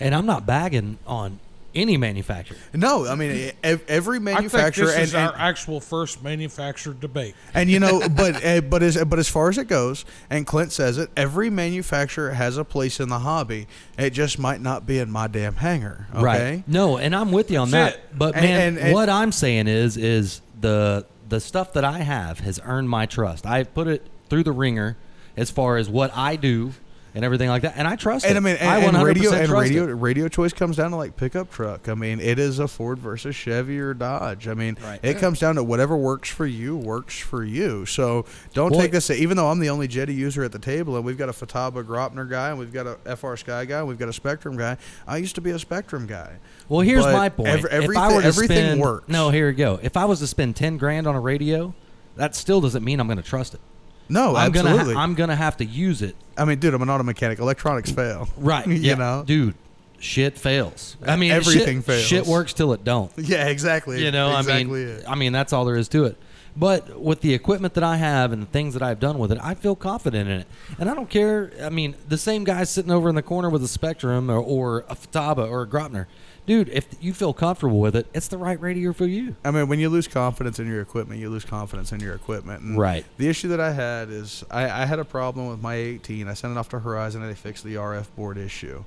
S2: and I'm not bagging on any manufacturer.
S1: No, I mean, e-, ev- every
S3: I think
S1: manufacturer.
S3: this is
S1: and, and,
S3: our actual first manufactured debate.
S1: And you know, but uh, but as but as far as it goes, and Clint says it, every manufacturer has a place in the hobby. It just might not be in my damn hangar. Okay.
S2: Right. No, and I'm with you on
S3: That's
S2: that.
S3: it.
S2: But
S1: And-
S2: man,
S1: and- and-
S2: what I'm saying is, is the the stuff that I have has earned my trust. I've put it through the ringer as far as what I do and everything like that, and I trust
S1: And
S2: it.
S1: I mean,
S2: I
S1: and, and
S2: 100%
S1: radio and
S2: trust
S1: radio
S2: it.
S1: radio choice comes down to like pickup truck. I mean, it is a Ford versus Chevy or Dodge. I mean,
S2: Right.
S1: it comes down to whatever works for you works for you. So don't
S2: Well,
S1: take this. Even though I'm the only Jetty user at the table, and we've got a Fataba Gropner guy, and we've got a FR Sky guy, and we've got a Spectrum guy. I used to be a Spectrum guy.
S2: Well, here's
S1: But
S2: my point.
S1: ev-
S2: if I
S1: everything,
S2: were to
S1: everything
S2: spend,
S1: works.
S2: No, here we go. If I was to spend ten grand on a radio, that still doesn't mean I'm going to trust it.
S1: No,
S2: I'm gonna ha-
S1: absolutely.
S2: I'm going to have to use it.
S1: I mean, dude, I'm an auto mechanic. Electronics fail. [LAUGHS]
S2: Right.
S1: you
S2: yeah.
S1: know.
S2: dude, shit fails. I mean, shit-
S1: Everything fails.
S2: Shit works till it don't.
S1: Yeah, exactly.
S2: You know,
S1: exactly
S2: I mean,
S1: it.
S2: I mean that's all there is to it. But with the equipment that I have and the things that I've done with it, I feel confident in it, and I don't care. I mean, the same guy sitting over in the corner with a Spectrum or, or a Futaba or a Gropner, dude. If you feel comfortable with it, it's the right radio for you.
S1: I mean, when you lose confidence in your equipment, you lose confidence in your equipment. And
S2: Right.
S1: The issue that I had is I, I had a problem with my 18. I sent it off to Horizon, and they fixed the RF board issue.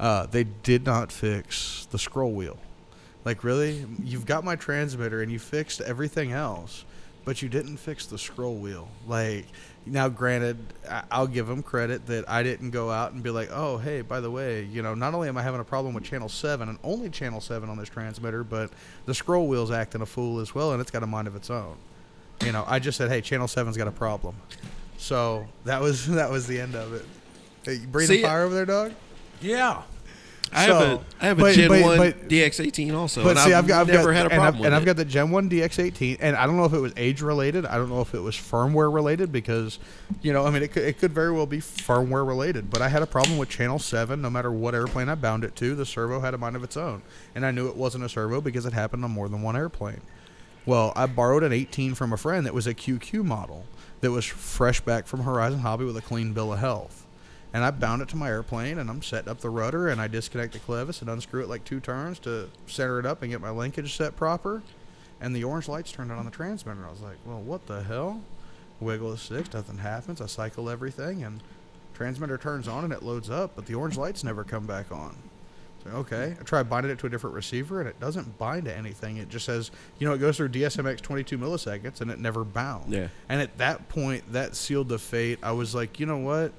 S1: Uh, they did not fix the scroll wheel. Like, really? You've got my transmitter, and you fixed everything else, but you didn't fix the scroll wheel. Like, now, granted, I- I'll give them credit that I didn't go out and be like, oh, hey, by the way, you know, not only am I having a problem with channel 7 and only channel 7 on this transmitter, but the scroll wheel's acting a fool as well, and it's got a mind of its own. You know, I just said, hey, channel 7's got a problem. So that was [LAUGHS] that was the end of it. Hey, you breathing
S4: See-
S1: fire over there, dog?
S3: Yeah.
S4: I have
S1: So-
S4: a I have a
S1: but-
S4: Gen
S1: but-
S4: One
S1: but-
S4: DX18 also,
S1: But
S4: and
S1: see,
S4: I've,
S1: I've got, I've
S4: never
S1: got,
S4: had
S1: and
S4: a problem
S1: I've,
S4: with
S1: and
S4: it.
S1: I've got the Gen One DX18, and I don't know if it was age related. I don't know if it was firmware related because, you know, I mean, it could, it could very well be firmware related. But I had a problem with channel seven. No matter what airplane I bound it to, the servo had a mind of its own, and I knew it wasn't a servo because it happened on more than one airplane. Well, I borrowed an 18 from a friend that was a QQ model that was fresh back from Horizon Hobby with a clean bill of health. And I bound it to my airplane and I'm setting up the rudder and I disconnect the clevis and unscrew it like two turns to center it up and get my linkage set proper. And the orange lights turned on on the transmitter. I was like, well, what the hell? Wiggle the six, nothing happens. I cycle everything and transmitter turns on and it loads up, but the orange lights never come back on. Okay. I try binding it to a different receiver, and it doesn't bind to anything. It just says, you know, it goes through DSMX 22 milliseconds, and it never bound.
S4: Yeah.
S1: And at that point, that sealed the fate. I was like, you know what?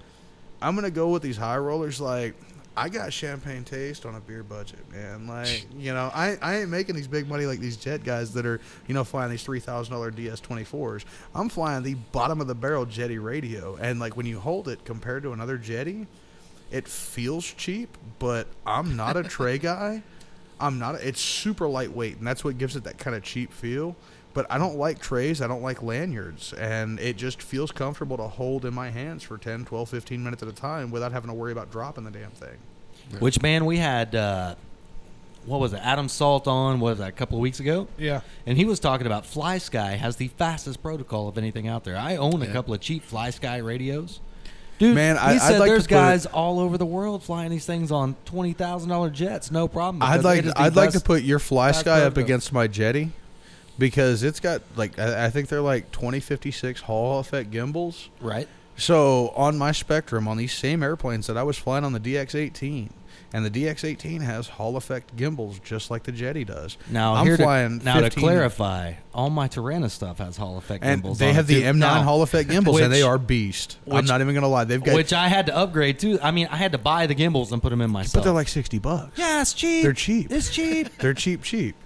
S1: I'm gonna go with these high rollers. Like, I got champagne taste on a beer budget, man. Like, you know, I, I ain't making these big money like these jet guys that are, you know, flying these three thousand dollar DS 24s. I'm flying the bottom of the barrel jetty radio, and like when you hold it compared to another jetty, it feels cheap, but I'm not a [LAUGHS] tray guy. I'm not. A, it's super lightweight, and that's what gives it that kind of cheap feel. But I don't like trays. I don't like lanyards, and it just feels comfortable to hold in my hands for 10, 12, 15 minutes at a time without having to worry about dropping the damn thing.
S2: Which man we had, uh, what was it? Adam Salt on what was that a couple of weeks ago,
S3: Yeah.
S2: and he was talking about Fly Sky has the fastest protocol of anything out there. I own a couple of cheap Fly Sky radios. Dude,
S1: Man,
S2: he
S1: I- I'd
S2: said
S1: like to
S2: there's
S1: put-
S2: guys all over the world flying these things on twenty thousand dollar jets, no problem.
S1: I'd
S2: because
S1: like
S2: it is the
S1: I'd like to
S2: best-
S1: put your fly
S2: best
S1: sky up
S2: program.
S1: against my jetty because it's got like I, I think they're like 2056 Hall effect gimbals.
S2: right.
S1: So on my spectrum, on these same airplanes that I was flying on the DX18, and the DX18 has Hall effect gimbals just like the Jetty does.
S2: Now
S1: I'm
S2: here
S1: flying.
S2: to, now to
S1: 15
S2: clarify, all my Tyranna stuff has Hall effect
S1: and
S2: gimbals.
S1: they
S2: on
S1: have
S2: it
S1: the
S2: too.
S1: M9
S2: Now,
S1: Hall effect gimbals, and they
S2: which-
S1: are beast. I'm
S2: which-
S1: not even gonna lie. They've got,
S2: which I had to upgrade too. I mean, I had to buy the gimbals and put them in myself.
S1: but they're like 60 bucks.
S2: yeah, it's cheap.
S1: They're cheap. [LAUGHS]
S2: It's cheap.
S1: They're cheap, cheap.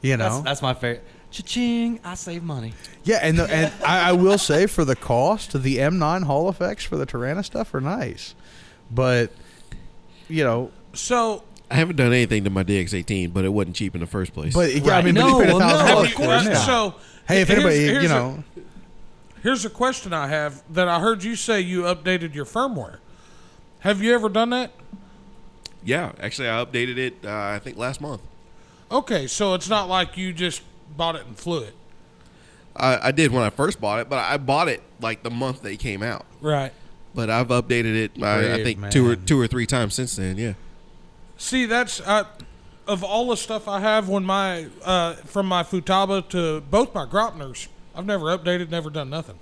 S1: You know.
S2: That's, that's my favorite. Cha-ching! I save money.
S1: yeah, and the, and I, I will say for the cost, the M9 Hall effects for the Tyranna stuff are nice, but you know.
S3: So
S4: I haven't done anything to my DX18, but it wasn't cheap in the first place.
S1: But yeah, I
S2: Right.
S1: mean,
S2: No,
S1: but you paid
S2: well,
S1: a thousand
S2: no,
S3: have
S1: dollars
S3: you-
S2: of
S1: for it
S2: course
S1: now.
S2: not.
S3: so
S1: Hey, if
S3: here's-
S1: anybody,
S3: here's
S1: you
S3: a-
S1: know,
S3: Here's a question I have that I heard you say you updated your firmware. Have you ever done that?
S4: yeah, actually, I updated it. Uh, I think last month.
S3: Okay, so it's not like you just bought it and flew it.
S4: I, I did when I first bought it, but I bought it like the month they came out.
S3: Right.
S4: But I've updated it. I, I
S1: Brave
S4: think two or
S1: man.
S4: two or three times since then. Yeah.
S3: See, that's uh, of all the stuff I have when my uh, from my Futaba to both my Gropners, I've never updated, never done nothing.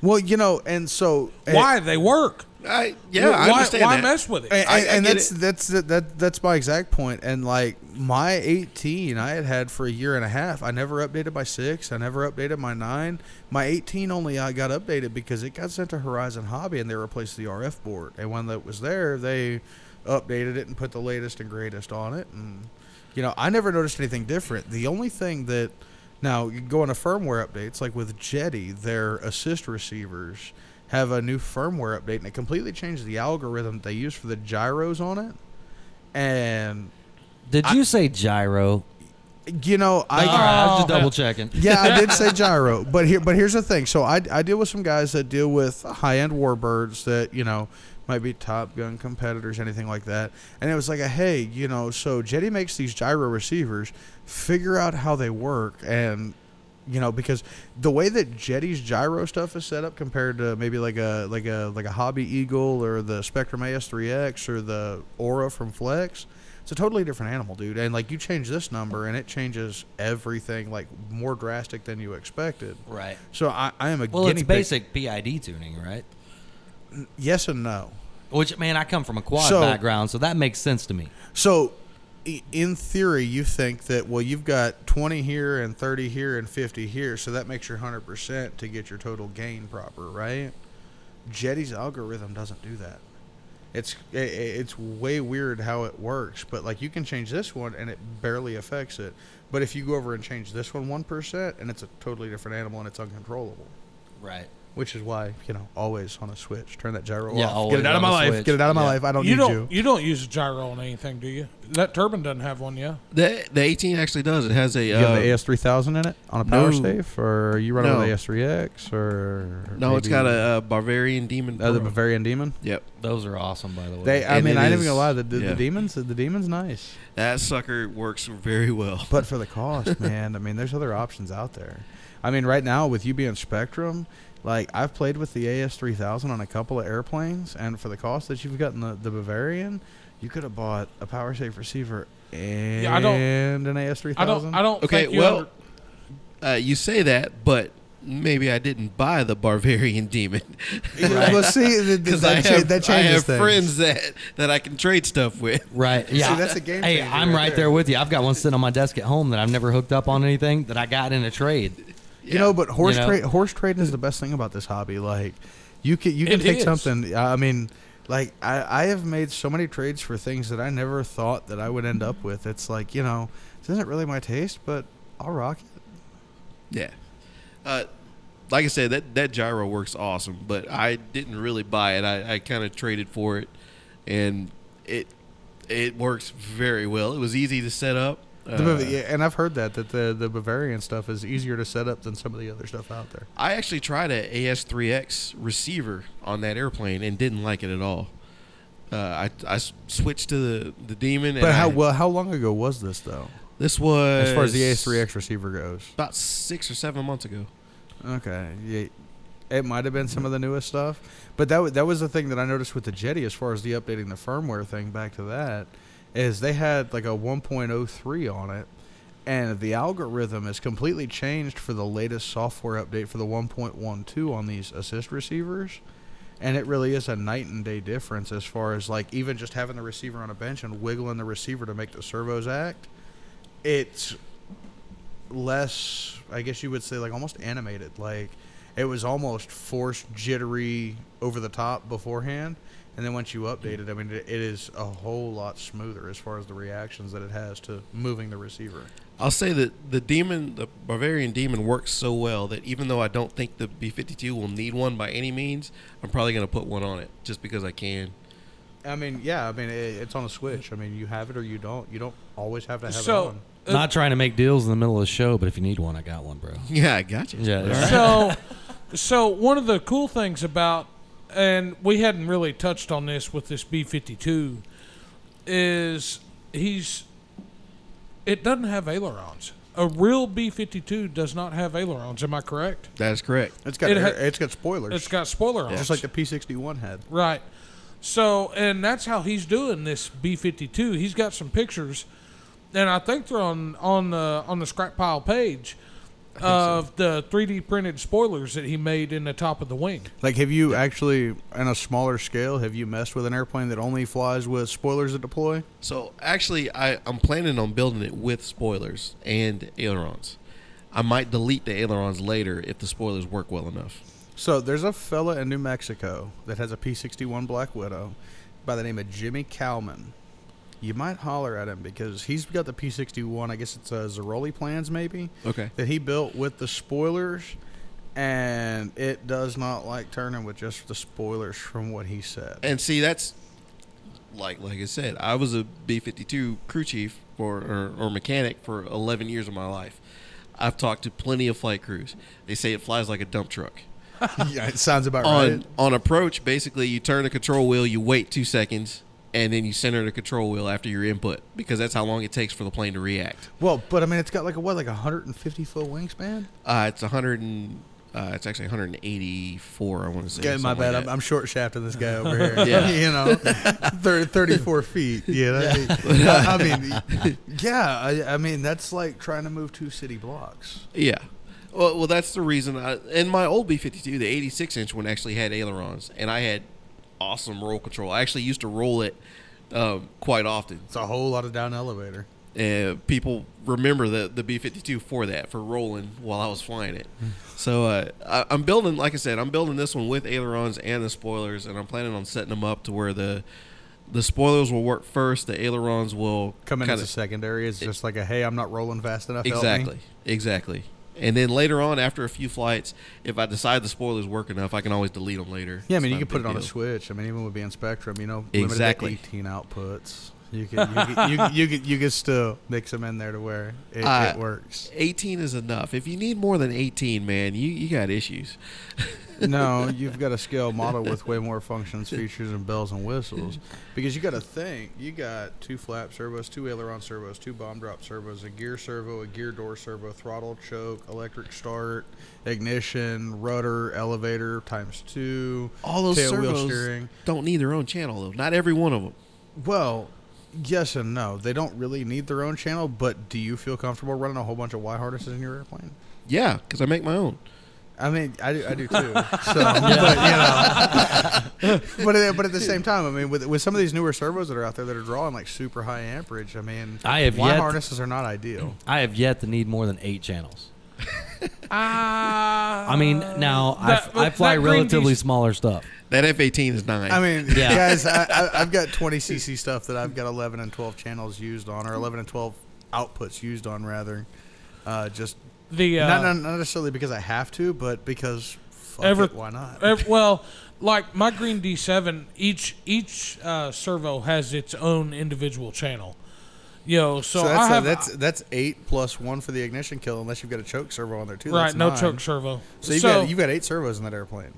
S1: well, you know, and so and-
S3: Why they work?
S4: I yeah,
S3: why
S4: I understand
S3: why
S4: that.
S3: mess with it?
S1: And,
S4: I- I
S1: and, and
S4: get
S1: that's that's that, that that's my exact point. And like my 18, I had had for a year and a half. I never updated my six. I never updated my nine. My 18 only I got updated because it got sent to Horizon Hobby and they replaced the RF board. And when that was there, they updated it and put the latest and greatest on it. And you know, I never noticed anything different. The only thing that now you go into firmware updates, like with Jetty, their assist receivers have a new firmware update, and it completely changed the algorithm they use for the gyros on it. And
S2: Did you say gyro?
S1: you know, I
S2: All right, I was just
S3: Oh.
S2: double checking.
S1: [LAUGHS] yeah, I did say gyro, but here, but here's the thing. So I, I deal with some guys that deal with high end warbirds that you know might be Top Gun competitors, anything like that. And it was like a hey, you know, so Jetty makes these gyro receivers. Figure out how they work, and you know, because the way that Jetty's gyro stuff is set up compared to maybe like a like a like a Hobby Eagle or the Spectrum AS3X or the Aura from Flex. It's a totally different animal, dude. And like you change this number and it changes everything like more drastic than you expected.
S2: Right.
S1: So I, I am a
S2: Well,
S1: guinea
S2: it's
S1: pig.
S2: basic PID tuning, right?
S1: Yes and no.
S2: Which man, I come from a quad
S1: So-
S2: background, so that makes sense to me.
S1: So i- in theory, you think that well, you've got twenty here and thirty here and fifty here, so that makes your hundred percent to get your total gain proper, right? Jetty's algorithm doesn't do that. It's i- i- it's way weird how it works, but like you can change this one and it barely affects it. But if you go over and change this one one percent, and it's a totally different animal and it's uncontrollable.
S2: Right.
S1: Which is why you know always on a switch, turn that gyro
S2: Yeah,
S1: off.
S2: always
S1: Get it out of my
S2: on a
S1: life.
S2: switch.
S1: Get it out of my
S2: Yeah.
S1: life. I don't
S3: you
S1: need
S3: don't
S1: you.
S3: don't use a gyro on anything, do you? That turbine doesn't have one, yeah.
S4: The the 18 actually does. It has a
S1: You have
S4: uh,
S1: the AS3000 in it on a power
S4: no.
S1: safe, or you run it with
S4: No.
S1: AS3X, or
S4: no. It's
S1: maybe
S4: got a, uh Bavarian Demon.
S1: uh, the
S4: Pro.
S1: Bavarian Demon.
S4: Yep,
S2: Those are awesome, by the way.
S1: They, I
S4: And
S1: mean,
S4: it
S1: I ain't even
S4: is-
S1: gonna lie. The, the,
S4: yeah.
S1: the demons, the demons, nice,
S4: that sucker works very well.
S1: but for the cost, [LAUGHS] man. I mean, there's other options out there. I mean, right now with you being Spectrum, like I've played with the AS3000 on a couple of airplanes, and for the cost that you've gotten the, the Bavarian, you could have bought a power safe receiver and
S3: I don't-
S1: an AS3000.
S3: I don't I don't
S4: Okay,
S3: think you
S4: well,
S3: under-
S4: Uh, you say that, but maybe I didn't buy the
S1: [LAUGHS]
S4: Barbarian [LAUGHS] Demon.
S1: Well, see, th- [LAUGHS] th-
S4: 'Cause
S1: that,
S4: I
S1: cha-
S4: have,
S1: that
S4: I
S1: changes
S4: have
S1: things.
S4: friends that, that I can trade stuff with.
S2: Right. Yeah.
S1: that's a game
S2: Hey,
S1: changer
S2: I'm
S1: right
S2: right,
S1: there.
S2: there. with you. I've got one sitting on my desk at home that I've never hooked up on anything that I got in a trade.
S1: You know, but horse
S2: You know?
S1: tra- horse trading is the best thing about this hobby. Like, you can you can
S2: It
S1: take
S2: is.
S1: something. I mean, like I I have made so many trades for things that I never thought that I would end up with. It's like you know, this isn't really my taste, but I'll rock it.
S4: Yeah. Uh, like I said, that, that gyro works awesome, but I didn't really buy it. I, I kind of traded for it, and it it works very well. It was easy to set up.
S1: The Bav-
S4: Uh,
S1: yeah, and I've heard that that the the Bavarian stuff is easier to set up than some of the other stuff out there.
S4: I actually tried a AS3X receiver on that airplane and didn't like it at all. Uh, I, I s- switched to the, the demon. And
S1: But how
S4: I-
S1: well how long ago was this though?
S4: This was
S1: As far as the AS3X receiver goes.
S4: about six or seven months ago.
S1: Okay. Yeah. It might have been some of the newest stuff, but that wa- that was the thing that I noticed with the Jetty as far as the updating the firmware thing. Back to that, is they had like a 1.03 on it, and the algorithm is completely changed for the latest software update for the 1.12 on these assist receivers, and it really is a night and day difference as far as like even just having the receiver on a bench and wiggling the receiver to make the servos act. It's less i guess you would say like almost animated like it was almost forced jittery over the top beforehand and then once you update it i mean it it is a whole lot smoother as far as the reactions that it has to moving the receiver
S4: I'll say that the demon, the Bavarian demon, works so well that even though I don't think the B52 will need one by any means, I'm probably going to put one on it just because I can. [LAUGHS]
S1: i mean yeah i mean it, it's on a switch i mean you have it or you don't you don't always have to have it
S3: So, uh,
S1: on
S2: Not trying to make deals in the middle of the show, but if you need one, I got one, bro.
S4: Yeah, I got you.
S2: Yeah.
S3: so so one of the cool things about and we hadn't really touched on this with this b-52 is he's it doesn't have ailerons a real b-52 does not have ailerons am i correct
S4: that is correct.
S1: it's got
S3: It
S1: it
S3: ha-
S1: has got spoilers
S3: it's got spoiler arms
S1: just like the p61 had
S3: right so and that's how he's doing this b-52 he's got some pictures and i think they're on on the on the scrap pile page of the 3d printed spoilers that he made in the top of the wing
S1: like have you actually on a smaller scale have you messed with an airplane that only flies with spoilers that deploy
S4: So actually, I, I'm planning on building it with spoilers and ailerons. I might delete the ailerons later if the spoilers work well enough.
S1: So there's a fella in New Mexico that has a P61 Black Widow by the name of Jimmy Cowman. You might holler at him because he's got the P61. I guess it's a Zeroli plans maybe
S4: Okay.
S1: that he built with the spoilers, and it does not like turning with just the spoilers from what he
S4: [LAUGHS]
S1: said.
S4: And see, that's like like I said, I was a B fifty two crew chief for or, or mechanic for eleven years of my life. I've talked to plenty of flight crews. They say it flies like a dump truck.
S1: yeah, it sounds about
S4: On
S1: right.
S4: on approach, basically, you turn the control wheel, you wait two seconds, and then you center the control wheel after your input because that's how long it takes for the plane to react.
S1: Well, but I mean, it's got like a what, like a 150 foot wingspan.
S4: Uh, it's hundred and uh, it's actually one hundred and eighty four. I want to say.
S1: Okay, my
S4: something like
S1: bad. I'm,
S4: that.
S1: I'm short shafting this guy over here.
S4: [LAUGHS]
S1: [LAUGHS]
S4: Yeah.
S1: you know, thir 34 feet. You know?
S4: [LAUGHS]
S1: I, I mean, yeah. I, I mean, that's like trying to move two city blocks.
S4: Yeah. Well, well, that's the reason. I, in my old B52, the 86 inch one actually had ailerons, and I had awesome roll control. I actually used to roll it um, quite often.
S1: It's a whole lot of down elevator.
S4: Uh, people remember the, the B52 for that, for rolling while I was flying it.
S1: Hmm.
S4: so uh, I, I'm building, like I said, I'm building this one with ailerons and the spoilers, and I'm planning on setting them up to where the the spoilers will work first, the ailerons will
S1: Coming
S4: kinda-
S1: as a secondary is just like a hey, I'm not rolling fast enough. help me.
S4: Exactly. Exactly. And then later on, after a few flights, if I decide the spoilers work enough, I can always delete them later.
S1: Yeah, I
S4: It's
S1: mean, you
S4: not
S1: can put it
S4: big
S1: on a
S4: deal.
S1: switch. I mean, even with being Spectrum, you know,
S4: Exactly.
S1: limited to 18 outputs. You can you can, you, can, you,
S4: [LAUGHS]
S1: can, you can still mix them in there to where it,
S4: Uh,
S1: it works.
S4: 18 is enough. If you need more than 18, man, you, you got issues. [LAUGHS]
S1: no, you've got a scale model with way more functions, features, and bells and whistles. Because you got to think, you got two flap servos, two aileron servos, two bomb drop servos, a gear servo, a gear door servo, throttle choke, electric start, ignition, rudder, elevator times two,
S4: All those
S1: tail wheel
S4: servos
S1: steering.
S4: don't need their own channel, though. Not every one of them.
S1: Well, yes and no. They don't really need their own channel, but do you feel comfortable running a whole bunch of Y harnesses in your airplane?
S4: Yeah, because I make my own.
S1: I mean, I do, I
S3: [LAUGHS]
S1: do too. So, but you know, [LAUGHS] but at, but at the same time, I mean, with with some of these newer servos that are out there that are drawing like super high amperage, I mean,
S2: I have
S1: wire
S2: yet-
S1: harnesses are not ideal.
S2: I have yet to need more than eight channels.
S3: Ah.
S2: I mean,
S1: Uh,
S2: now I
S3: that-
S2: f-
S3: but
S2: I fly
S3: that green
S2: relatively
S3: diesel-
S2: smaller stuff.
S4: That F eighteen is nine.
S1: I mean,
S2: [LAUGHS] Yeah.
S1: guys, I, I, I've got 20 cc stuff that I've got 11 and 12 channels used on, or 11 and 12 outputs used on, rather. Uh, just
S3: the uh,
S1: not, not not necessarily because I have to, but because fuck
S3: Ever-
S1: it, why not?
S3: Uh, well, like my green D7, each each uh, servo has its own individual channel. You know, so,
S1: so that's
S3: I
S1: uh,
S3: have
S1: that's that's eight plus one for the ignition kill, unless you've got a choke servo on there too.
S3: right
S1: that's
S3: no
S1: nine.
S3: choke servo.
S1: So you've got you've got eight servos in that airplane.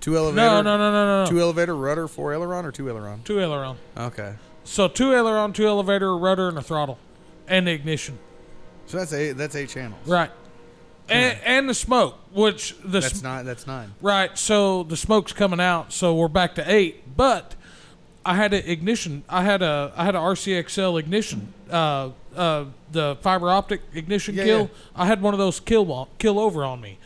S1: Two elevator.
S3: no, no, no, no, no,
S1: Two
S3: no.
S1: elevator rudder, four aileron, or two aileron.
S3: Two aileron.
S1: Okay.
S3: So two aileron, two elevator, a rudder, and a throttle, and the ignition.
S1: So that's eight. That's eight channels.
S3: Right. And, and the smoke, which the
S1: That's
S3: sm-
S1: nine. That's nine.
S3: Right, so the smoke's coming out, so we're back to eight. But I had an ignition. I had a I had a RCXL ignition. Uh, uh, the fiber optic ignition
S1: Yeah,
S3: kill.
S1: yeah.
S3: I had one of those kill wa- kill over on me.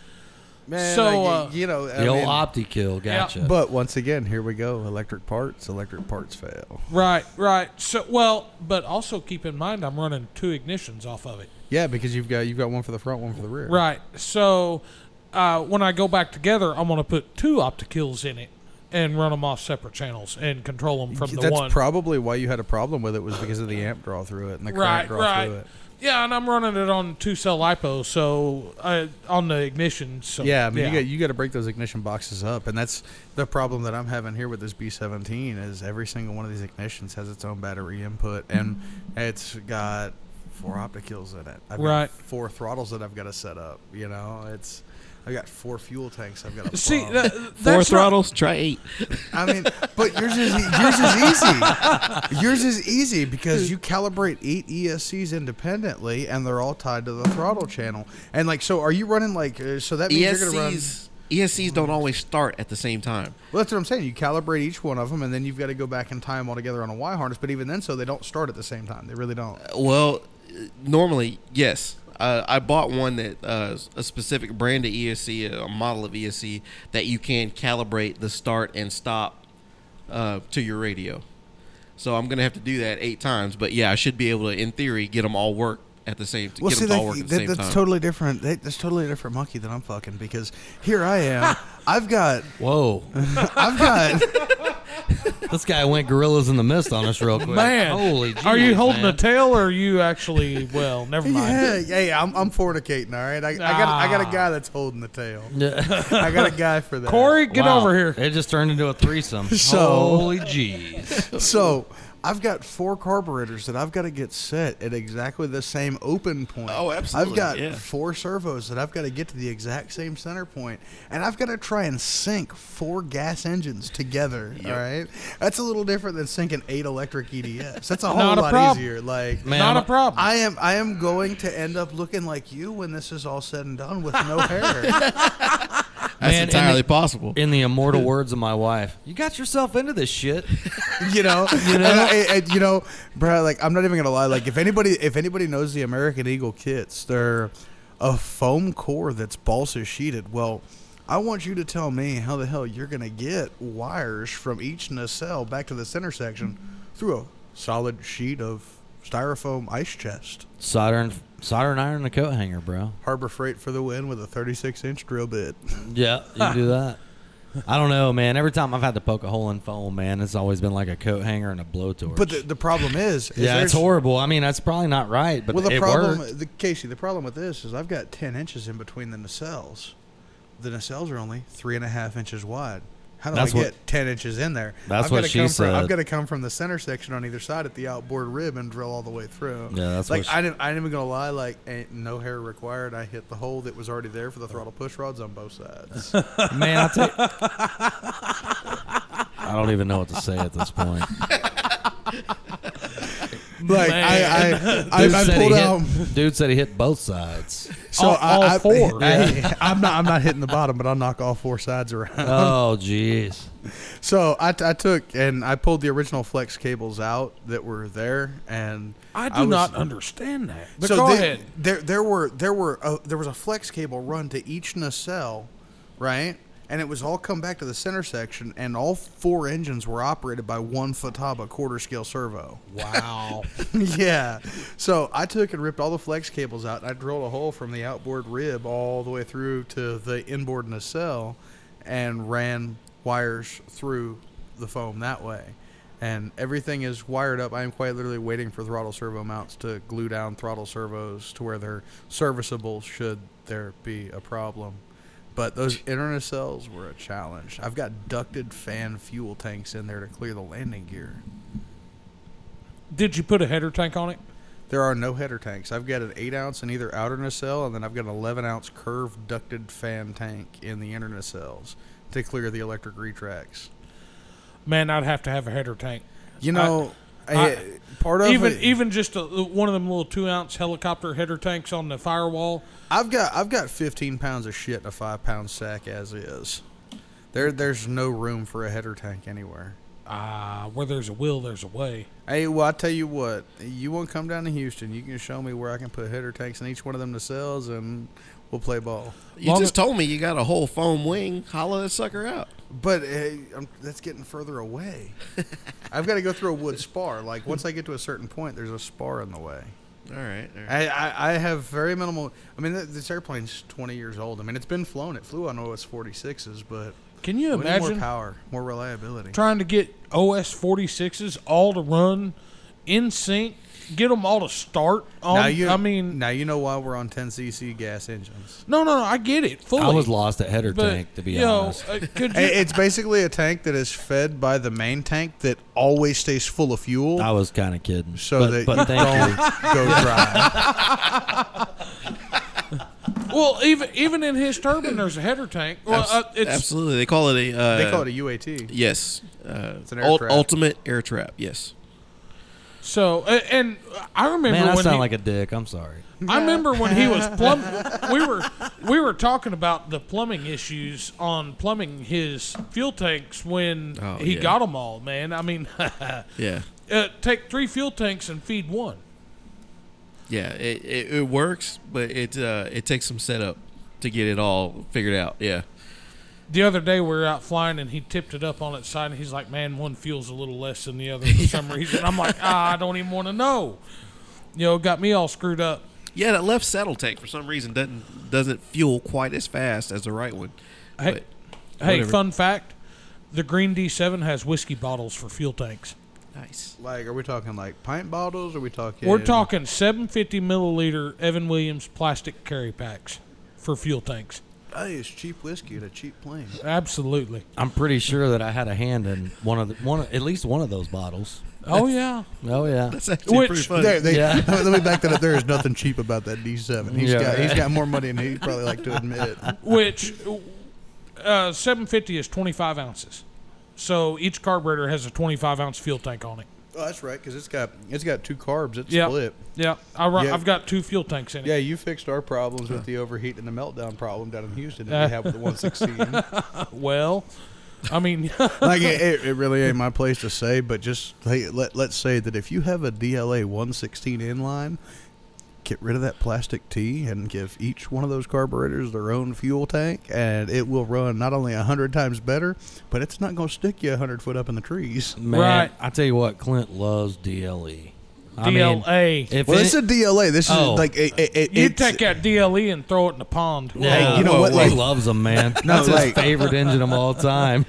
S1: Man,
S3: So,
S1: I get-
S3: uh,
S1: you know, I
S2: The old
S1: mean-
S2: opti kill, gotcha.
S1: But once again, here we go. Electric parts. Electric parts fail.
S3: Right, right. So well, but also keep in mind I'm running two ignitions off of it.
S1: Yeah, because you've got you've got one for the front, one for the rear.
S3: Right. So uh, when I go back together, I'm gonna put two opticills in it and run them off separate channels and control them from the
S1: That's
S3: one.
S1: probably why you had a problem with it was because of the amp draw through it and the current
S3: right,
S1: draw through
S3: right.
S1: it.
S3: Yeah, and I'm running it on two cell lipo, so uh, on the ignition. So
S1: Yeah, I mean you got you got to break those ignition boxes up, and that's the problem that I'm having here with this B17 is every single one of these ignitions has its own battery input, and it's got four opticals in it. I've got
S3: Right.
S1: four throttles that I've got to set up. You know, it's I got four fuel tanks. I've got to
S3: see
S1: plumb.
S3: that, [LAUGHS] that's
S4: Four
S3: not-
S4: throttles, try eight.
S1: I mean, but yours is e, yours is
S3: [LAUGHS]
S1: easy. Yours is easy because you calibrate eight ESCs independently, and they're all tied to the throttle channel. And like, so are you running like? Uh, so that means
S4: E
S1: you're gonna run.
S4: ESCs ESCs don't always start at the same time.
S1: Well, that's what I'm saying. You calibrate each one of them, and then you've got to go back and tie them all together on a Y harness. But even then, so they don't start at the same time. They really don't.
S4: Well, uh, normally yes. Uh, I bought one that uh, a specific brand of ESC, a model of ESC that you can calibrate the start and stop uh, to your radio. So I'm gonna have to do that eight times, but yeah, I should be able to, in theory, get them all work at the same. get 'em to all work at the same
S1: that's
S4: time.
S1: totally different. That, that's totally a different monkey than I'm fucking because here I
S4: [LAUGHS]
S1: am. I've got,
S2: Whoa,
S1: I've got.
S2: this guy went gorillas in the mist on [LAUGHS] us real quick.
S3: Man,
S2: holy,
S3: are you
S2: jeez,
S3: holding
S2: man.
S3: a tail or are you actually? Well, never mind.
S1: [LAUGHS] Yeah, yeah, yeah, I'm, I'm fornicating. All right, I, I got I got
S4: Ah.
S1: a guy that's holding the
S4: [LAUGHS]
S1: tail.
S2: Yeah.
S1: I got a guy for that.
S3: Corey, get
S2: Wow.
S3: over here.
S2: It just turned into a [LAUGHS] threesome.
S1: So-
S2: holy jeez.
S1: So I've got four carburetors that I've got to get set at exactly the same open point.
S4: Oh, absolutely,
S1: I've got
S4: yeah.
S1: four servos that I've got to get to the exact same center point, and I've got to try and sync four gas engines together. All right, that's a little different than syncing eight electric EDFs. That's a whole
S3: Not a
S1: lot
S3: problem.
S1: easier. Like.
S2: Man,
S3: not a
S2: I'm-
S3: problem.
S1: I am I am going to end up looking like you when this is all said and done with
S4: [LAUGHS]
S1: no hair.
S4: That's
S2: Man, and
S4: entirely
S2: the-
S4: possible.
S2: In the immortal words of my wife, you got yourself into this shit.
S1: [LAUGHS] you know, you know, and I, and, you know, bro. Like, I'm not even gonna lie. Like, if anybody, if anybody knows the American Eagle kits, they're a foam core that's balsa sheeted. Well, I want you to tell me how the hell you're gonna get wires from each nacelle back to the center section through a solid sheet of styrofoam ice chest.
S2: Soldering, soldering iron in a coat hanger, bro.
S1: Harbor Freight for the win with a 36 inch drill bit.
S2: Yeah, you [LAUGHS] can do that. I don't know, man. Every time I've had to poke a hole in foam, man, it's always been like a coat hanger and a blowtorch.
S1: But the, the problem is, is
S2: yeah,
S1: there's-
S2: it's horrible. I mean, that's probably not right, but
S1: Well, the
S2: it
S1: problem,
S2: worked.
S1: the Casey, the problem with this is I've got ten inches in between the nacelles. The nacelles are only three and a half inches wide. How do
S2: That's
S1: I
S2: what-
S1: get ten inches in there?
S2: That's
S1: I've
S2: what
S1: gotta
S2: she
S1: come From,
S2: said.
S1: I've got to come from the center section on either side at the outboard rib and drill all the way through.
S2: Yeah, that's
S1: like
S2: what she-
S1: I didn't. I ain't even gonna lie. Like ain't no hair required. I hit the hole that was already there for the throttle push rods on both
S3: [LAUGHS]
S1: sides.
S2: Man, I
S1: [LAUGHS]
S2: tell you, I don't even know what to say at this point.
S1: like I, I, I, I
S2: said
S1: pulled
S2: he
S3: [LAUGHS]
S1: out. [LAUGHS]
S2: Hit, dude said he hit both sides.
S1: So
S3: all,
S1: I,
S3: all
S1: I,
S3: four.
S1: I, am not. [LAUGHS] I'm not hitting the bottom, but I'll knock all four sides around.
S2: Oh, jeez.
S1: So I, t- I took and I pulled the original flex cables out that were there, and
S3: I do
S1: was-
S3: not understand that. But
S1: so
S3: go
S1: they-
S3: ahead.
S1: There, there were there were a, there was a flex cable run to each nacelle, right? And it was all come back to the center section, and all four engines were operated by one Futaba quarter scale servo.
S3: Wow.
S1: [LAUGHS] yeah. So I took and ripped all the flex cables out. And I drilled a hole from the outboard rib all the way through to the inboard nacelle and ran wires through the foam that way. And everything is wired up. I am quite literally waiting for throttle servo mounts to glue down throttle servos to where they're serviceable should there be a problem. But those inner nacelles were a challenge. I've got ducted fan fuel tanks in there to clear the landing gear.
S3: Did you put a header tank on it?
S1: There are no header tanks. I've got an eight ounce in either outer nacelle, and then I've got an eleven ounce curved ducted fan tank in the inner nacelles to clear the electric retracts.
S3: Man, I'd have to have a header tank.
S1: You know,
S3: I-
S1: eh, part of
S3: Even
S1: it-
S3: even just a, one of them little two ounce helicopter header tanks on the firewall.
S1: I've got I've got fifteen pounds of shit in a five pound sack as is. There there's no room for a header tank anywhere.
S3: Ah, where there's a will, there's a way.
S1: Hey, well, I tell you what, you want to come down to Houston, you can show me where I can put header tanks in each one of them nacelles, and we'll play ball.
S4: You
S3: Long-
S4: just told me you got a whole foam wing. Holla that sucker out.
S1: But eh, I'm, that's getting further [LAUGHS] away. I've got to go through a wood spar. Like once I get to a certain point, there's a spar in the way.
S4: All right. All right.
S1: I, I, I have very minimal. I mean, th- this airplane's 20 years old. I mean, it's been flown. It flew on OS 46s, but
S3: Can you
S1: we need more
S3: imagine
S1: power, more reliability.
S3: trying to get OS 46s all to run in sync, get them all to start on?
S1: now you,
S3: I mean,
S1: now you know why we're on 10cc gas engines.
S3: no, no, no, I get it fully.
S2: I was lost at header
S3: but,
S2: tank, to be
S3: you know,
S2: honest.
S3: uh, could you,
S1: I- It's basically a tank that is fed by the main tank that always stays full of fuel, [LAUGHS]
S2: I was kind of kidding.
S1: so
S2: but,
S1: that
S2: but
S1: you
S2: thank
S1: don't
S2: you.
S1: go dry.
S3: well, even even in his turbine, there's a header tank. Well,
S4: Abs-
S3: uh, it's
S4: absolutely. They call it a. Uh,
S1: They call it a UAT.
S4: Yes. Uh,
S1: an air
S4: ul-
S1: trap.
S4: ultimate air trap. Yes.
S3: so, uh, and I remember
S2: Man, I
S3: when
S2: sound
S3: he,
S2: like a dick. I'm sorry.
S3: I remember when he was plumb. we were we were talking about the plumbing issues on plumbing his fuel tanks when
S4: Oh,
S3: he
S4: yeah.
S3: got them all. Man, I mean, [LAUGHS] uh,
S4: Yeah.
S3: take three fuel tanks and feed one.
S4: Yeah. It, it, it works, but it uh, it takes some setup to get it all figured out. Yeah.
S3: The other day we were out flying and he tipped it up on its side and he's like, "Man, one fuel's a little less than the other
S4: [LAUGHS]
S3: for some reason." I'm like, ah, "I don't even want to know." You know, got me all screwed up.
S4: Yeah. That left saddle tank for some reason doesn't doesn't fuel quite as fast as the right one.
S3: Hey, hey,
S4: whatever.
S3: fun fact: the green D7 has whiskey bottles for fuel tanks.
S4: But nice.
S1: Like, are we talking like pint bottles? Or are we talking?
S3: We're talking 750 milliliter Evan Williams plastic carry packs for fuel tanks.
S1: Hey, it's cheap whiskey at a cheap plane.
S3: Absolutely.
S2: I'm pretty sure that I had a hand in one of the, one of- at least one of those bottles.
S3: Oh yeah.
S2: Oh yeah.
S4: That's actually
S3: Which-
S4: pretty funny.
S1: There, they, [LAUGHS]
S2: [LAUGHS] Yeah.
S1: Let me back that up. There is nothing cheap about that D7. He's
S2: Yeah,
S1: got
S2: right.
S1: he's got more money than he'd probably like to
S2: [LAUGHS]
S1: admit.
S3: Which uh, 750 is 25 ounces, so each carburetor has a 25 ounce fuel tank on it.
S1: Oh, that's right, because it's got it's got two carbs. It's
S3: Yeah.
S1: split.
S3: Yeah, I run,
S1: Yeah.
S3: I've got two fuel tanks in it.
S1: Yeah, you fixed our problems with the overheat and the meltdown problem down in Houston that
S3: Uh.
S1: we have with the
S2: [LAUGHS]
S1: 116.
S3: Well, I mean, [LAUGHS]
S1: like it, it, it really ain't my place to say, but just hey, let let's say that if you have a DLA 116 inline, get rid of that plastic tee and give each one of those carburetors their own fuel tank, and it will run not only hundred times better, but it's not going to stick you hundred foot up in the trees.
S2: Man,
S3: Right.
S2: I tell you what, Clint loves DLE. I mean,
S3: DLA.
S2: if
S1: Well,
S2: it-
S1: this is a DLA. This is
S2: Oh.
S1: like a, a, a,
S3: you
S1: it's-
S3: take that DLE and throw it in the pond.
S2: Yeah,
S1: you know what, like-
S2: he loves
S1: [LAUGHS]
S2: them, man. That's his
S1: like-
S2: favorite engine of all time.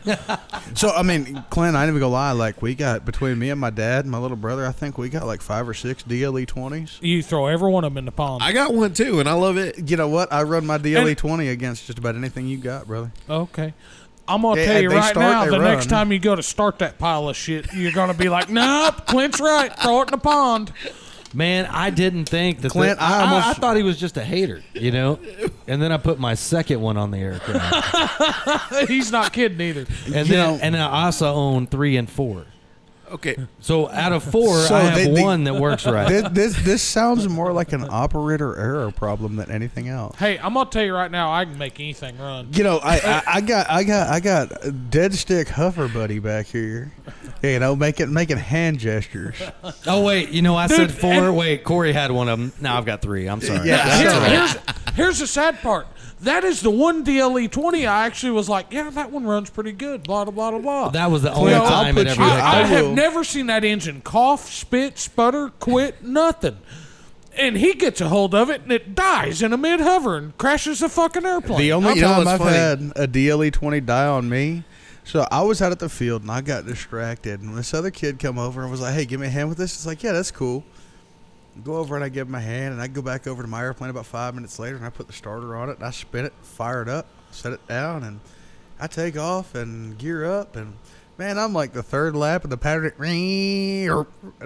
S1: So I mean, Clint, I ain't even gonna lie. Like we got between me and my dad and my little brother, I think we got like five or six DLE twenties.
S3: You throw every one of them in the pond.
S4: I got one too, and I love it.
S1: You know what? I run my DLE twenty against just about anything you got, brother.
S3: Okay. I'm gonna
S1: They-
S3: tell you
S1: they
S3: right
S1: start,
S3: now,
S1: they
S3: the next
S1: run.
S3: time you go to start that pile of shit, you're gonna be like, "Nope, Clint's right. Throw it in the pond." [LAUGHS]
S2: Man, I didn't think that.
S1: Clint,
S2: the-
S1: I almost-
S2: I thought he was just a hater, you know. And then I put my second one on
S1: [LAUGHS]
S2: the aircraft,
S3: He's not kidding either.
S2: and
S1: You
S2: then
S1: know-
S2: and then I also own three and four.
S1: [LAUGHS]
S4: Okay.
S2: So out of four,
S1: So
S2: I have
S1: they- they-
S2: one that works
S1: [LAUGHS]
S2: right.
S1: This, this this sounds more like an operator error problem than anything else.
S3: Hey, I'm gonna tell you right now, I can make anything run.
S1: You know, I, I, I got I got I got dead stick huffer buddy back here. You know, making making hand gestures.
S2: oh wait, you know I said
S3: Dude,
S2: four.
S3: and-
S2: wait, Corey had one of them. Now I've got three. I'm sorry.
S1: Yeah.
S3: Here-
S1: That's all right.
S3: here's, here's the sad part. That is the one DLE 20 I actually was like, yeah, that one runs pretty good, blah, blah, blah, blah.
S2: That was the only
S1: Clint, I'll
S2: time it
S1: put
S2: ever.
S1: you-
S3: I,
S2: hooked
S1: I
S3: I
S2: up.
S3: have
S1: will-
S3: never seen that engine cough, spit, sputter, quit, nothing. And he gets a hold of it and it dies in a mid hover and crashes the fucking airplane.
S1: The only
S4: You know
S1: time
S4: what's
S1: I've
S4: funny?
S1: had a DLE twenty die on me, so I was out at the field and I got distracted, and this other kid come over and was like, "Hey, give me a hand with this." It's like, "Yeah, that's cool." Go over and I give him a hand, and I go back over to my airplane about five minutes later, and I put the starter on it, and I spin it, fire it up, set it down, and I take off and gear up, and man, I'm like the third lap, and the pattern, and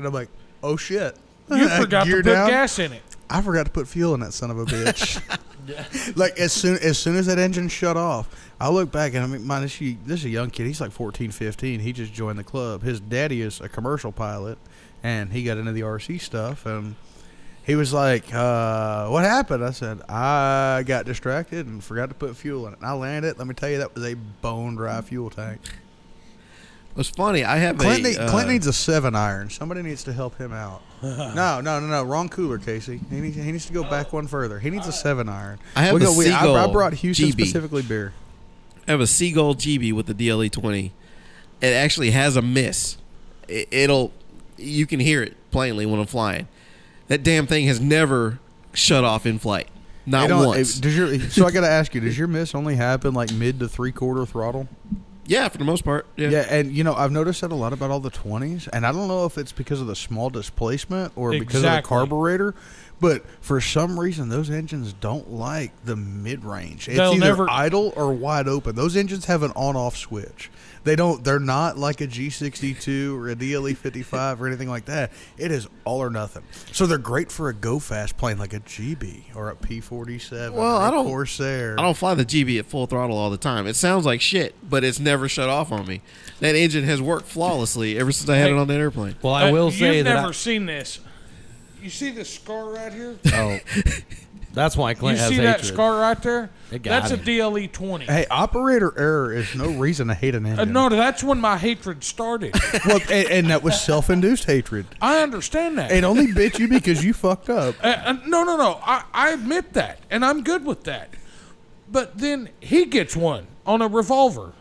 S1: I'm like, "Oh shit."
S3: you
S1: [LAUGHS] I
S3: forgot to
S1: gear
S3: put
S1: down.
S3: gas in it.
S1: I forgot to put fuel in that son of a bitch. like as soon as soon as that engine shut off, I look back and I mean, mind this, you- this is a young kid. He's like 14, 15. He just joined the club. His daddy is a commercial pilot, and he got into the RC stuff. And he was like, uh, "What happened?" I said, "I got distracted and forgot to put fuel in it. And I landed. Let me tell you, that was a bone dry fuel tank.
S4: It's funny. I have
S1: Clint,
S4: a.
S1: need-
S4: uh,
S1: Clint needs a seven iron. Somebody needs to help him
S4: [LAUGHS]
S1: out. no, no, no, no. Wrong cooler, Casey. He needs, he needs to go back one further. He needs a seven iron.
S4: I have
S1: We
S4: a
S1: go- we- I- I,
S4: Seagull
S1: brought Houston
S4: GB.
S1: specifically beer.
S4: I have a Seagull GB with the DLE 20. It actually has a miss. It, it'll. You can hear it plainly when I'm flying. That damn thing has never shut off in flight.
S1: They
S4: Not
S1: don't-
S4: once.
S1: eh, does your, so I got to ask you: Does your miss only happen like mid to three quarter throttle?
S4: yeah, for the most part. Yeah.
S1: Yeah, and you know I've noticed that a lot about all the twenties, and I don't know if it's because of the small displacement or because of the
S3: Exactly.
S1: carburetor, but for some reason those engines don't like the mid range. It's
S3: They'll
S1: either
S3: never-
S1: idle or wide open. Those engines have an on off switch. They don't. They're not like a G sixty two or a DLE fifty five or anything like that. It is all or nothing. So they're great for a go fast plane like a GB or a P forty seven.
S4: Well, I don't-
S1: Corsair.
S4: I don't fly the GB at full throttle all the time. It sounds like shit, but it's never shut off on me. That engine has worked flawlessly ever since I had
S3: Hey.
S4: it on that airplane.
S2: Well, I
S3: Uh,
S2: will say
S3: You've
S2: that I-
S3: never seen this. You see this scar right here?
S2: Oh, that's why
S3: You
S2: Clint has
S3: see
S2: hatred.
S3: that scar right there?
S2: It got
S3: That's
S2: him.
S3: a DLE 20.
S1: Hey, operator error is no reason to hate an engine.
S3: Uh, no, that's when my
S1: [LAUGHS]
S3: hatred started.
S1: well, and, and that was self-induced hatred.
S3: I understand that.
S1: It only bit you because you fucked up.
S3: Uh, uh, no, no, no. I, I admit that, and I'm good with that. But then he gets one on a revolver.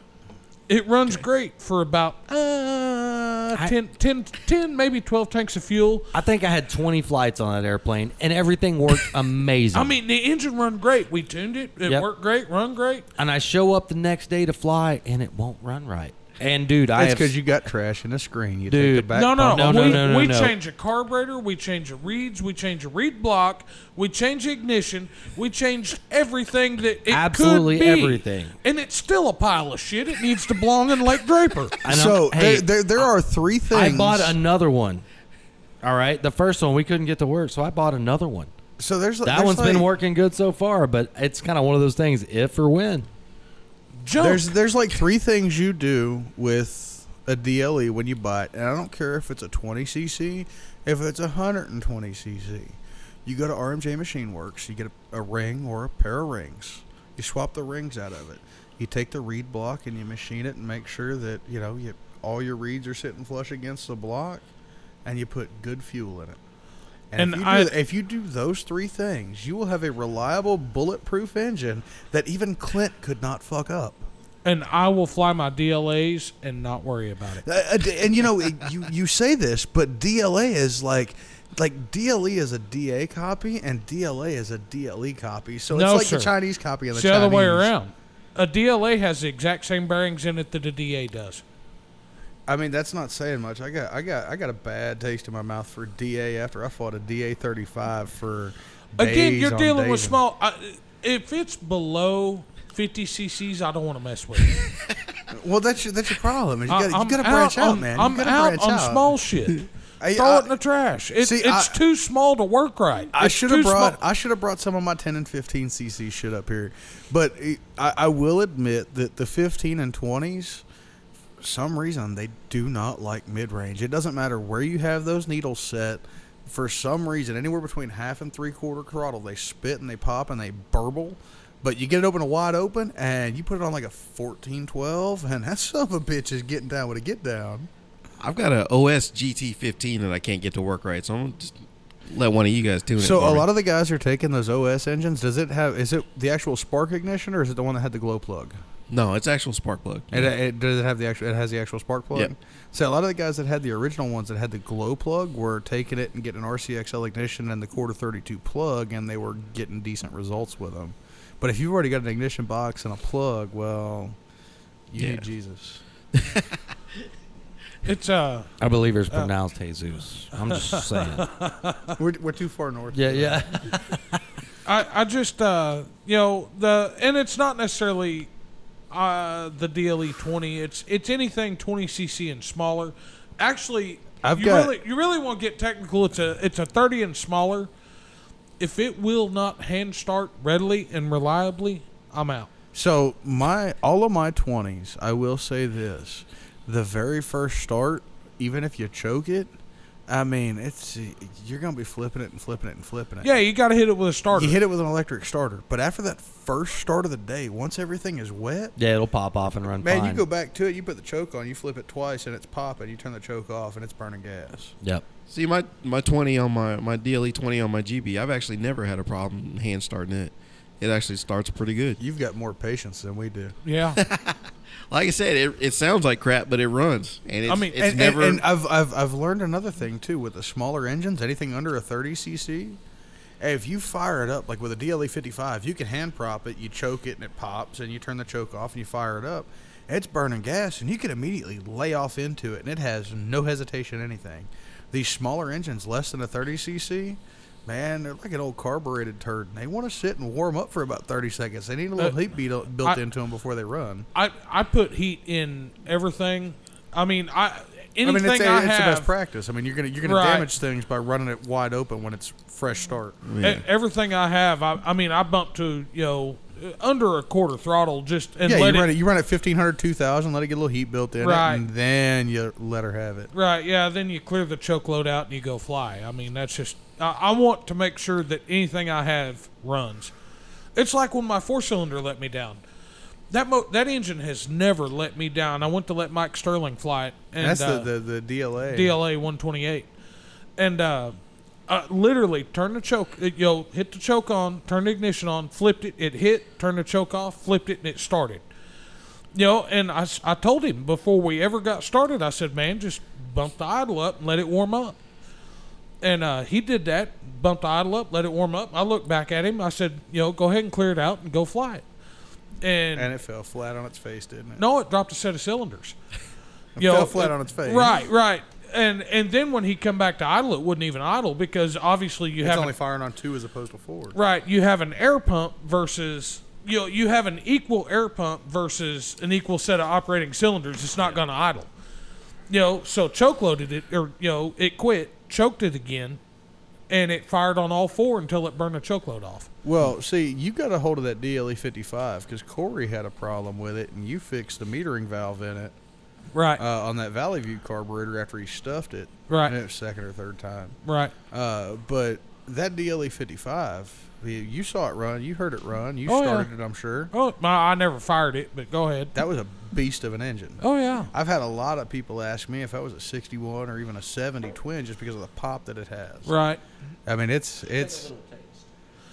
S3: It runs great for about uh,
S2: I-
S3: 10, 10, 10, maybe 12 tanks of fuel.
S2: I think I had 20 flights on that airplane, and everything worked amazing.
S3: [LAUGHS] I mean, the engine run great. We tuned it. It
S2: Yep.
S3: worked great, run great.
S2: and I show up the next day to fly, and it won't run right. And dude, I
S1: That's
S2: have
S1: because you got trash in the screen. You
S2: Dude,
S1: take the back
S3: no, no,
S1: pocket.
S2: No,
S3: no,
S2: no,
S3: We,
S2: no, no,
S3: we
S2: no.
S3: change a carburetor. We change the reeds. We change a reed block. We change the ignition. We changed everything that it
S2: Absolutely
S3: could be.
S2: everything.
S3: And it's still a pile of shit. It needs to belong in Lake
S2: [LAUGHS]
S3: Draper.
S2: and I'm-
S1: So
S2: hey,
S1: there, there, there are three things.
S2: I bought another one. All right, the first one we couldn't get to work, so I bought another one.
S1: so there's
S2: That
S1: there's
S2: one's
S1: like,
S2: been working good so far, but it's kind of one of those things: if or when.
S3: Junk.
S1: There's there's like three things you do with a DLE when you buy it, and I don't care if it's a 20 cc, if it's a 120 cc. You go to RMJ Machine Works, you get a, a ring or a pair of rings. You swap the rings out of it. You take the reed block and you machine it and make sure that you know you, all your reeds are sitting flush against the block, and you put good fuel in it. And,
S3: And
S1: if, you
S3: I-
S1: do, if you do those three things, you will have a reliable bulletproof engine that even Clint could not fuck up.
S3: and I will fly my DLAs and not worry about it.
S1: Uh, uh, d- and you know, it- you you say this, but DLA is like. Like DLE is a DA copy and DLA is a DLE copy, so
S3: No,
S1: it's like
S3: sir.
S1: the Chinese copy of the
S3: It's the other way
S1: Chinese.
S3: around. A DLA has the exact same bearings in it that a DA does.
S1: I mean, that's not saying much. I got, I got, I got a bad taste in my mouth for DA after I fought a DA thirty five for. Days
S3: Again, you're
S1: on
S3: dealing
S1: days
S3: with
S1: on-
S3: small. I, if it's below 50 cc's, I don't want to mess with it.
S1: Well, that's your, that's your problem. Is you
S3: I-
S1: got
S3: I'm
S1: to branch out,
S3: on-
S1: man.
S3: I'm
S1: you gotta
S3: out
S1: branch
S3: on
S1: out. [LAUGHS]
S3: small shit.
S1: I-
S3: Throw
S1: I-
S3: it in the trash. It,
S1: See,
S3: it's
S1: I-
S3: too small to work right.
S1: I
S3: It's
S1: should
S3: too
S1: have brought
S3: small.
S1: I should have brought some of my 10 and 15 cc shit up here, but it- I, I will admit that the 15 and 20s some reason they do not like mid-range. It doesn't matter where you have those needles set. For some reason, anywhere between half and three-quarter throttle, they spit and they pop and they burble. But you get it open to wide open, and you put it on like a 14-12, and that [LAUGHS] son of a bitch is getting down with a get down.
S4: I've got a OS GT 15 that I can't get to work right, so I'm gonna just let one of you guys tune it.
S1: So
S4: for
S1: a
S4: me.
S1: lot of the guys are taking those OS engines. Does it have? Is it the actual spark ignition, or is it the one that had the glow plug?
S4: no, it's actual spark plug.
S1: It, it does it have the actual? It has the actual spark plug.
S4: Yep.
S1: So a lot of the guys that had the original ones that had the glow plug were taking it and getting an RCXL ignition and the quarter thirty two plug, and they were getting decent results with them. But if you've already got an ignition box and a plug, well, you
S4: Yeah.
S1: need
S4: [LAUGHS]
S1: Jesus.
S3: It's uh,
S2: I believe it's pronounced Jesus.
S1: [LAUGHS]
S2: I'm just saying.
S1: we're, we're too far north.
S2: yeah, yeah.
S3: I, I just uh, you know the and it's not necessarily uh, the DLE twenty. It's it's anything twenty cc and smaller. Actually,
S1: I've
S3: you
S1: got-
S3: really you really want to get technical. It's a it's a thirty and smaller. If it will not hand start readily and reliably, I'm out.
S1: So my all of my twenties, I will say this: the very first start, even if you choke it, I mean, it's you're gonna be flipping it and flipping it and flipping it.
S3: Yeah, you got to hit it with a starter.
S1: You hit it with an electric starter, but after that first start of the day, once everything is wet,
S2: Yeah, it'll pop off and run
S1: man,
S2: fine.
S1: you go back to it. You put the choke on, you flip it twice, and it's popping. You turn the choke off, and it's burning gas.
S2: Yep.
S4: See my my 20 on my my DLE 20 on my GB. I've actually never had a problem hand starting it. It actually starts pretty good.
S1: You've got more patience than we do.
S3: yeah,
S4: Like I said, it, it sounds like crap, but it runs, and it's,
S3: mean,
S4: it's
S1: and,
S4: never.
S1: and, and I've, I've I've learned another thing too with the smaller engines, anything under a 30 cc. If you fire it up like with a DLE 55, you can hand prop it, you choke it, and it pops, and you turn the choke off and you fire it up. It's burning gas, and you can immediately lay off into it, and it has no hesitation. Anything. These smaller engines, less than a 30 cc, man, they're like an old carbureted turd. and They want to sit and warm up for about 30 seconds. They need a little
S3: Uh,
S1: heat beat built
S3: I-
S1: into them before they run.
S3: I I put heat in everything. I mean, I
S1: I mean,
S3: anything I,
S1: it's, a- it's the
S3: have.
S1: best practice. I mean, you're gonna you're gonna
S3: Right.
S1: damage things by running it wide open when it's fresh start.
S3: E- Everything I have, I, I mean, I bump to you know uh, under a quarter throttle just and
S1: yeah, you
S3: let
S1: run
S3: it,
S1: it. You run it 1500, 2000, let it get a little heat built in,
S3: Right.
S1: it, and then you let her have it.
S3: right. Yeah, then you clear the choke load out and you go fly. I mean, that's just I, I want to make sure that anything I have runs. It's like when my four cylinder let me down. That mo- that engine has never let me down. I went to let Mike Sterling fly it, and
S1: That's
S3: uh,
S1: the, the the DLA.
S3: DLA 128. And uh, uh, literally turned the choke, it, yo, hit the choke on, turned the ignition on, flipped it, it hit, turned the choke off, flipped it, and it started. You know, and I, s- I told him before we ever got started, I said, man, just bump the idle up and let it warm up. And uh, he did that, bumped the idle up, let it warm up. I looked back at him. I said, you know, go ahead and clear it out and go fly it. And,
S1: and it fell flat on its face, didn't it?
S3: no, it dropped a set
S1: [LAUGHS]
S3: of cylinders. You
S1: fell flat on its face.
S3: Right, right. And and then when he come back to idle, it wouldn't even idle because obviously you
S1: it's
S3: have
S1: only
S3: an,
S1: firing on two as opposed to four.
S3: right you have an air pump versus you know, you have an equal air pump versus an equal set of operating cylinders. It's not going to idle. You know, so choke loaded it or you know it quit, choked it again, and it fired on all four until it burned the choke load off.
S1: Well, see, you got a hold of that DLE 55 because Corey had a problem with it, and you fixed the metering valve in it
S3: Right,
S1: uh, on that Valley View carburetor after he stuffed it.
S3: Right.
S1: And it was second or third time.
S3: right.
S1: Uh, but that DLE 55, you- you saw it run, you heard it run, you
S3: Oh, yeah.
S1: started it, I'm sure.
S3: Oh, my, I never fired it, but go ahead.
S1: That was a beast of an engine.
S3: Oh yeah.
S1: I've had a lot of people ask me if I was a 61 or even a 70 twin just because of the pop that it has.
S3: Right.
S1: I mean, it's it's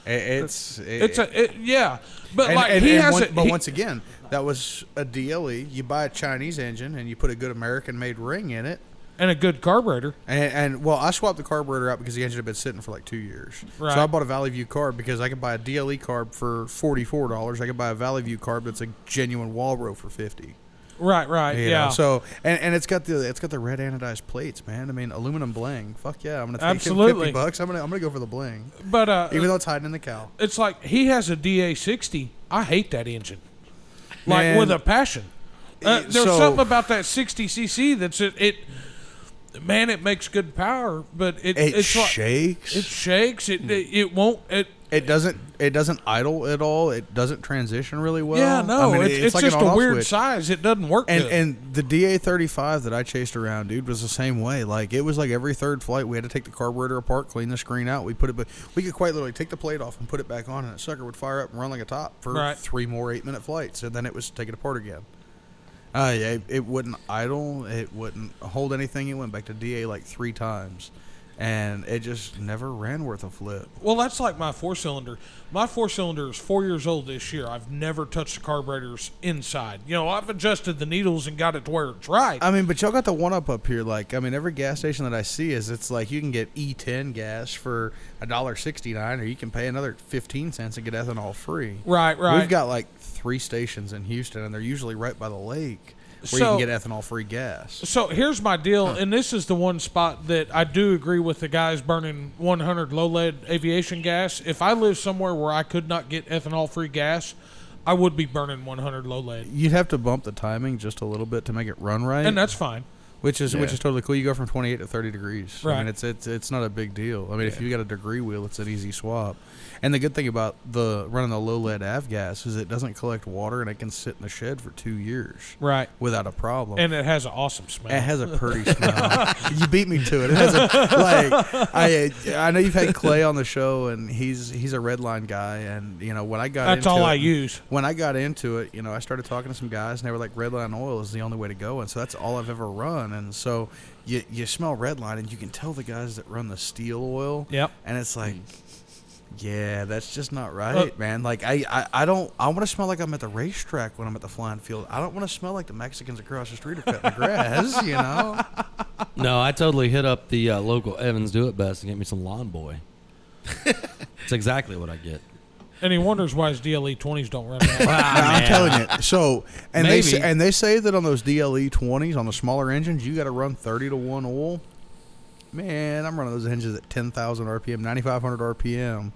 S1: i- it's
S3: It's a it, yeah, but
S1: and,
S3: like
S1: and-
S3: he
S1: and
S3: has
S1: one-
S3: it.
S1: but once again, that was a DLE. You buy a Chinese engine and you put a good American-made ring in it,
S3: and a good carburetor.
S1: And, and well, I swapped the carburetor out because the engine had been sitting for like two years.
S3: Right.
S1: So I bought a Valley View carb because I could buy a DLE carb for forty four dollars. I could buy a Valley View carb that's a genuine Walro for fifty.
S3: Right, right,
S1: you know?
S3: yeah.
S1: So and, and it's got the it's got the red anodized plates, man. I mean aluminum bling. Fuck yeah, I'm gonna take
S3: Absolutely.
S1: fifty bucks. I'm gonna I'm gonna go for the bling,
S3: but uh,
S1: even though it's hiding in the cow.
S3: it's like he has a DA60. I hate that engine, like
S1: Man.
S3: with a passion. Uh,
S1: Y-
S3: there's
S1: so-
S3: something about that 60cc that's it, it. Man, it makes good power, but it
S1: It
S3: it's like,
S1: shakes.
S3: it shakes. It, it it won't it
S1: It doesn't. It doesn't idle at all. It doesn't transition really well.
S3: yeah,
S1: I
S3: no,
S1: mean,
S3: it's,
S1: it-
S3: it's,
S1: like an
S3: just a
S1: on-off
S3: weird
S1: switch.
S3: size. It doesn't work.
S1: And
S3: good.
S1: and the DA thirty five that I chased around, dude, was the same way. Like it was like every third flight, we had to take the carburetor apart, clean the screen out. We put it, but we could quite literally take the plate off and put it back on, and that sucker would fire up and run like a top for
S3: Right.
S1: three more eight minute flights, and then it was take it apart again. Uh, yeah, it, it wouldn't idle, it wouldn't hold anything. It went back to DA like three times, and it just never ran worth a flip.
S3: Well, that's like my four cylinder. My four cylinder is four years old this year. I've never touched the carburetors inside. You know, I've adjusted the needles and got it to where it's right.
S1: I mean, but y'all got the one up up here. Like, I mean, every gas station that I see is it's like you can get E10 gas for a dollar sixty nine, or you can pay another fifteen cents and get ethanol free.
S3: right, right.
S1: We've got like three stations in Houston, and they're usually right by the lake where
S3: So-
S1: you can get ethanol free gas.
S3: so here's my deal, and this is the one spot that I do agree with the guys burning 100 low lead aviation gas. If I lived somewhere where I could not get ethanol free gas, I would be burning 100 low lead,
S1: You'd have to bump the timing just a little bit to make it run right,
S3: and that's fine.
S1: which is which
S4: Yeah.
S1: is totally cool. You go from twenty eight to thirty degrees. I
S3: Right.
S1: mean, it's it's it's not a big deal. I mean, if you got a degree wheel, it's an easy swap. And the good thing about the running the low lead av gas is it doesn't collect water and it can sit in the shed for two years.
S3: Right.
S1: without a problem.
S3: And it has an awesome smell.
S1: it has a pretty smell. [LAUGHS] you beat me to it. It has a like. I I know you've had Clay on the show, and he's he's a red line guy. And you know when I got
S3: That's
S1: into
S3: all I
S1: it-
S3: use.
S1: When I got into it, you know, I started talking to some guys, and they were like, "Red line oil is the only way to go," and so that's all I've ever run. And so you you smell red line, and you can tell the guys that run the steel oil.
S3: Yep.
S1: And it's like. Yeah, that's just not right, man. Like I, I, I don't. I want to smell like I'm at the racetrack when I'm at the flying field. I don't want to smell like the Mexicans across the street are cutting the grass. You know.
S2: No, I totally hit up the uh, local Evans Do It Best and get me some Lawn Boy.
S1: [LAUGHS]
S2: That's exactly what I get.
S3: and he wonders why his DLE 20s don't run
S1: [LAUGHS]
S3: out.
S1: No, I'm telling you. So, and they say,
S2: Maybe.
S1: and they say that on those DLE 20s on the smaller engines, you got to run 30 to 1 oil. Man, I'm running those engines at 10,000 RPM, 9,500 RPM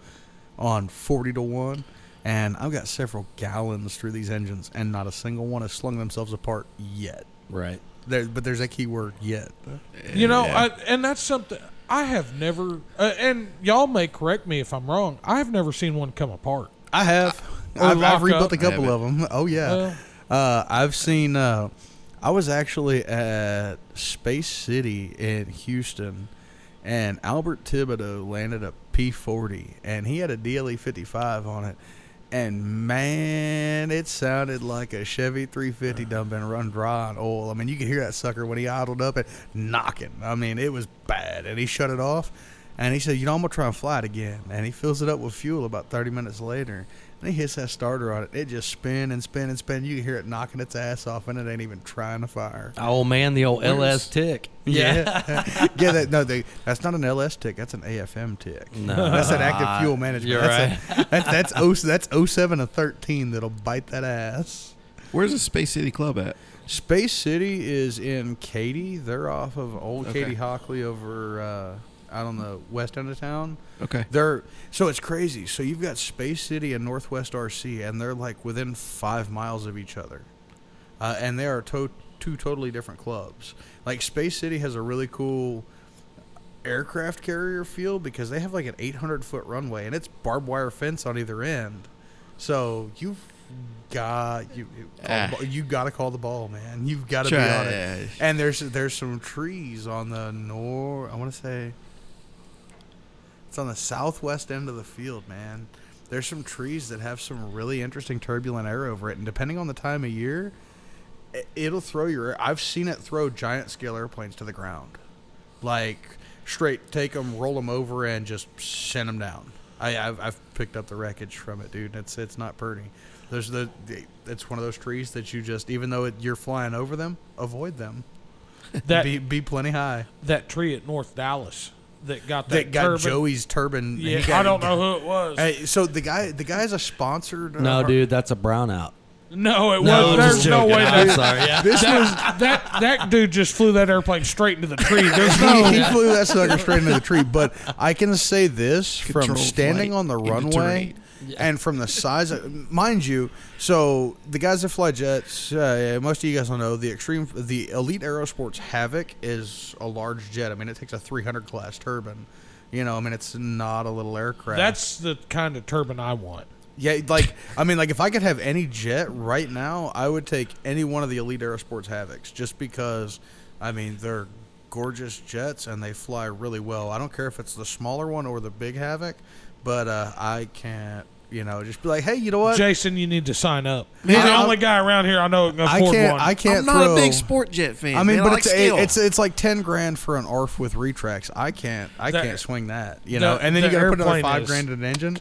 S1: on 40 to 1. And I've got several gallons through these engines, and not a single one has slung themselves apart yet.
S2: Right.
S1: There, but there's that key word yet.
S3: You know,
S4: Yeah.
S3: I, and that's something I have never. Uh, and y'all may correct me if I'm wrong. I have never seen one come
S1: [LAUGHS]
S3: apart.
S1: I have.
S3: Or
S1: I've,
S3: lock
S1: I've rebuilt
S3: up.
S1: a couple of them. Oh yeah. Uh, I've seen. Uh, I was actually at Space City in Houston, and Albert Thibodeau landed a P40, and he had a DLE 55 on it. And man, it sounded like a Chevy 350 done been run dry on oil. I mean, you could hear that sucker when he idled up and knocking. I mean, it was bad. And he shut it off, and he said, "You know, I'm gonna try and fly it again." And he fills it up with fuel about 30 minutes later, and he hits that starter on it. It just spin and spin and spin. You can hear it knocking its ass off, and it ain't even trying to fire.
S2: Oh man, the old LS tick.
S1: [LAUGHS] Yeah, yeah. That, no, they, that's not an LS tick. That's an AFM tick.
S2: No.
S1: that's an active fuel management.
S2: You're
S1: that's a- that- that's o, that's 07 and 13 that'll bite that ass.
S4: Where's the Space City Club at?
S1: Space City is in Katy. They're off of Old
S4: Okay.
S1: Katy Hockley over uh, out on the west end of town.
S4: Okay.
S1: They're so it's crazy. So you've got Space City and Northwest RC, and they're like within five miles of each other, uh, and they are to- two totally different clubs. Like Space City has a really cool aircraft carrier feel because they have like an 800 foot runway, and it's barbed wire fence on either end. So you've got you you, call
S4: Ah.
S1: the ball- you got to call the ball, man. You've got to be on it.
S4: Trash.
S1: And there's there's some trees on the nor. I want to say it's on the southwest end of the field, man. There's some trees that have some really interesting turbulent air over it, and depending on the time of year, i- it'll throw your. I've seen it throw giant scale airplanes to the ground, like straight take them, roll them over, and just send them down. I, I've, I've picked up the wreckage from it, dude. and It's it's not pretty. There's the the- it's one of those trees that you just even though it, you're flying over them, avoid them.
S3: That
S1: be be plenty high.
S3: that tree at North Dallas that got that,
S1: That got
S3: turbine-
S1: Joey's turban. he
S3: Yeah,
S1: got-
S3: I don't know who it was.
S1: Hey, so the guy, the guy's a sponsored. uh,
S2: No,
S1: or-
S2: dude, that's a brownout.
S3: no, it
S2: No,
S3: was.
S2: just
S3: There's no
S2: joking.
S3: way
S2: I'm
S3: that,
S2: sorry. Yeah.
S1: This was
S3: that that dude just flew that airplane straight into
S1: [LAUGHS]
S3: the tree. There's
S1: he,
S3: no.
S1: he flew that sucker straight into the tree. But I can say this from
S4: Controlled
S1: standing
S4: flight
S1: on the
S4: into
S1: runway
S4: terrain.
S1: and from the size of, mind you, so the guys that fly jets, uh, most of you guys don't know, the extreme, the elite aerosports Havoc is a large jet. I mean, it takes a 300 class turbine. You know, I mean, it's not a little aircraft.
S3: That's the kind of turbine I want.
S1: yeah. Like, I mean, like if I could have any jet right now, I would take any one of the Elite Aerosports Havocs just because, I mean, they're gorgeous jets and they fly really well. I don't care if it's the smaller one or the big Havoc, but uh, I can't. You know, just be like, hey, you know what?
S3: Jason, you need to sign up. He's the
S1: I'm-
S3: only guy around here I know that can
S1: I
S3: afford
S1: can't.
S3: one.
S1: I can't.
S4: I'm not
S1: throw-
S4: a big sport jet fan.
S1: I mean,
S4: man.
S1: but
S4: like
S1: it's
S4: scale.
S1: it's it's like ten grand for an ARF with retracts. I can't I
S3: The-
S1: can't swing that, you
S3: the-
S1: know. And then you
S3: the
S1: got to put another
S3: airplane
S1: five
S3: is-
S1: grand in an
S4: [LAUGHS]
S1: engine.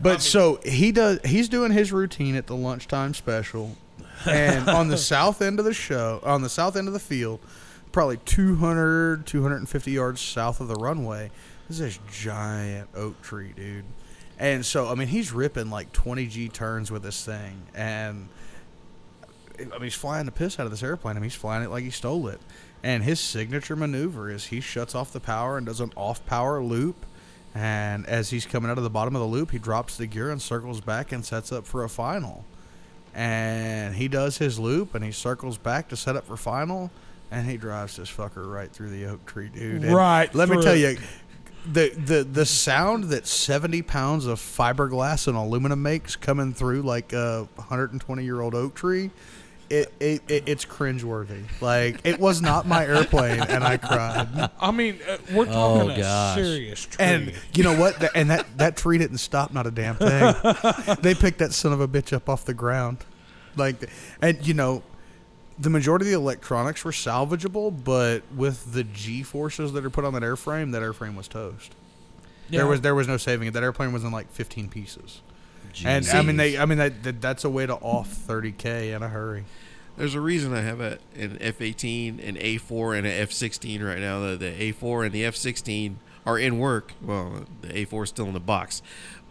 S1: But so he does. He's doing his routine at the lunchtime special, and
S3: [LAUGHS]
S1: on the south end of the show, on the south end of the field, probably 200, 250 yards south of the runway, is this giant oak tree, dude. And so I mean, he's ripping like twenty G turns with this thing, and I mean, he's flying the piss out of this airplane. I mean, he's flying it like he stole it. And his signature maneuver is he shuts off the power and does an off power loop. And as he's coming out of the bottom of the loop, he drops the gear and circles back and sets up for a final. And he does his loop and he circles back to set up for final. And he drives this fucker right through the oak tree, dude. And
S3: Right
S1: Let me
S3: through
S1: tell
S3: it.
S1: you, the, the the sound that 70 pounds of fiberglass and aluminum makes coming through like a 120 year old oak tree it, it, it it's cringeworthy like it was not my airplane and i cried
S3: I mean, uh, we're talking a
S2: gosh.
S3: serious tree.
S1: Oh, and you know what Th- and that that tree didn't stop not a damn thing [LAUGHS] they picked that son of a bitch up off the ground like and you know the majority of the electronics were salvageable but with the g forces that are put on that airframe that airframe was toast
S3: Yeah.
S1: There was there was no saving it. That airplane was in like 15 pieces. [LAUGHS] And I
S2: Jeez.
S1: mean they I mean that, that that's a way to off 30k in a hurry.
S4: There's a reason I have a, an F-18, an A-4, and an F-16 right now. The, the A-4 and the F-16 are in work. Well, the A-4 is still in the box,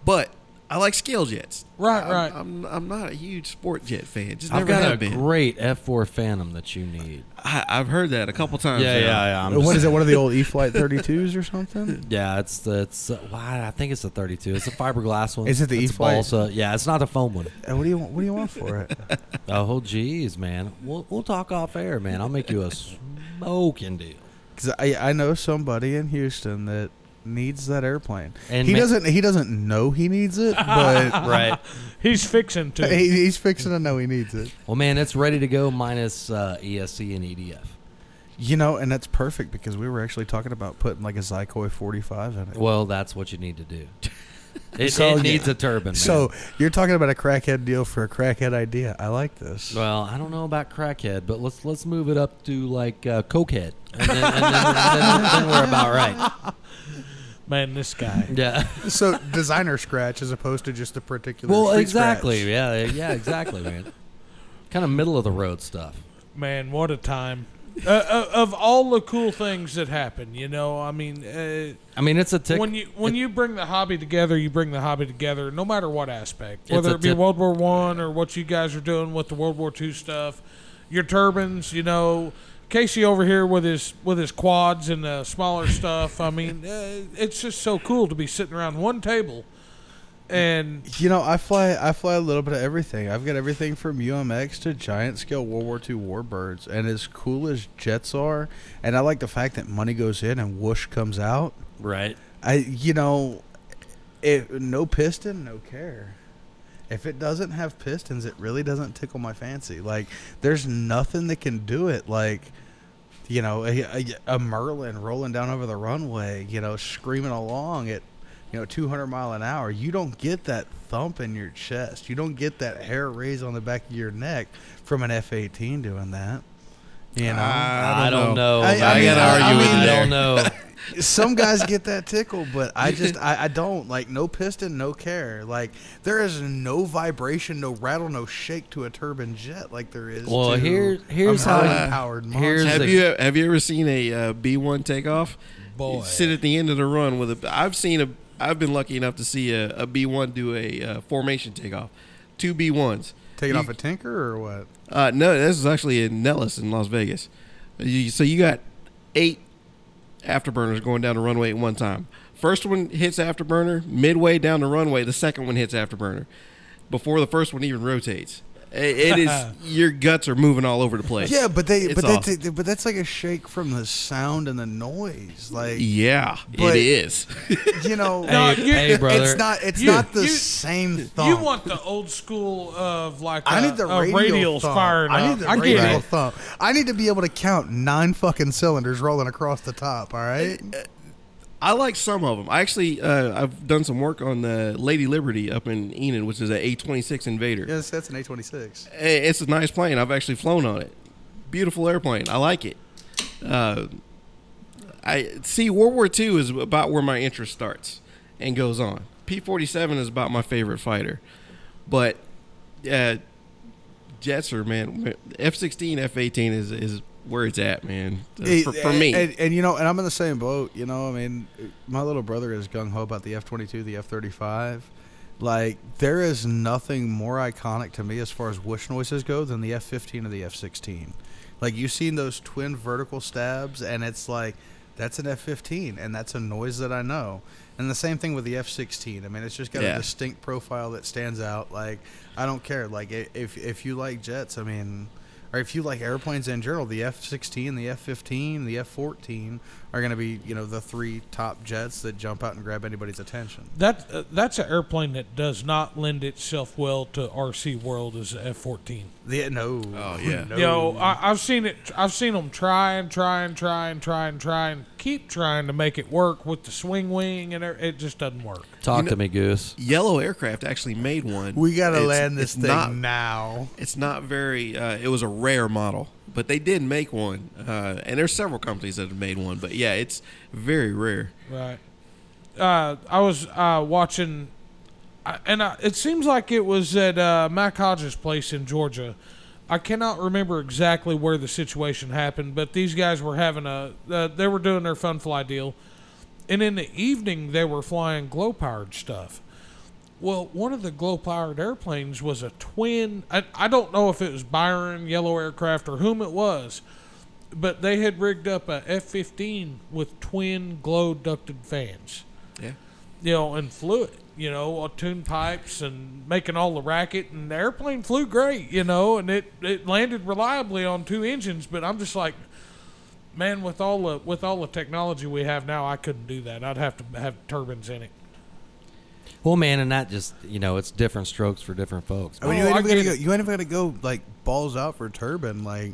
S4: but I like scale jets.
S3: Right,
S4: I'm,
S3: right.
S4: I'm, I'm not a huge sport jet fan. Just never
S2: I've got a
S4: have been.
S2: great F4 Phantom that you need.
S4: I, I've heard that a couple times. now.
S2: yeah.
S1: Oh, What
S2: [LAUGHS]
S1: is it? [LAUGHS] One of the old E Flight 32s or something?
S2: Yeah, it's the it's uh, why I think it's the 32. It's a fiberglass one.
S1: Is it the E
S2: It's
S1: E-Flight?
S2: balsa. Yeah, it's not a foam one.
S1: And Uh, what do you want? What do you want for it?
S2: Oh, geez, man. We'll we'll talk off air, man. I'll make you a smoking deal.
S1: Because I I know somebody in Houston that needs that airplane.
S2: And
S1: he
S2: ma-
S1: doesn't he doesn't know he needs it,
S2: [LAUGHS]
S1: but
S2: Right.
S3: he's fixing
S1: [LAUGHS]
S3: to.
S1: he, he's fixing to know he needs it.
S2: Well, man, it's ready to go minus uh, ESC and EDF.
S1: You know, and that's perfect because we were actually talking about putting like a Zykoi 45 in it.
S2: Well, that's what you need
S1: [LAUGHS]
S2: to do. It,
S1: So,
S2: it
S1: yeah.
S2: needs a turbine. Man.
S1: so you're talking about a crackhead deal for a crackhead idea. I like this.
S2: Well, I don't know about crackhead, but let's let's move it up to like uh, cokehead, and then, and then, then- then we're about
S1: [LAUGHS]
S2: right.
S3: Man, this guy.
S2: Yeah.
S1: so designer scratch as opposed to just a particular
S2: Well,
S1: street
S2: exactly.
S1: scratch.
S2: Yeah. Yeah. Exactly, man. kind of middle of the road stuff.
S3: Man, what a time. Uh, uh, of all the cool things that happen, you know, I mean, uh,
S2: I mean, it's a tick.
S3: when you when you bring the hobby together, you bring the hobby together, no matter what aspect,
S2: It's
S3: whether
S2: a
S3: it be
S2: tip-
S3: World War One or what you guys are doing with the World War Two stuff, your turbines, you know, Casey over here with his with his quads and
S2: [LAUGHS]
S3: the smaller stuff. I mean, uh, it's just so cool to be sitting around one table, and
S1: you know i fly i fly a little bit of everything i've got everything from umx to giant scale world war ii warbirds and as cool as jets are and i like the fact that money goes in and whoosh comes out
S2: right.
S1: i you know if no piston no care if it doesn't have pistons it really doesn't tickle my fancy like there's nothing that can do it like you know a, a, a merlin rolling down over the runway you know screaming along at you know 200 mile an hour you don't get that thump in your chest you don't get that hair raise on the back of your neck from an f-18 doing that you know
S2: I don't know.
S1: I- I
S2: man.
S1: gotta argue with
S2: I
S1: you [LAUGHS]
S2: don't know.
S1: some guys get that tickle, but I just
S2: [LAUGHS]
S1: I, I don't like no piston, no care. Like there is no vibration, no rattle, no shake to a turbine jet like there is.
S2: Well,
S1: to
S2: here- here's how-
S1: powered
S2: [LAUGHS] here's-
S1: monster.
S4: Have
S2: There's a-
S4: you e, have you ever seen a uh, B one takeoff?
S3: Boy.
S4: You sit at the end of the run with a. I've seen a. I've been lucky enough to see a, a B one do a uh, formation takeoff, two B ones.
S1: Take it
S4: You-
S1: off a tinker or what?
S4: Uh, no, this is actually in Nellis in Las Vegas. You, so you got eight afterburners going down the runway at one time. First one hits afterburner midway down the runway. The second one hits afterburner before the first one even rotates. It- it is your guts are moving all over the place.
S1: Yeah, but they,
S4: It's
S1: but
S4: awful.
S1: that's, but that's like a shake from the sound and the noise. Like
S4: yeah,
S1: But-
S4: it is. [LAUGHS]
S1: you know,
S3: No,
S2: [LAUGHS] hey,
S3: you- [LAUGHS]
S2: hey, brother.
S1: it's not, it's
S3: You-
S1: not the
S3: you-
S1: same thump.
S3: You want the old school of like
S1: I
S3: a-
S1: need the
S3: a
S1: radial,
S3: radials
S1: thump.
S3: fired
S1: I
S3: up.
S1: need the
S3: I get
S1: radial
S3: it.
S1: thump. I need to be able to count nine fucking cylinders rolling across the top. All right.
S4: I like some of them. I actually, uh, I've done some work on the Lady Liberty up in Enid, which is an A26 Invader.
S1: Yes, that's an A twenty six.
S4: Eh, It's a nice plane. I've actually flown on it. Beautiful airplane. I like it. Uh, I see World War II is about where my interest starts and goes on. P forty seven is about my favorite fighter, but uh, jets are man. F sixteen, F eighteen is is where it's at, man. Uh, For, for me,
S1: and, and, you know, and I'm in the same boat. You know, I mean, my little brother is gung ho about the F twenty two, the F thirty five. Like there is nothing more iconic to me as far as whoosh noises go than the F fifteen or the F sixteen. Like you've seen those twin vertical stabs, and it's like that's an F fifteen, and that's a noise that I know. And the same thing with the F sixteen. I mean, it's just got
S4: Yeah.
S1: a distinct profile that stands out. Like I don't care. Like i- if if you like jets, I mean, or if you like airplanes in general, the F sixteen, the F fifteen, the F fourteen are going to be you know the three top jets that jump out and grab anybody's attention.
S3: That uh, that's an airplane that does not lend itself well to RC world as a F-14.
S1: The no. [LAUGHS]
S4: Oh, yeah.
S1: No.
S3: Yo, I, I've seen it. I've seen them try and try and try and try and try and keep trying to make it work with the swing wing, and it it just doesn't work.
S2: Talk to me, Goose.
S4: Yellow Aircraft actually made one.
S1: we got to
S4: It's-
S1: land this
S4: it's
S1: thing
S4: not-
S1: now.
S4: It's not very. Uh, it was a rare model, but they did make one, uh, and there's several companies that have made one. But yeah, it's very rare.
S3: Right. Uh, I was uh, watching, I- and I, it seems like it was at uh, Mac Hodges' place in Georgia. I cannot remember exactly where the situation happened, but these guys were having a, uh, they were doing their fun fly deal, and in the evening they were flying glow powered stuff. Well, one of the glow powered airplanes was a twin. I, I don't know if it was Byron, Yellow Aircraft, or whom it was, but they had rigged up a F 15 with twin glow ducted fans,
S4: Yeah.
S3: you know, and flew it, you know, on tune pipes and making all the racket. And the airplane flew great, you know, and it, it landed reliably on two engines. But I'm just like, man, with all the with all the technology we have now, I couldn't do that. I'd have to have turbines in it.
S2: Well, man, and that just you know, it's different strokes for different folks.
S1: I mean,
S3: Oh,
S1: you ain't
S3: I
S1: even gonna
S3: get
S1: go,
S3: it.
S1: you ain't even gonna go like balls out for turbine. Like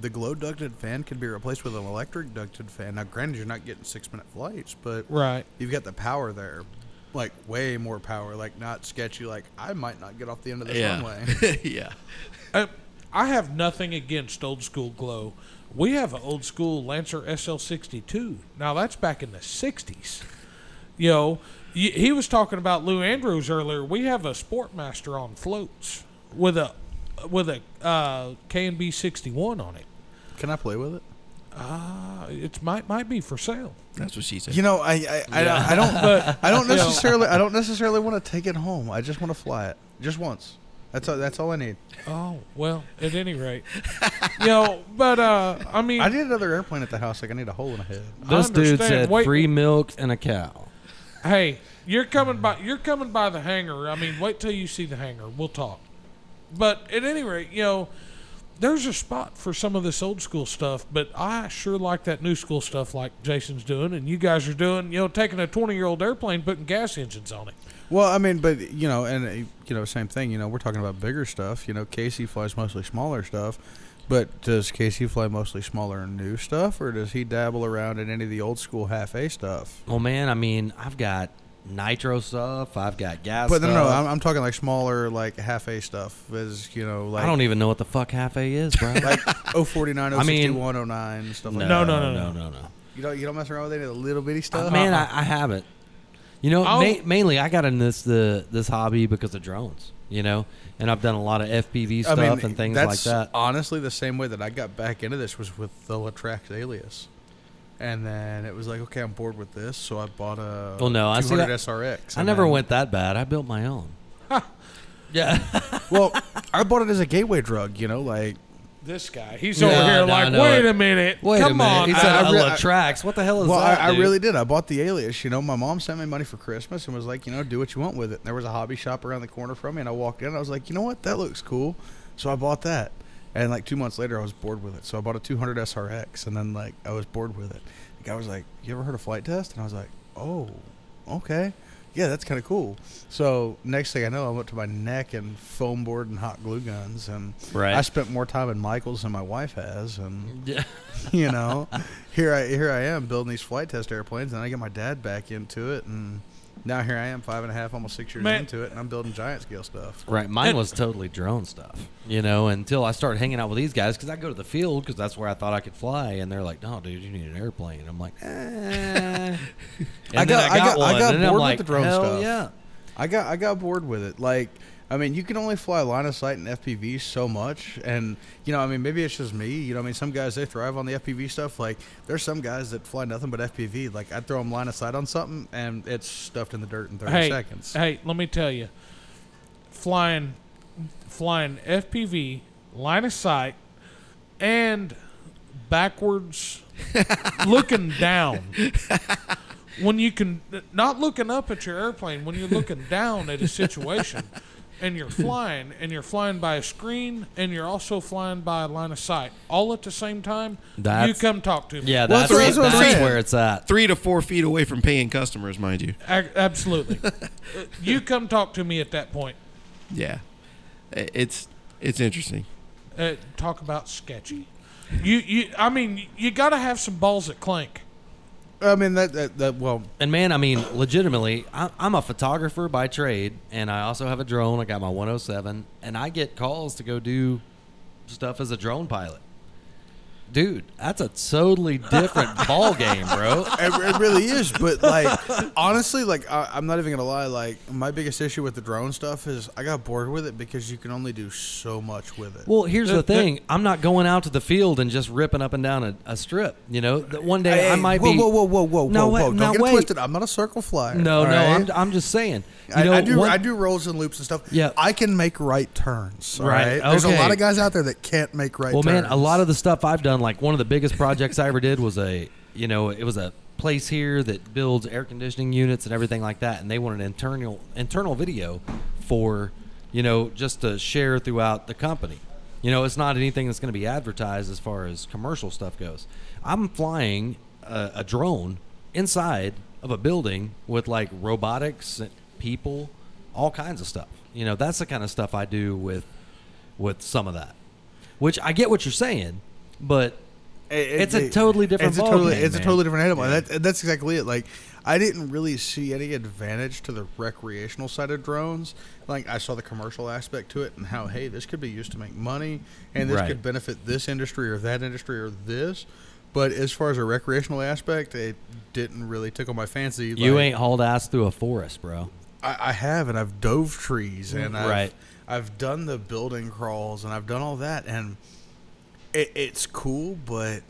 S1: the glow ducted fan could be replaced with an electric ducted fan. Now, granted, you're not getting six minute flights, but
S3: Right.
S1: you've got the power there, like way more power. Like not sketchy. Like I might not get off the end of this runway.
S4: [LAUGHS] yeah. yeah.
S3: I, Uh, I have nothing against old school glow. We have an old school Lancer SL62. Now that's back in the 60s. You know, y- he was talking about Lou Andrews earlier. We have a Sportmaster on floats with a with a uh, K&B 61 on it.
S1: Can I play with it?
S3: Uh, it might might be
S1: [LAUGHS]
S3: for sale.
S4: That's what she said.
S1: You know, I I, I, I don't [LAUGHS]
S3: But
S1: I don't necessarily I don't necessarily want to take it home. I just want to fly it just once. That's all, that's all I need.
S3: oh well, at any rate, you know. But uh, I mean,
S1: I need another airplane at the house. Like I need a hole in the head.
S2: This dude
S3: understand.
S2: said
S3: Wait-
S2: three milk and a cow.
S3: Hey, you're coming by. You're coming by the hangar. I mean, wait till you see the hangar. We'll talk. But at any rate, you know, there's a spot for some of this old school stuff. But I sure like that new school stuff, like Jason's doing, and you guys are doing. You know, taking a 20 year old airplane, putting gas engines on it.
S1: Well, I mean, but you know, and uh, you know, same thing. You know, we're talking about bigger stuff. You know, Casey flies mostly smaller stuff, but does Casey fly mostly smaller and new stuff, or does he dabble around in any of the old school half A stuff?
S2: Well, man, I mean, I've got nitro stuff. I've got gas.
S1: But no,
S2: stuff.
S1: no, I'm, I'm talking like smaller, like half A stuff. Is you know, like
S2: I don't even know what the fuck half a is, bro.
S1: [LAUGHS] like 049,
S2: I mean-
S1: 061, 09, stuff like that.
S3: No, no,
S2: [LAUGHS]
S3: no,
S2: no,
S3: no.
S2: no, no.
S1: You don't you don't mess around with any of the little bitty stuff.
S2: Man, I, I haven't. You know,
S3: I'll-
S2: ma- mainly I got in this the this hobby because of drones. You know, and I've done a lot of FPV
S1: I
S2: stuff and things like
S1: that's
S2: that.
S1: Honestly, the same way that I got back into this was with the Latrax Alias, and then it was like, okay, I'm bored with this, so I bought a
S2: Well, no, I see
S1: 200
S2: that-
S1: SRX.
S2: I
S1: and
S2: never
S1: then- [LAUGHS]
S2: went that bad. I built my
S3: [LAUGHS]
S2: own. yeah.
S1: Well, I bought it as a gateway drug, you know, like
S3: this guy. He's
S2: No,
S3: over here
S2: no,
S3: like,
S2: no.
S3: wait a minute.
S2: Wait
S3: Come
S2: a minute.
S3: on.
S2: He said,
S3: I-
S1: I
S2: I,
S1: re-
S2: love tracks. What the hell is
S1: Well,
S2: that?
S1: I, I
S2: dude?
S1: really did. I bought the Alias. You know, my mom sent me money for Christmas and was like, you know, do what you want with it. And there was a hobby shop around the corner from me, and I walked in. and I was like, you know what, that looks cool. So I bought that. And like two months later, I was bored with it. So I bought a 200 SRX, and then like I was bored with it. The guy was like, you ever heard of flight test? And I was like, oh, okay. Yeah, that's kind of cool. So next thing I know, I went to my neck and foam board and hot glue guns, and
S2: Right.
S1: I spent more time in Michaels than my wife has, and
S2: Yeah.
S1: [LAUGHS] you know here i here i am building these flight test airplanes and i get my dad back into it and now here i am five and a half almost six years
S3: Man.
S1: into it and i'm building giant scale stuff
S2: Right, mine
S3: And-
S2: was totally drone stuff, you know, until I started hanging out with these guys because I go to the field because that's where I thought I could fly, and they're like, "No, dude, you need an airplane." I'm like, eh. [LAUGHS] and
S1: I
S2: then
S1: got- I got- I
S2: one,
S1: got
S2: and then I'm
S1: bored with
S2: like,
S1: the drone
S2: "Hell
S1: stuff."
S2: Yeah,
S1: i got i got bored with it like i mean you can only fly line of sight and fpv so much and you know i mean maybe it's just me you know i mean some guys they thrive on the fpv stuff like there's some guys that fly nothing but fpv like i throw them line of sight on something and it's stuffed in the dirt in 30
S3: hey,
S1: seconds
S3: Hey, let me tell you, flying, flying FPV, line of sight, and
S2: [LAUGHS]
S3: backwards, looking down. When you can not looking up at your airplane, when you're looking down at a situation, and you're flying, and you're flying by a screen, and you're also flying by a line of sight, all at the same time. you
S2: That's-
S3: come talk to me.
S2: yeah,
S1: Well, that's
S2: that's,
S1: what-
S2: that's,
S1: that's what I'm saying.
S2: where it's at.
S4: Three to four feet away from paying customers, mind you.
S2: [LAUGHS]
S3: A- absolutely. Uh, you come talk to me at that point.
S4: Yeah, I- it's it's interesting.
S3: uh, talk about sketchy. You, you, I mean, you got to have some balls at Clank.
S1: i mean that, that that well
S2: And man, I mean, legitimately, I- I'm a photographer by trade, and I also have a drone. I got my 107, and I get calls to go do stuff as a drone pilot. Dude, that's a totally [LAUGHS] different ball game, bro.
S1: it, it really is. But like, honestly, like I, I'm not even gonna lie. Like my biggest issue with the drone stuff is I got bored with it because you can only do so much with it.
S2: Well, here's the
S3: The- the-
S2: thing. I'm not going out to the field and just ripping up and down a, a strip. You know, That one day I
S1: Hey,
S2: might
S1: whoa,
S2: be.
S1: Whoa, whoa, whoa, whoa,
S2: No,
S1: whoa,
S2: wait,
S1: whoa! Don't
S2: no,
S1: get it
S2: wait.
S1: twisted. I'm not a circle flyer.
S2: No,
S1: all
S2: no,
S1: right?
S2: I'm, I'm just saying. You
S1: I-
S2: know,
S1: I, do
S2: one-
S1: I do rolls and loops and stuff.
S2: Yeah.
S1: I can make right turns. all
S2: Right,
S1: right. There's a
S2: okay.
S1: lot of guys out there that can't make right.
S2: Well,
S1: turns.
S2: man, a lot of the stuff I've done, like one of the biggest projects I ever did was a, you know, it was a place here that builds air conditioning units and everything like that, and they wanted an internal internal video for, you know, just to share throughout the company. You know, it's not anything that's going to be advertised as far as commercial stuff goes. I'm flying a, a drone inside of a building with like robotics, people, all kinds of stuff. You know, that's the kind of stuff I do with with some of that. Which I get what you're saying, but
S1: It- it-
S2: It's a
S1: it-
S2: totally different
S1: It's a
S2: ball
S1: totally,
S2: game,
S1: it's a
S2: man.
S1: totally different animal. That, that's exactly it. Like, I didn't really see any advantage to the recreational side of drones. Like, I saw the commercial aspect to it and how, hey, this could be used to make money, and this
S2: Right.
S1: could benefit this industry or that industry or this. But as far as a recreational aspect, it didn't really tickle my fancy.
S2: you
S1: Like,
S2: ain't hauled ass through a forest, bro.
S1: I, I have, and I've dove trees, and I've,
S2: Mm, Right.
S1: I've done the building crawls, and I've done all that, and it, it's cool, but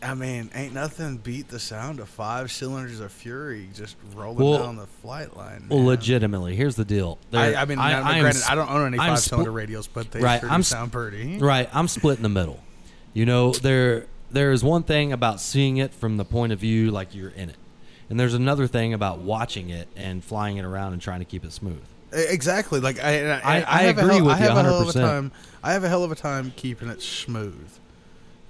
S1: I mean, ain't nothing beat the sound of five cylinders of fury just rolling
S2: Well-
S1: down the flight line.
S2: Well,
S1: man.
S2: legitimately, here's the deal.
S1: I,
S2: There-
S1: I mean,
S2: I-
S1: now,
S2: I am
S1: granted,
S2: s-
S1: I don't own any
S2: I'm
S1: five cylinder
S2: split-
S1: radios, but they
S2: Right,
S1: sure
S2: I'm
S1: do
S2: s-
S1: sound pretty.
S2: Right, I'm split in the middle. You know, there there is one thing about seeing it from the point of view like you're in it. And there's another thing about watching it and flying it around and trying to keep it smooth.
S1: E- Exactly. Like I, and
S2: I-
S1: I,
S2: I
S1: have a
S2: agree
S1: hell-
S2: with
S1: I
S2: you
S1: have a hell of a
S2: 100%.
S1: time. I have a hell of a time keeping it smooth,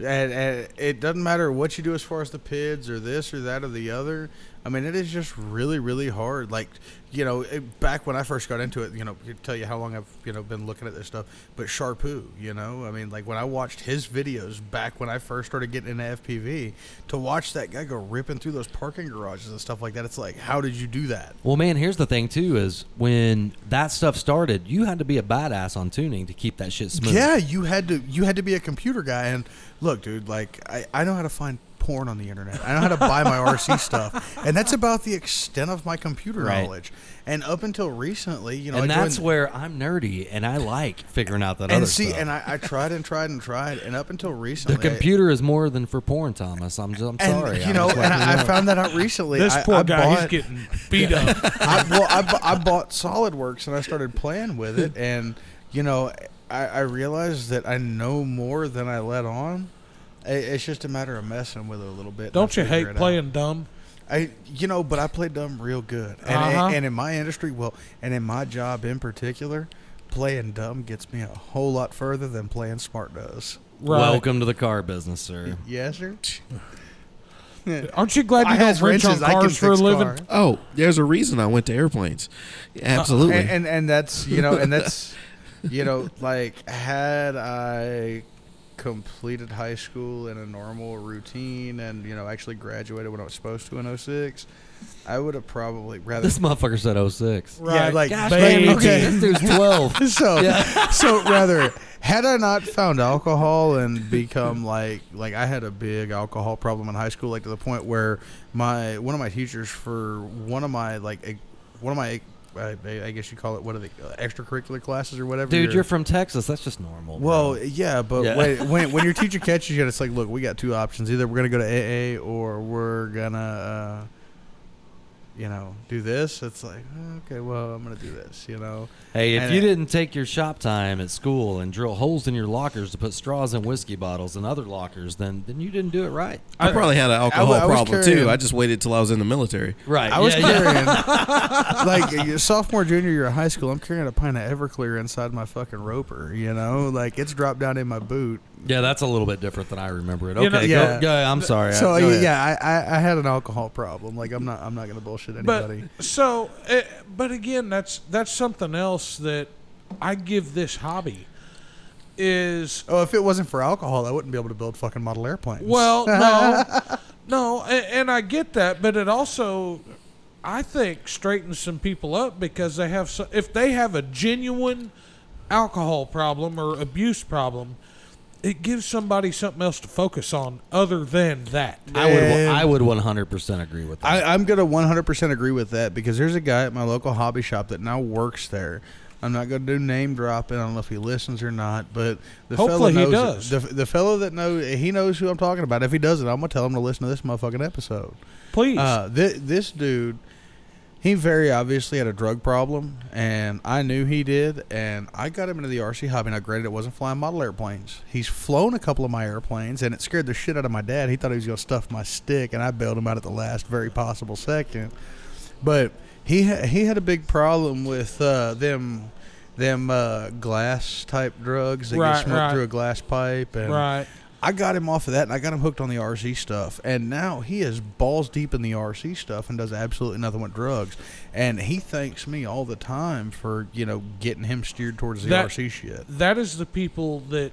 S1: and, and it doesn't matter what you do as far as the pids or this or that or the other. I mean, it is just really, really hard. Like you know, it, back when I first got into it, you know, could tell you how long I've you know been looking at this stuff. But Sharpoo, you know, I mean, like when I watched his videos back when I first started getting into FPV, to watch that guy go ripping through those parking garages and stuff like that, it's like, how did you do that?
S2: Well, man, here's the thing too is when that stuff started, you had to be a badass on tuning to keep that shit smooth.
S1: Yeah, you had to you had to be a computer guy and look, dude, like I, I know how to find porn on the internet. I know how to buy my
S2: [LAUGHS]
S1: RC stuff. And that's about the extent of my computer
S2: Right.
S1: knowledge. And up until recently, you know,
S2: and
S1: I
S2: that's
S1: joined-
S2: where I'm nerdy and I like figuring out that
S1: and
S2: other
S1: see,
S2: stuff.
S1: and I, I tried and tried and tried, and up until
S2: the
S1: recently,
S2: computer is more than for porn, Thomas. I'm, I'm
S1: I, and,
S2: sorry.
S1: you know,
S2: I'm
S1: and
S2: just letting you
S1: I, I found that out recently.
S3: This
S1: I-
S3: poor
S1: I
S3: guy, he's
S1: bought-
S3: getting
S1: [LAUGHS]
S3: beat up.
S1: I, well, I, bu- I bought SolidWorks and I started playing with it, and you know, I, I realized that I know more than I let on. I- It's just a matter of messing with it a little bit. and
S3: Don't
S1: I
S3: you
S1: figure
S3: hate
S1: it out.
S3: playing dumb?
S1: I, you know, but I play dumb real good, and,
S3: Uh-huh.
S1: and in my industry, well, and in my job in particular, playing dumb gets me a whole lot further than playing smart does.
S3: Right.
S2: Welcome to the car business, sir.
S1: Yes, sir.
S3: Aren't you glad
S1: I
S3: you don't
S1: has
S3: wrench on
S1: wrenches, I can
S3: cars for a
S1: fix
S3: living?
S1: cars.
S4: Oh, there's a reason I went to airplanes. Absolutely.
S1: and, and and that's you know and that's you know like had i completed high school in a normal routine and you know actually graduated when i was supposed to in 06 i would have probably rather
S2: This motherfucker said 06.
S1: Yeah,
S3: Right.
S1: like,
S2: Gosh,
S3: baby.
S2: damn it,
S1: Okay.
S2: This dude's
S1: [LAUGHS]
S2: 12.
S1: so so rather had i not found alcohol and become like like i had a big alcohol problem in high school like to the point where my one of my teachers for one of my like e- one of my I, I guess you call it what are the extracurricular classes or whatever
S2: Dude,
S1: your-
S2: you're from Texas. That's just normal. bro.
S1: Well, yeah, but
S2: Yeah.
S1: When, when when your
S2: [LAUGHS]
S1: teacher catches you, it's like, look, we got two options: either we're gonna go to AA or we're gonna, uh, you know, do this. It's like, okay, well, I'm gonna do this, you know.
S2: Hey, if
S1: And
S2: you
S1: it-
S2: didn't take your shop time at school and drill holes in your lockers to put straws in whiskey bottles and other lockers, then then you didn't do it right.
S4: I probably had an alcohol
S1: I was
S4: problem
S1: carrying-
S4: too. I just waited till I was in the military.
S2: Right.
S1: I was
S2: yeah, yeah.
S1: carrying like your sophomore, junior year of high school. I'm carrying a pint of Everclear inside my fucking roper, you know, like it's dropped down in my boot.
S2: Yeah, that's a little bit different than I remember it. Okay,
S3: You know-
S1: Yeah.
S2: go, go, I'm sorry.
S1: so
S2: I, go ahead.
S1: yeah, I, I I had an alcohol problem. Like I'm not I'm not gonna bullshit
S3: but
S1: anybody.
S3: so uh, but again that's that's something else that i give this hobby is
S1: Oh, if it wasn't for alcohol, I wouldn't be able to build fucking model airplanes. [LAUGHS]
S3: well no no and, and i get that but it also i think straightens some people up because they have so, if they have a genuine alcohol problem or abuse problem it gives somebody something else to focus on other than that
S2: I would
S1: And-
S2: I would 100% agree with that.
S1: I, I'm gonna 100% agree with that because there's a guy at my local hobby shop that now works there. I'm not gonna do name dropping. I don't know if he listens or not, but the
S3: Hopefully he
S1: fellow knows
S3: does.
S1: The, the fellow that knows he knows who I'm talking about. If he doesn't, I'm gonna tell him to listen to this motherfucking episode.
S3: please
S1: Uh, thi- this dude, he very obviously had a drug problem, and I knew he did. And I got him into the RC hobby. Now, granted, it wasn't flying model airplanes. He's flown a couple of my airplanes, and it scared the shit out of my dad. He thought he was gonna stuff my stick, and I bailed him out at the last very possible second. But he ha- he had a big problem with uh, them. Them uh, glass type drugs that
S3: Right,
S1: get smoked
S3: right.
S1: through a glass pipe, and
S3: right
S1: I got him off of that, and I got him hooked on the RC stuff, and now he is balls deep in the RC stuff and does absolutely nothing with drugs, and he thanks me all the time for you know getting him steered towards the
S3: That-
S1: RC shit.
S3: that is the people that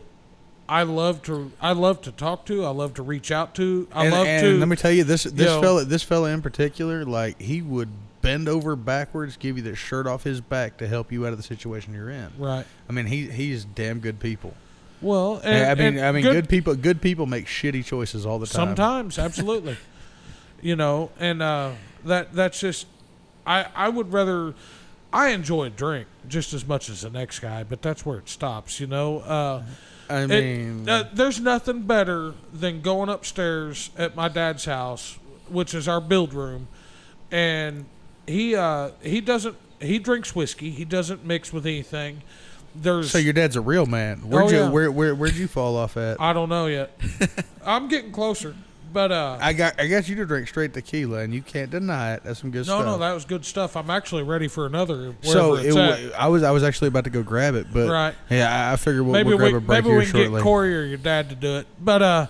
S3: I love to I love to talk to. I love to reach out to. I
S1: and,
S3: love
S1: and
S3: to.
S1: Let me tell you this this
S3: Yo.
S1: fella this fella in particular, like he would bend over backwards, give you the shirt off his back to help you out of the situation you're in.
S3: right.
S1: I mean, he he's damn good people.
S3: Well, and,
S1: I mean,
S3: and
S1: I mean, good, people good people make shitty choices all the time. [LAUGHS]
S3: Sometimes, absolutely. you know, and uh, that that's just I I would rather I enjoy a drink just as much as the next guy, but that's where it stops. You know. Uh,
S1: I
S3: It-
S1: mean,
S3: uh, there's nothing better than going upstairs at my dad's house, which is our build room, and he uh, he doesn't he drinks whiskey. He doesn't mix with anything. There's
S1: so your dad's a real man. Where'd you
S3: Oh, yeah.
S1: where, where where'd you fall off at?
S3: I don't
S1: [LAUGHS]
S3: know yet. I'm getting closer, but uh,
S1: I got I got you to drink straight tequila, and you can't deny it. That's some good
S3: no,
S1: stuff.
S3: no, that was good stuff. I'm actually ready for another. Wherever
S1: so
S3: it's
S1: it,
S3: at.
S1: wa- I was I was actually about to go grab it, but
S3: Right.
S1: yeah, I, I figured we'll,
S3: maybe
S1: we'll grab
S3: we
S1: a break
S3: maybe
S1: here
S3: we can
S1: shortly.
S3: get Corey or your dad to do it. But uh,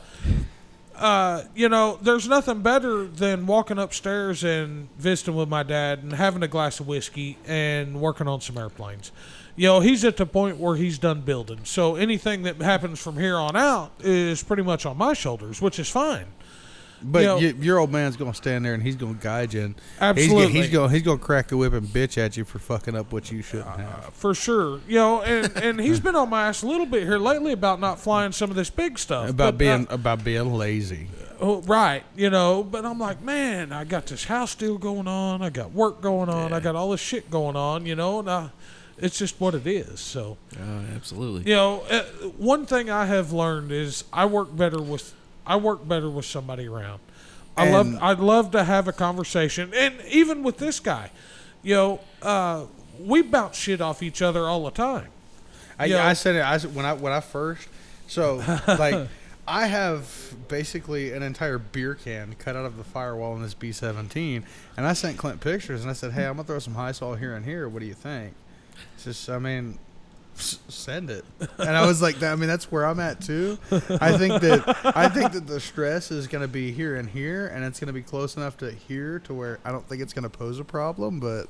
S3: uh, you know, there's nothing better than walking upstairs and visiting with my dad and having a glass of whiskey and working on some airplanes. You know, he's at the point where he's done building, so anything that happens from here on out is pretty much on my shoulders, which is fine.
S1: but
S3: you know-
S1: y- your old man's gonna stand there and he's gonna guide you, and he's,
S3: Absolutely.
S1: gonna- he's gonna he's gonna crack a whip and bitch at you for fucking up what you shouldn't
S3: Uh,
S1: have.
S3: for sure. You know, and
S1: [LAUGHS]
S3: and he's been on my ass a little bit here lately about not flying some of this big stuff.
S1: About
S3: but, uh,
S1: being about being lazy.
S3: Oh, right, you know, but I'm like, man, I got this house deal going on, I got work going on, I got all this shit going on, you know, and I, it's just what it is. So,
S4: Oh, absolutely.
S3: you know, uh, one thing I have learned is I work better with I work better with somebody around. I love
S1: And-
S3: I'd love to have a conversation, and even with this guy, you know, uh, we bounce shit off each other all the time.
S1: I,
S3: Yeah.
S1: I said it. I said, when I when I first. So like, I have basically an entire beer can cut out of the firewall in this B seventeen, and I sent Clint pictures, and I said, "Hey, I'm gonna throw some high salt here and here. What do you think?" It's just, I mean. s- Send it, and I was like, that- I mean, that's where I'm at too. I think that I think that the stress is going to be here and here, and it's going to be close enough to here to where I don't think it's going to pose a problem. But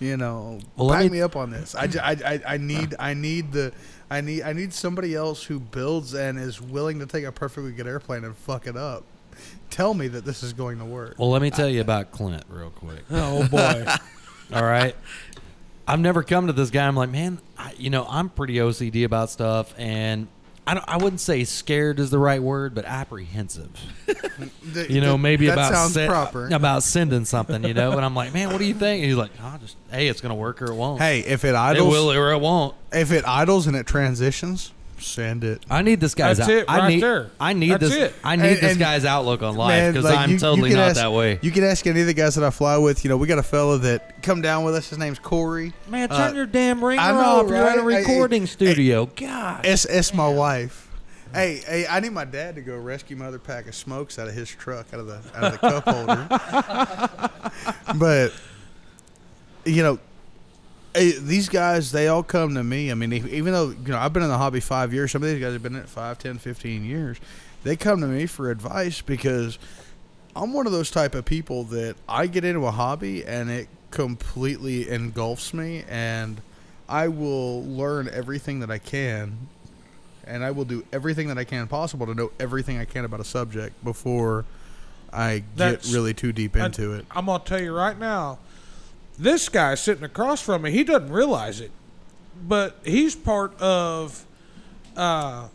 S1: you know,
S2: Well, let
S1: back me,
S2: me-
S1: up on this. I, ju- I, I, I need I need the I need I need somebody else who builds and is willing to take a perfectly good airplane and fuck it up. Tell me that this is going to work.
S2: Well, let me tell you about Clint real quick.
S3: Oh [LAUGHS] boy.
S2: All right. I've never come to this guy. I'm like, man, I, you know, I'm pretty OCD about stuff, and I don't. I wouldn't say scared is the right word, but apprehensive.
S1: Th-
S2: You know,
S1: th-
S2: maybe
S1: that
S2: about
S1: sounds
S2: sen-
S1: proper.
S2: about sending something. You know, and I'm like, man, what do you think? And he's like, oh, just hey, it's gonna work or it won't.
S1: Hey, if it
S2: it
S1: idles,
S2: will or it won't.
S1: if it idles and it transitions, send it.
S2: I need this guy's.
S3: That's
S2: out-
S3: it
S2: I
S3: right
S2: need.
S3: there.
S2: I need
S3: That's
S2: this.
S3: it.
S2: I need
S1: And-
S2: this
S1: and-
S2: guy's outlook on life because
S1: like,
S2: I'm
S1: you- you
S2: totally
S1: can
S2: not
S1: ask-
S2: that way.
S1: You can ask any of the guys that I fly with. You know, we got a fella that come down with us. His name's Corey.
S2: man,
S1: Uh,
S2: turn your damn ringer
S1: I know,
S2: off. You're in a
S1: right? I-
S2: recording
S1: I-
S2: studio. God.
S1: S S my wife. Hey, hey, I need my dad to go rescue my other pack of smokes out of his truck, out of the out of the cup holder.
S2: [LAUGHS]
S1: But you know, eh, these guys, they all come to me. I mean, if- even though you know I've been in the hobby five years, some of these guys have been in it five, ten, fifteen years. They come to me for advice because I'm one of those type of people that I get into a hobby and it completely engulfs me, and I will learn everything that I can, and I will do everything that I can possible to know everything I can about a subject before I
S3: That's-
S1: get really too deep into it.
S3: I'm gonna tell you right now, this guy sitting across from me, he doesn't realize it, but he's part of uh,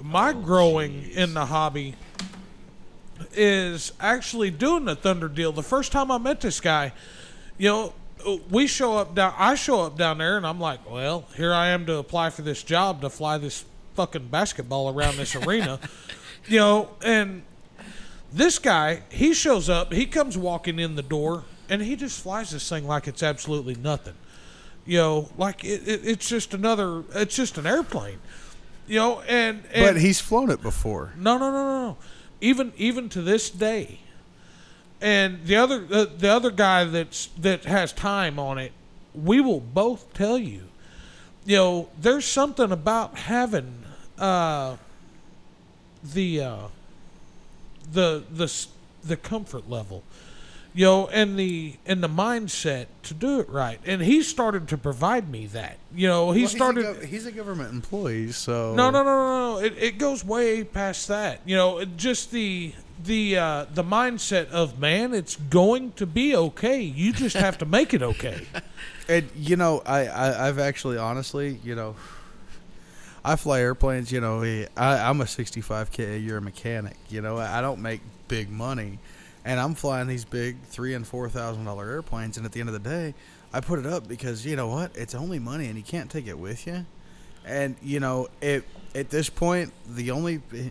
S3: my growing in the hobby. Is actually doing the Thunder deal. The first time I met this guy, you know, we show up down. I show up down there, and I'm like, well, here I am to apply for this job to fly this fucking basketball around this arena, you know, and this guy, he shows up, he comes walking in the door, and he just flies this thing like it's absolutely nothing. You know, like it, it, it's just another, it's just an airplane. You know, and, and
S1: But he's flown it before.
S3: no, no, no, no, no. Even even to this day. And the other the, the other guy that's that has time on it, we will both tell you. You know, there's something about having uh, the uh, the the s- the comfort level. You know, and the and the mindset to do it right, and he started to provide me that. You know, he
S1: Well, he's a
S3: started.
S1: gov- He's a, government employee, so
S3: No, no, no, no, no. It, it goes way past that. You know, it, just the the uh, the mindset of man. It's going to be okay. You just have to make it okay.
S1: And you know, I, I I've actually honestly, you know, I fly airplanes. You know, eh, I, I'm a 65k a year mechanic. You know, I I don't make big money, and I'm flying these big three and four thousand dollar airplanes. And at the end of the day, I put it up because you know what? It's only money, and you can't take it with you. And you know, it at this point, the only eh,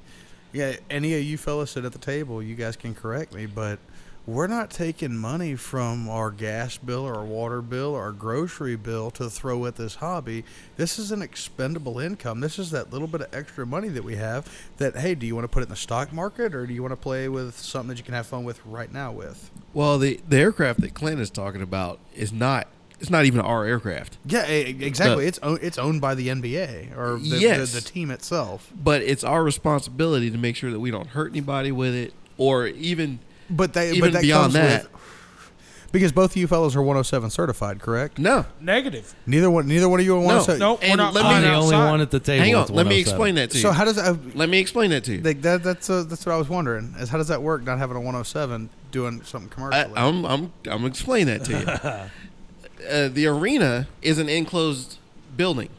S1: yeah, any of you fellas sit at the table, you guys can correct me, but we're not taking money from our gas bill or our water bill or our grocery bill to throw at this hobby. This is an expendable income. This is that little bit of extra money that we have that hey, do you want to put it in the stock market or do you want to play with something that you can have fun with right now with?
S4: Well, the, the aircraft that Clint is talking about is not it's not even our aircraft,
S1: Yeah, e- exactly.
S4: The-
S1: it's own, it's owned by the NBA or the,
S4: Yes.
S1: the, the team itself.
S4: but it's our responsibility to make sure that we don't hurt anybody with it, or even
S1: But they
S4: Even
S1: but that comes
S4: beyond that-
S1: with, because both of you fellows are 107 certified, correct?
S4: no.
S3: Negative.
S1: Neither one neither one of you are 107.
S3: No, we're
S4: And
S3: not.
S4: let me-
S3: flying
S2: I'm the only
S3: outside.
S2: one oh at the table.
S4: Hang on,
S2: that's
S4: let me
S2: 107.
S4: explain that to you.
S1: oh So how does I,
S4: let me explain that to you.
S1: like that? That's uh that's what I was wondering. Is how does that work? Not having a 107 doing something
S4: I,
S1: commercially.
S4: I'm I'm I'm explain that to you.
S1: [LAUGHS]
S4: uh, the arena is an enclosed building.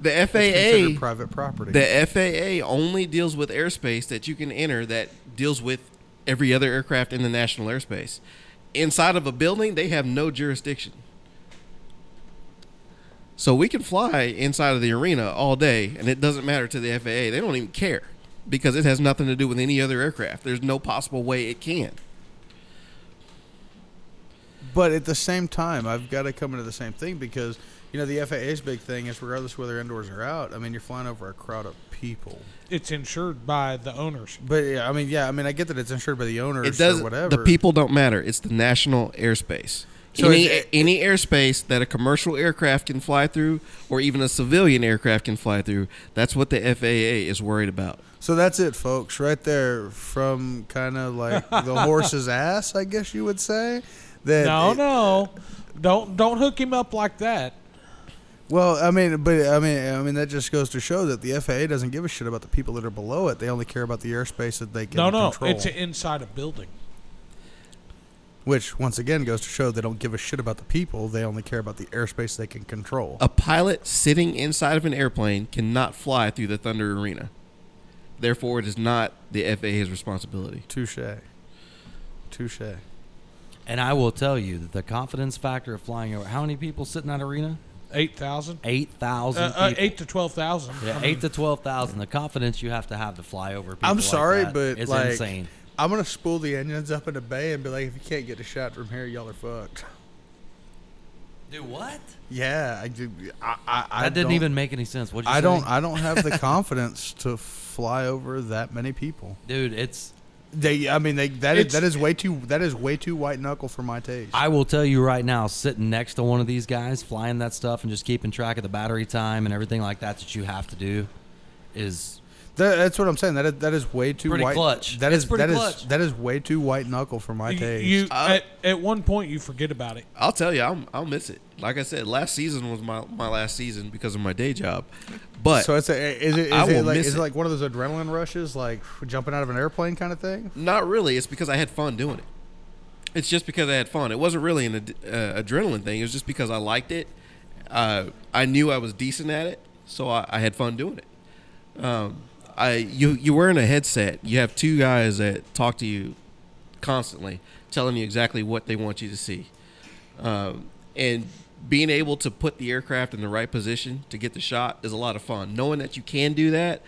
S4: The
S1: It's considered
S4: FAA
S1: private property.
S4: the FAA only deals with airspace that you can enter that deals with every other aircraft in the national airspace. Inside of a building, they have no jurisdiction. So we can fly inside of the arena all day, and it doesn't matter to the FAA. They don't even care because it has nothing to do with any other aircraft. There's no possible way it can.
S1: but at the same time, I've got to come into the same thing because You know, the FAA's big thing is regardless whether indoors or out, I mean, you're flying over a crowd of people.
S3: It's insured by the owners.
S1: But yeah, I mean, yeah, I mean, I get that it's insured by the owners
S4: It does
S1: or whatever.
S4: The people don't matter. It's the national airspace.
S1: So
S4: any,
S1: is it-
S4: any airspace that a commercial aircraft can fly through, or even a civilian aircraft can fly through, that's what the FAA is worried about.
S1: So that's it, folks. Right there from kind of like the horse's ass, I guess you would say. That
S3: No,
S1: it-
S3: no, don't don't hook him up like that.
S1: Well, I mean, but I mean, I mean that just goes to show that the FAA doesn't give a shit about the people that are below it. They only care about the airspace that they can
S3: No, no,
S1: control.
S3: it's inside a building.
S1: which once again goes to show they don't give a shit about the people. They only care about the airspace they can control.
S4: A pilot sitting inside of an airplane cannot fly through the Thunder Arena. Therefore, it is not the FAA's responsibility.
S1: Touche. Touche.
S2: And I will tell you that the confidence factor of flying over how many people sit in that arena?
S3: Eight thousand,
S2: Eight
S3: uh,
S2: thousand.
S3: uh, eight to twelve thousand.
S2: Yeah, eight to twelve thousand. The confidence you have to have to fly over people.
S1: I'm
S2: like
S1: sorry,
S2: that
S1: but
S2: is
S1: like,
S2: insane.
S1: I'm gonna spool the engines up in the bay and be like, if you can't get a shot from here, y'all are fucked. [LAUGHS]
S2: Dude, what?
S1: Yeah, I do. I, I, I
S2: that didn't
S1: don't-
S2: even make any sense. What you
S1: I
S2: say?
S1: don't. I don't have the [LAUGHS] confidence to fly over that many people.
S2: dude. It's.
S1: They. I mean, they. That is,
S3: It's-
S1: that is way too. That is way too white knuckle for my taste.
S2: I will tell you right now, sitting next to one of these guys, flying that stuff, and just keeping track of the battery time and everything like that that you have to do, is
S1: That- that's what I'm saying. That is, that is way too
S2: Pretty
S1: white.
S2: clutch.
S1: That
S2: It's
S1: is
S2: pretty
S1: that is-
S2: clutch.
S1: that is way too white knuckle for my
S3: You,
S1: taste.
S3: you-
S4: Uh,
S3: at, at one point you forget about it.
S4: I'll tell you, I'm, I'll miss it. Like I said, last season was my, my last season because of my day job. But
S1: so it's a, is it is
S4: I
S1: it
S4: will
S1: like
S4: miss
S1: is it
S4: it.
S1: like one of those adrenaline rushes, like jumping out of an airplane kind of thing?
S4: Not really. It's because I had fun doing it. It's just because I had fun. It wasn't really an ad- uh, adrenaline thing. It was just because I liked it. Uh, I knew I was decent at it, so I, I had fun doing it. Um, I you you wearing a headset. You have two guys that talk to you constantly, telling you exactly what they want you to see, um, and being able to put the aircraft in the right position to get the shot is a lot of fun. Knowing that you can do that,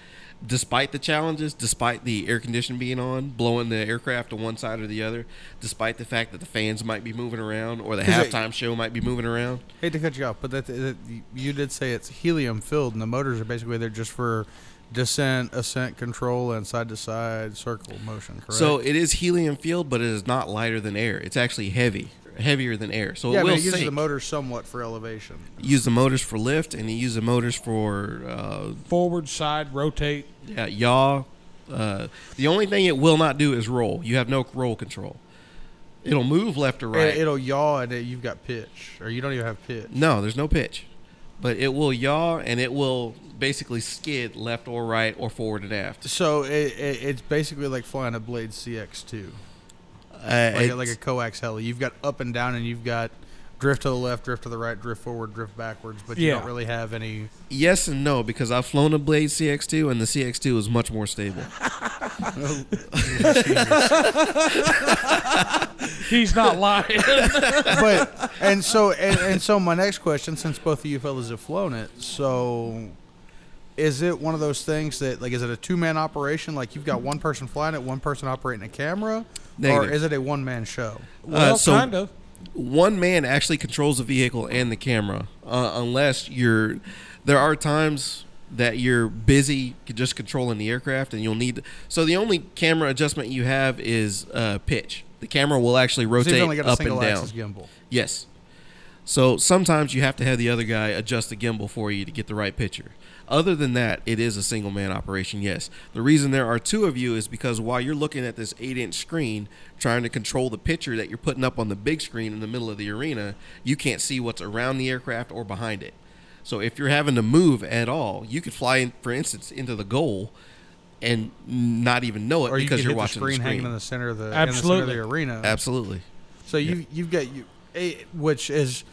S4: despite the challenges, despite the air condition being on, blowing the aircraft to one side or the other, despite the fact that the fans might be moving around or the
S1: Is it-
S4: halftime show might be moving around.
S1: Hate to cut you off, but that, that you did say it's helium filled, and the motors are basically there just for descent, ascent, control, and side to side circle motion. Correct.
S4: So it is helium filled, but it is not lighter than air. It's actually heavy, heavier than air. So
S1: yeah,
S4: it
S1: I mean,
S4: will
S1: it uses
S4: sink.
S1: the motor somewhat for elevation.
S4: You use the motors for lift, and you use the motors for uh,
S3: Forward, side, rotate.
S4: Yeah, yaw. Uh, the only thing it will not do is roll. You have no roll control. It'll move left or right.
S1: It, it'll yaw, and it, you've got pitch, or you don't even have pitch.
S4: no, there's no pitch, but it will yaw and it will basically skid left or right or forward and aft.
S1: So it, it, it's basically like flying a Blade CX2,
S4: Uh,
S1: like, a, like a coax heli. You've got up and down, and you've got drift to the left, drift to the right, drift forward, drift backwards, but you
S3: Yeah.
S1: don't really have any. [LAUGHS]
S4: yes and no because I've flown a Blade CX2 and the CX2 is much more stable.
S3: He's not lying.
S1: but and so and, and so my next question since both of you fellas have flown it so is it one of those things that like is it a two-man operation like you've got one person flying it one person operating a camera or
S4: Negative.
S1: is it a one-man show
S3: well,
S4: Uh, so-
S3: kind of.
S4: one man actually controls the vehicle and the camera uh, unless you're there are times that you're busy just controlling the aircraft and you'll need so the only camera adjustment you have is uh, pitch the camera will actually
S1: So
S4: rotate
S1: you've only got a
S4: up and
S1: single
S4: down
S1: axis gimbal
S4: yes so sometimes you have to have the other guy adjust the gimbal for you to get the right picture other than that it is a single man operation yes the reason there are two of you is because while you're looking at this eight inch screen trying to control the picture that you're putting up on the big screen in the middle of the arena you can't see what's around the aircraft or behind it so if you're having to move at all you could fly in, for instance into the goal and not even know it
S1: or you
S4: because
S1: can
S4: are
S1: hit
S4: watching
S1: the screen
S4: the
S1: hanging
S4: screen
S1: in the center of the, In the
S3: Absolutely.
S1: center of the arena
S4: absolutely
S1: So you you've got you, a, which is,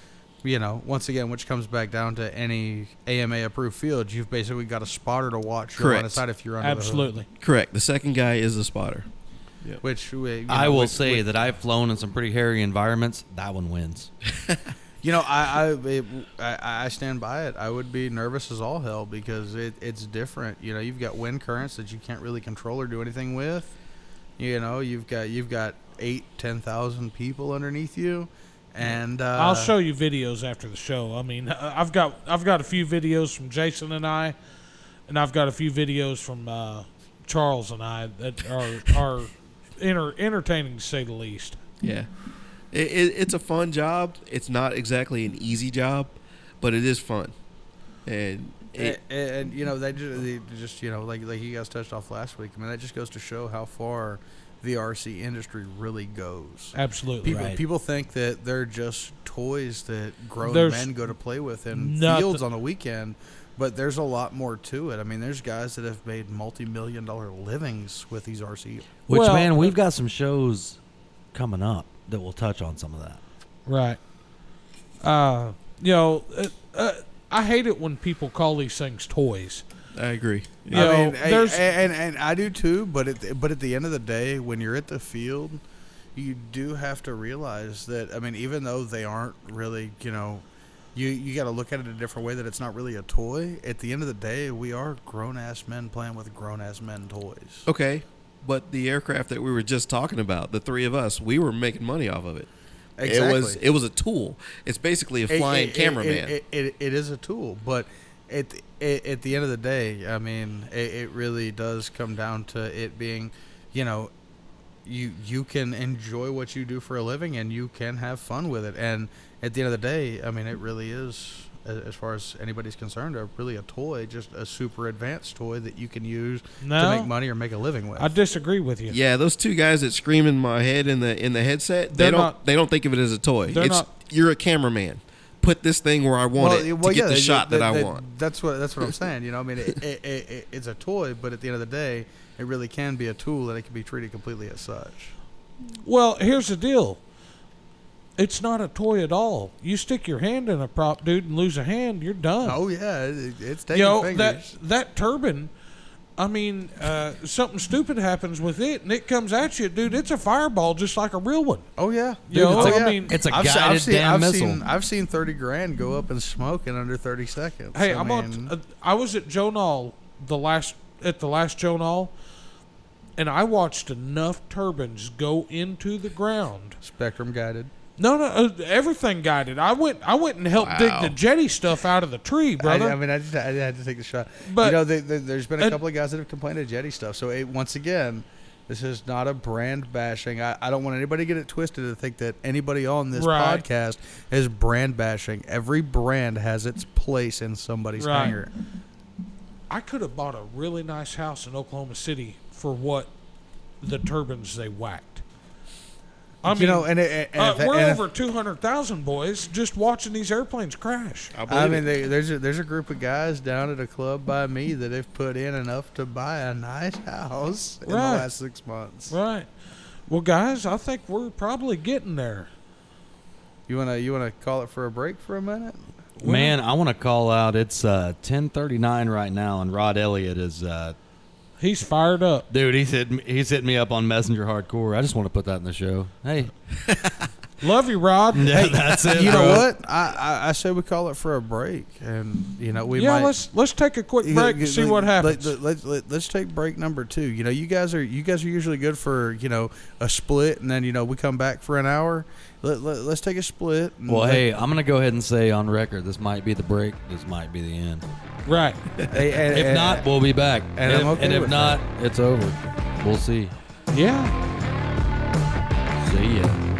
S1: you know, once again, which comes back down to any AMA approved field. You've basically got a spotter to watch your line of
S4: Correct.
S1: sight if you're under the
S3: Absolutely.
S4: correct the second guy is the spotter
S1: hood. Which we- you know,
S2: I will
S1: which-
S2: say that I've flown in some pretty hairy environments. That one wins.
S1: you know, I I, it, I I stand by it. I would be nervous as all hell because it, it's different. You know, you've got wind currents that you can't really control or do anything with. You know, you've got you've got eight ten thousand people underneath you. And uh,
S3: I'll show you videos after the show. I mean, I- I've got I've got a few videos from Jason and I, and I've got a few videos from uh, Charles and I that are are enter, entertaining to say the least.
S4: Yeah, it, it, it's a fun job. It's not exactly an easy job, but it is fun. And
S1: and,
S4: it,
S1: and you know they just, they just you know like like you guys touched off last week. I mean that just goes to show how far the RC industry really goes.
S3: Absolutely,
S1: People people think that they're just toys that grown
S3: There's
S1: men go to play with in
S3: nothing-
S1: fields on the weekend, but there's a lot more to it. I mean, there's guys that have made multi-million dollar livings with these RC.
S6: Which
S3: Well-
S6: man, we've got some shows coming up that will touch on some of that.
S3: right? Uh, you know, uh, uh, I hate it when people call these things toys.
S4: I agree.
S3: Yeah.
S1: I
S3: know,
S1: mean, I-
S3: there's-
S1: and, and I do too. But at the, but at the end of the day, when you're at the field, you do have to realize that. I mean, even though they aren't really, you know, you you got to look at it a different way. That it's not really a toy. At the end of the day, we are grown ass men playing with grown ass men toys.
S4: Okay, but the aircraft that we were just talking about, the three of us, we were making money off of it. It was
S1: Exactly.
S4: it was a tool. It's basically a
S1: It-
S4: flying
S1: it- it- It,
S4: cameraman.
S1: it, it, it is a tool, but at the- at, at the end of the day, I mean, it, it really does come down to it being, you know, you you can enjoy what you do for a living and you can have fun with it. And at the end of the day, I mean, it really is, a- as far as anybody's concerned, a, really a toy, just a super advanced toy that you can use
S3: No.
S1: to make money or make a living with.
S3: I disagree with you.
S4: yeah, those two guys that scream in my head in the in the headset, they
S3: They're
S4: don't
S3: not-
S4: they don't think of it as a toy.
S3: They're
S4: It's
S3: not-
S4: you're a cameraman. Put this thing where I want it to get the
S1: yeah,
S4: shot that, I
S1: that-
S4: want.
S1: That's what that's what
S4: [LAUGHS]
S1: I'm saying. You know, I mean, it, it, it, it- it's a toy, but at the end of the day, it really can be a tool, and it can be treated completely as such.
S3: Well, here's the deal. It's not a toy at all. You stick your hand in a prop, dude, and lose a hand, you're done.
S1: Oh yeah, it, it's taking
S3: you know
S1: fingers.
S3: that that turbine. I mean, uh, something stupid happens with it, and it comes at you, dude. It's a fireball, just like a real one.
S1: oh yeah,
S3: You know,
S1: oh,
S3: I
S1: yeah.
S3: mean,
S2: It's a
S1: I've, se-
S2: guided
S1: I've seen,
S2: damn
S1: I've
S2: missile.
S1: seen I've seen thirty grand go up in smoke in under thirty seconds.
S3: Hey,
S1: I
S3: I'm
S1: mean,
S3: on. Uh, I was at Jonal the last at the last Jonal, and I watched enough turbines go into the ground.
S1: spectrum guided.
S3: No, no, uh, everything guided. I went. I went and helped dig
S4: Wow.
S3: the jetty stuff out of the tree,
S1: I,
S3: brother.
S1: I mean, I just I had to take the shot. But
S3: But-
S1: you know, they, they, there's been a
S3: and-
S1: couple of guys that have complained of Jetty stuff. So it, once again, this is not a brand bashing. I, I don't want anybody to get it twisted to think that anybody on this
S3: Right.
S1: podcast is brand bashing. Every brand has its place in somebody's
S3: Right.
S1: hanger.
S3: I could have bought a really nice house in Oklahoma City for what the turbines they whacked. I mean,
S1: you know, and, it, and
S3: uh,
S1: if that-
S3: we're
S1: and if-
S3: over two hundred thousand boys just watching these airplanes crash.
S4: I, believe
S1: I
S4: it.
S1: mean, they, there's a, there's a group of guys down at a club by me that have put in enough to buy a nice house in
S3: Right.
S1: the last six months.
S3: Right. Well, guys, I think we're probably getting there.
S1: You wanna you wanna call it for a break for a minute?
S6: Man, I want to call out. It's uh, ten thirty nine right now, and Rod Elliott is. Uh,
S3: He's fired up.
S6: dude, he's hit me, he's hit me up on Messenger Hardcore. I just want to put that in the show. Hey,
S3: Love you, Rod.
S6: yeah, [LAUGHS] that's it.
S1: You know
S6: bro.
S1: what? I, I I say we call it for a break, and you know we
S3: yeah,
S1: might.
S3: let's let's take a quick break and see what happens.
S1: Let, let, let, us take break number two. You know, you guys are you guys are usually good for you know a split, and then you know we come back for an hour. Let, let, us take a split. and
S6: Well,
S1: let-
S6: hey, I'm gonna go ahead and say on record, this might be the break. This might be the end.
S3: Right.
S1: [LAUGHS] hey, and-
S6: If
S1: and-
S6: not, we'll be back.
S1: and
S6: if,
S1: I'm okay
S6: Eh, and if
S1: with
S6: not, it's over. We'll see.
S3: Yeah.
S6: See ya.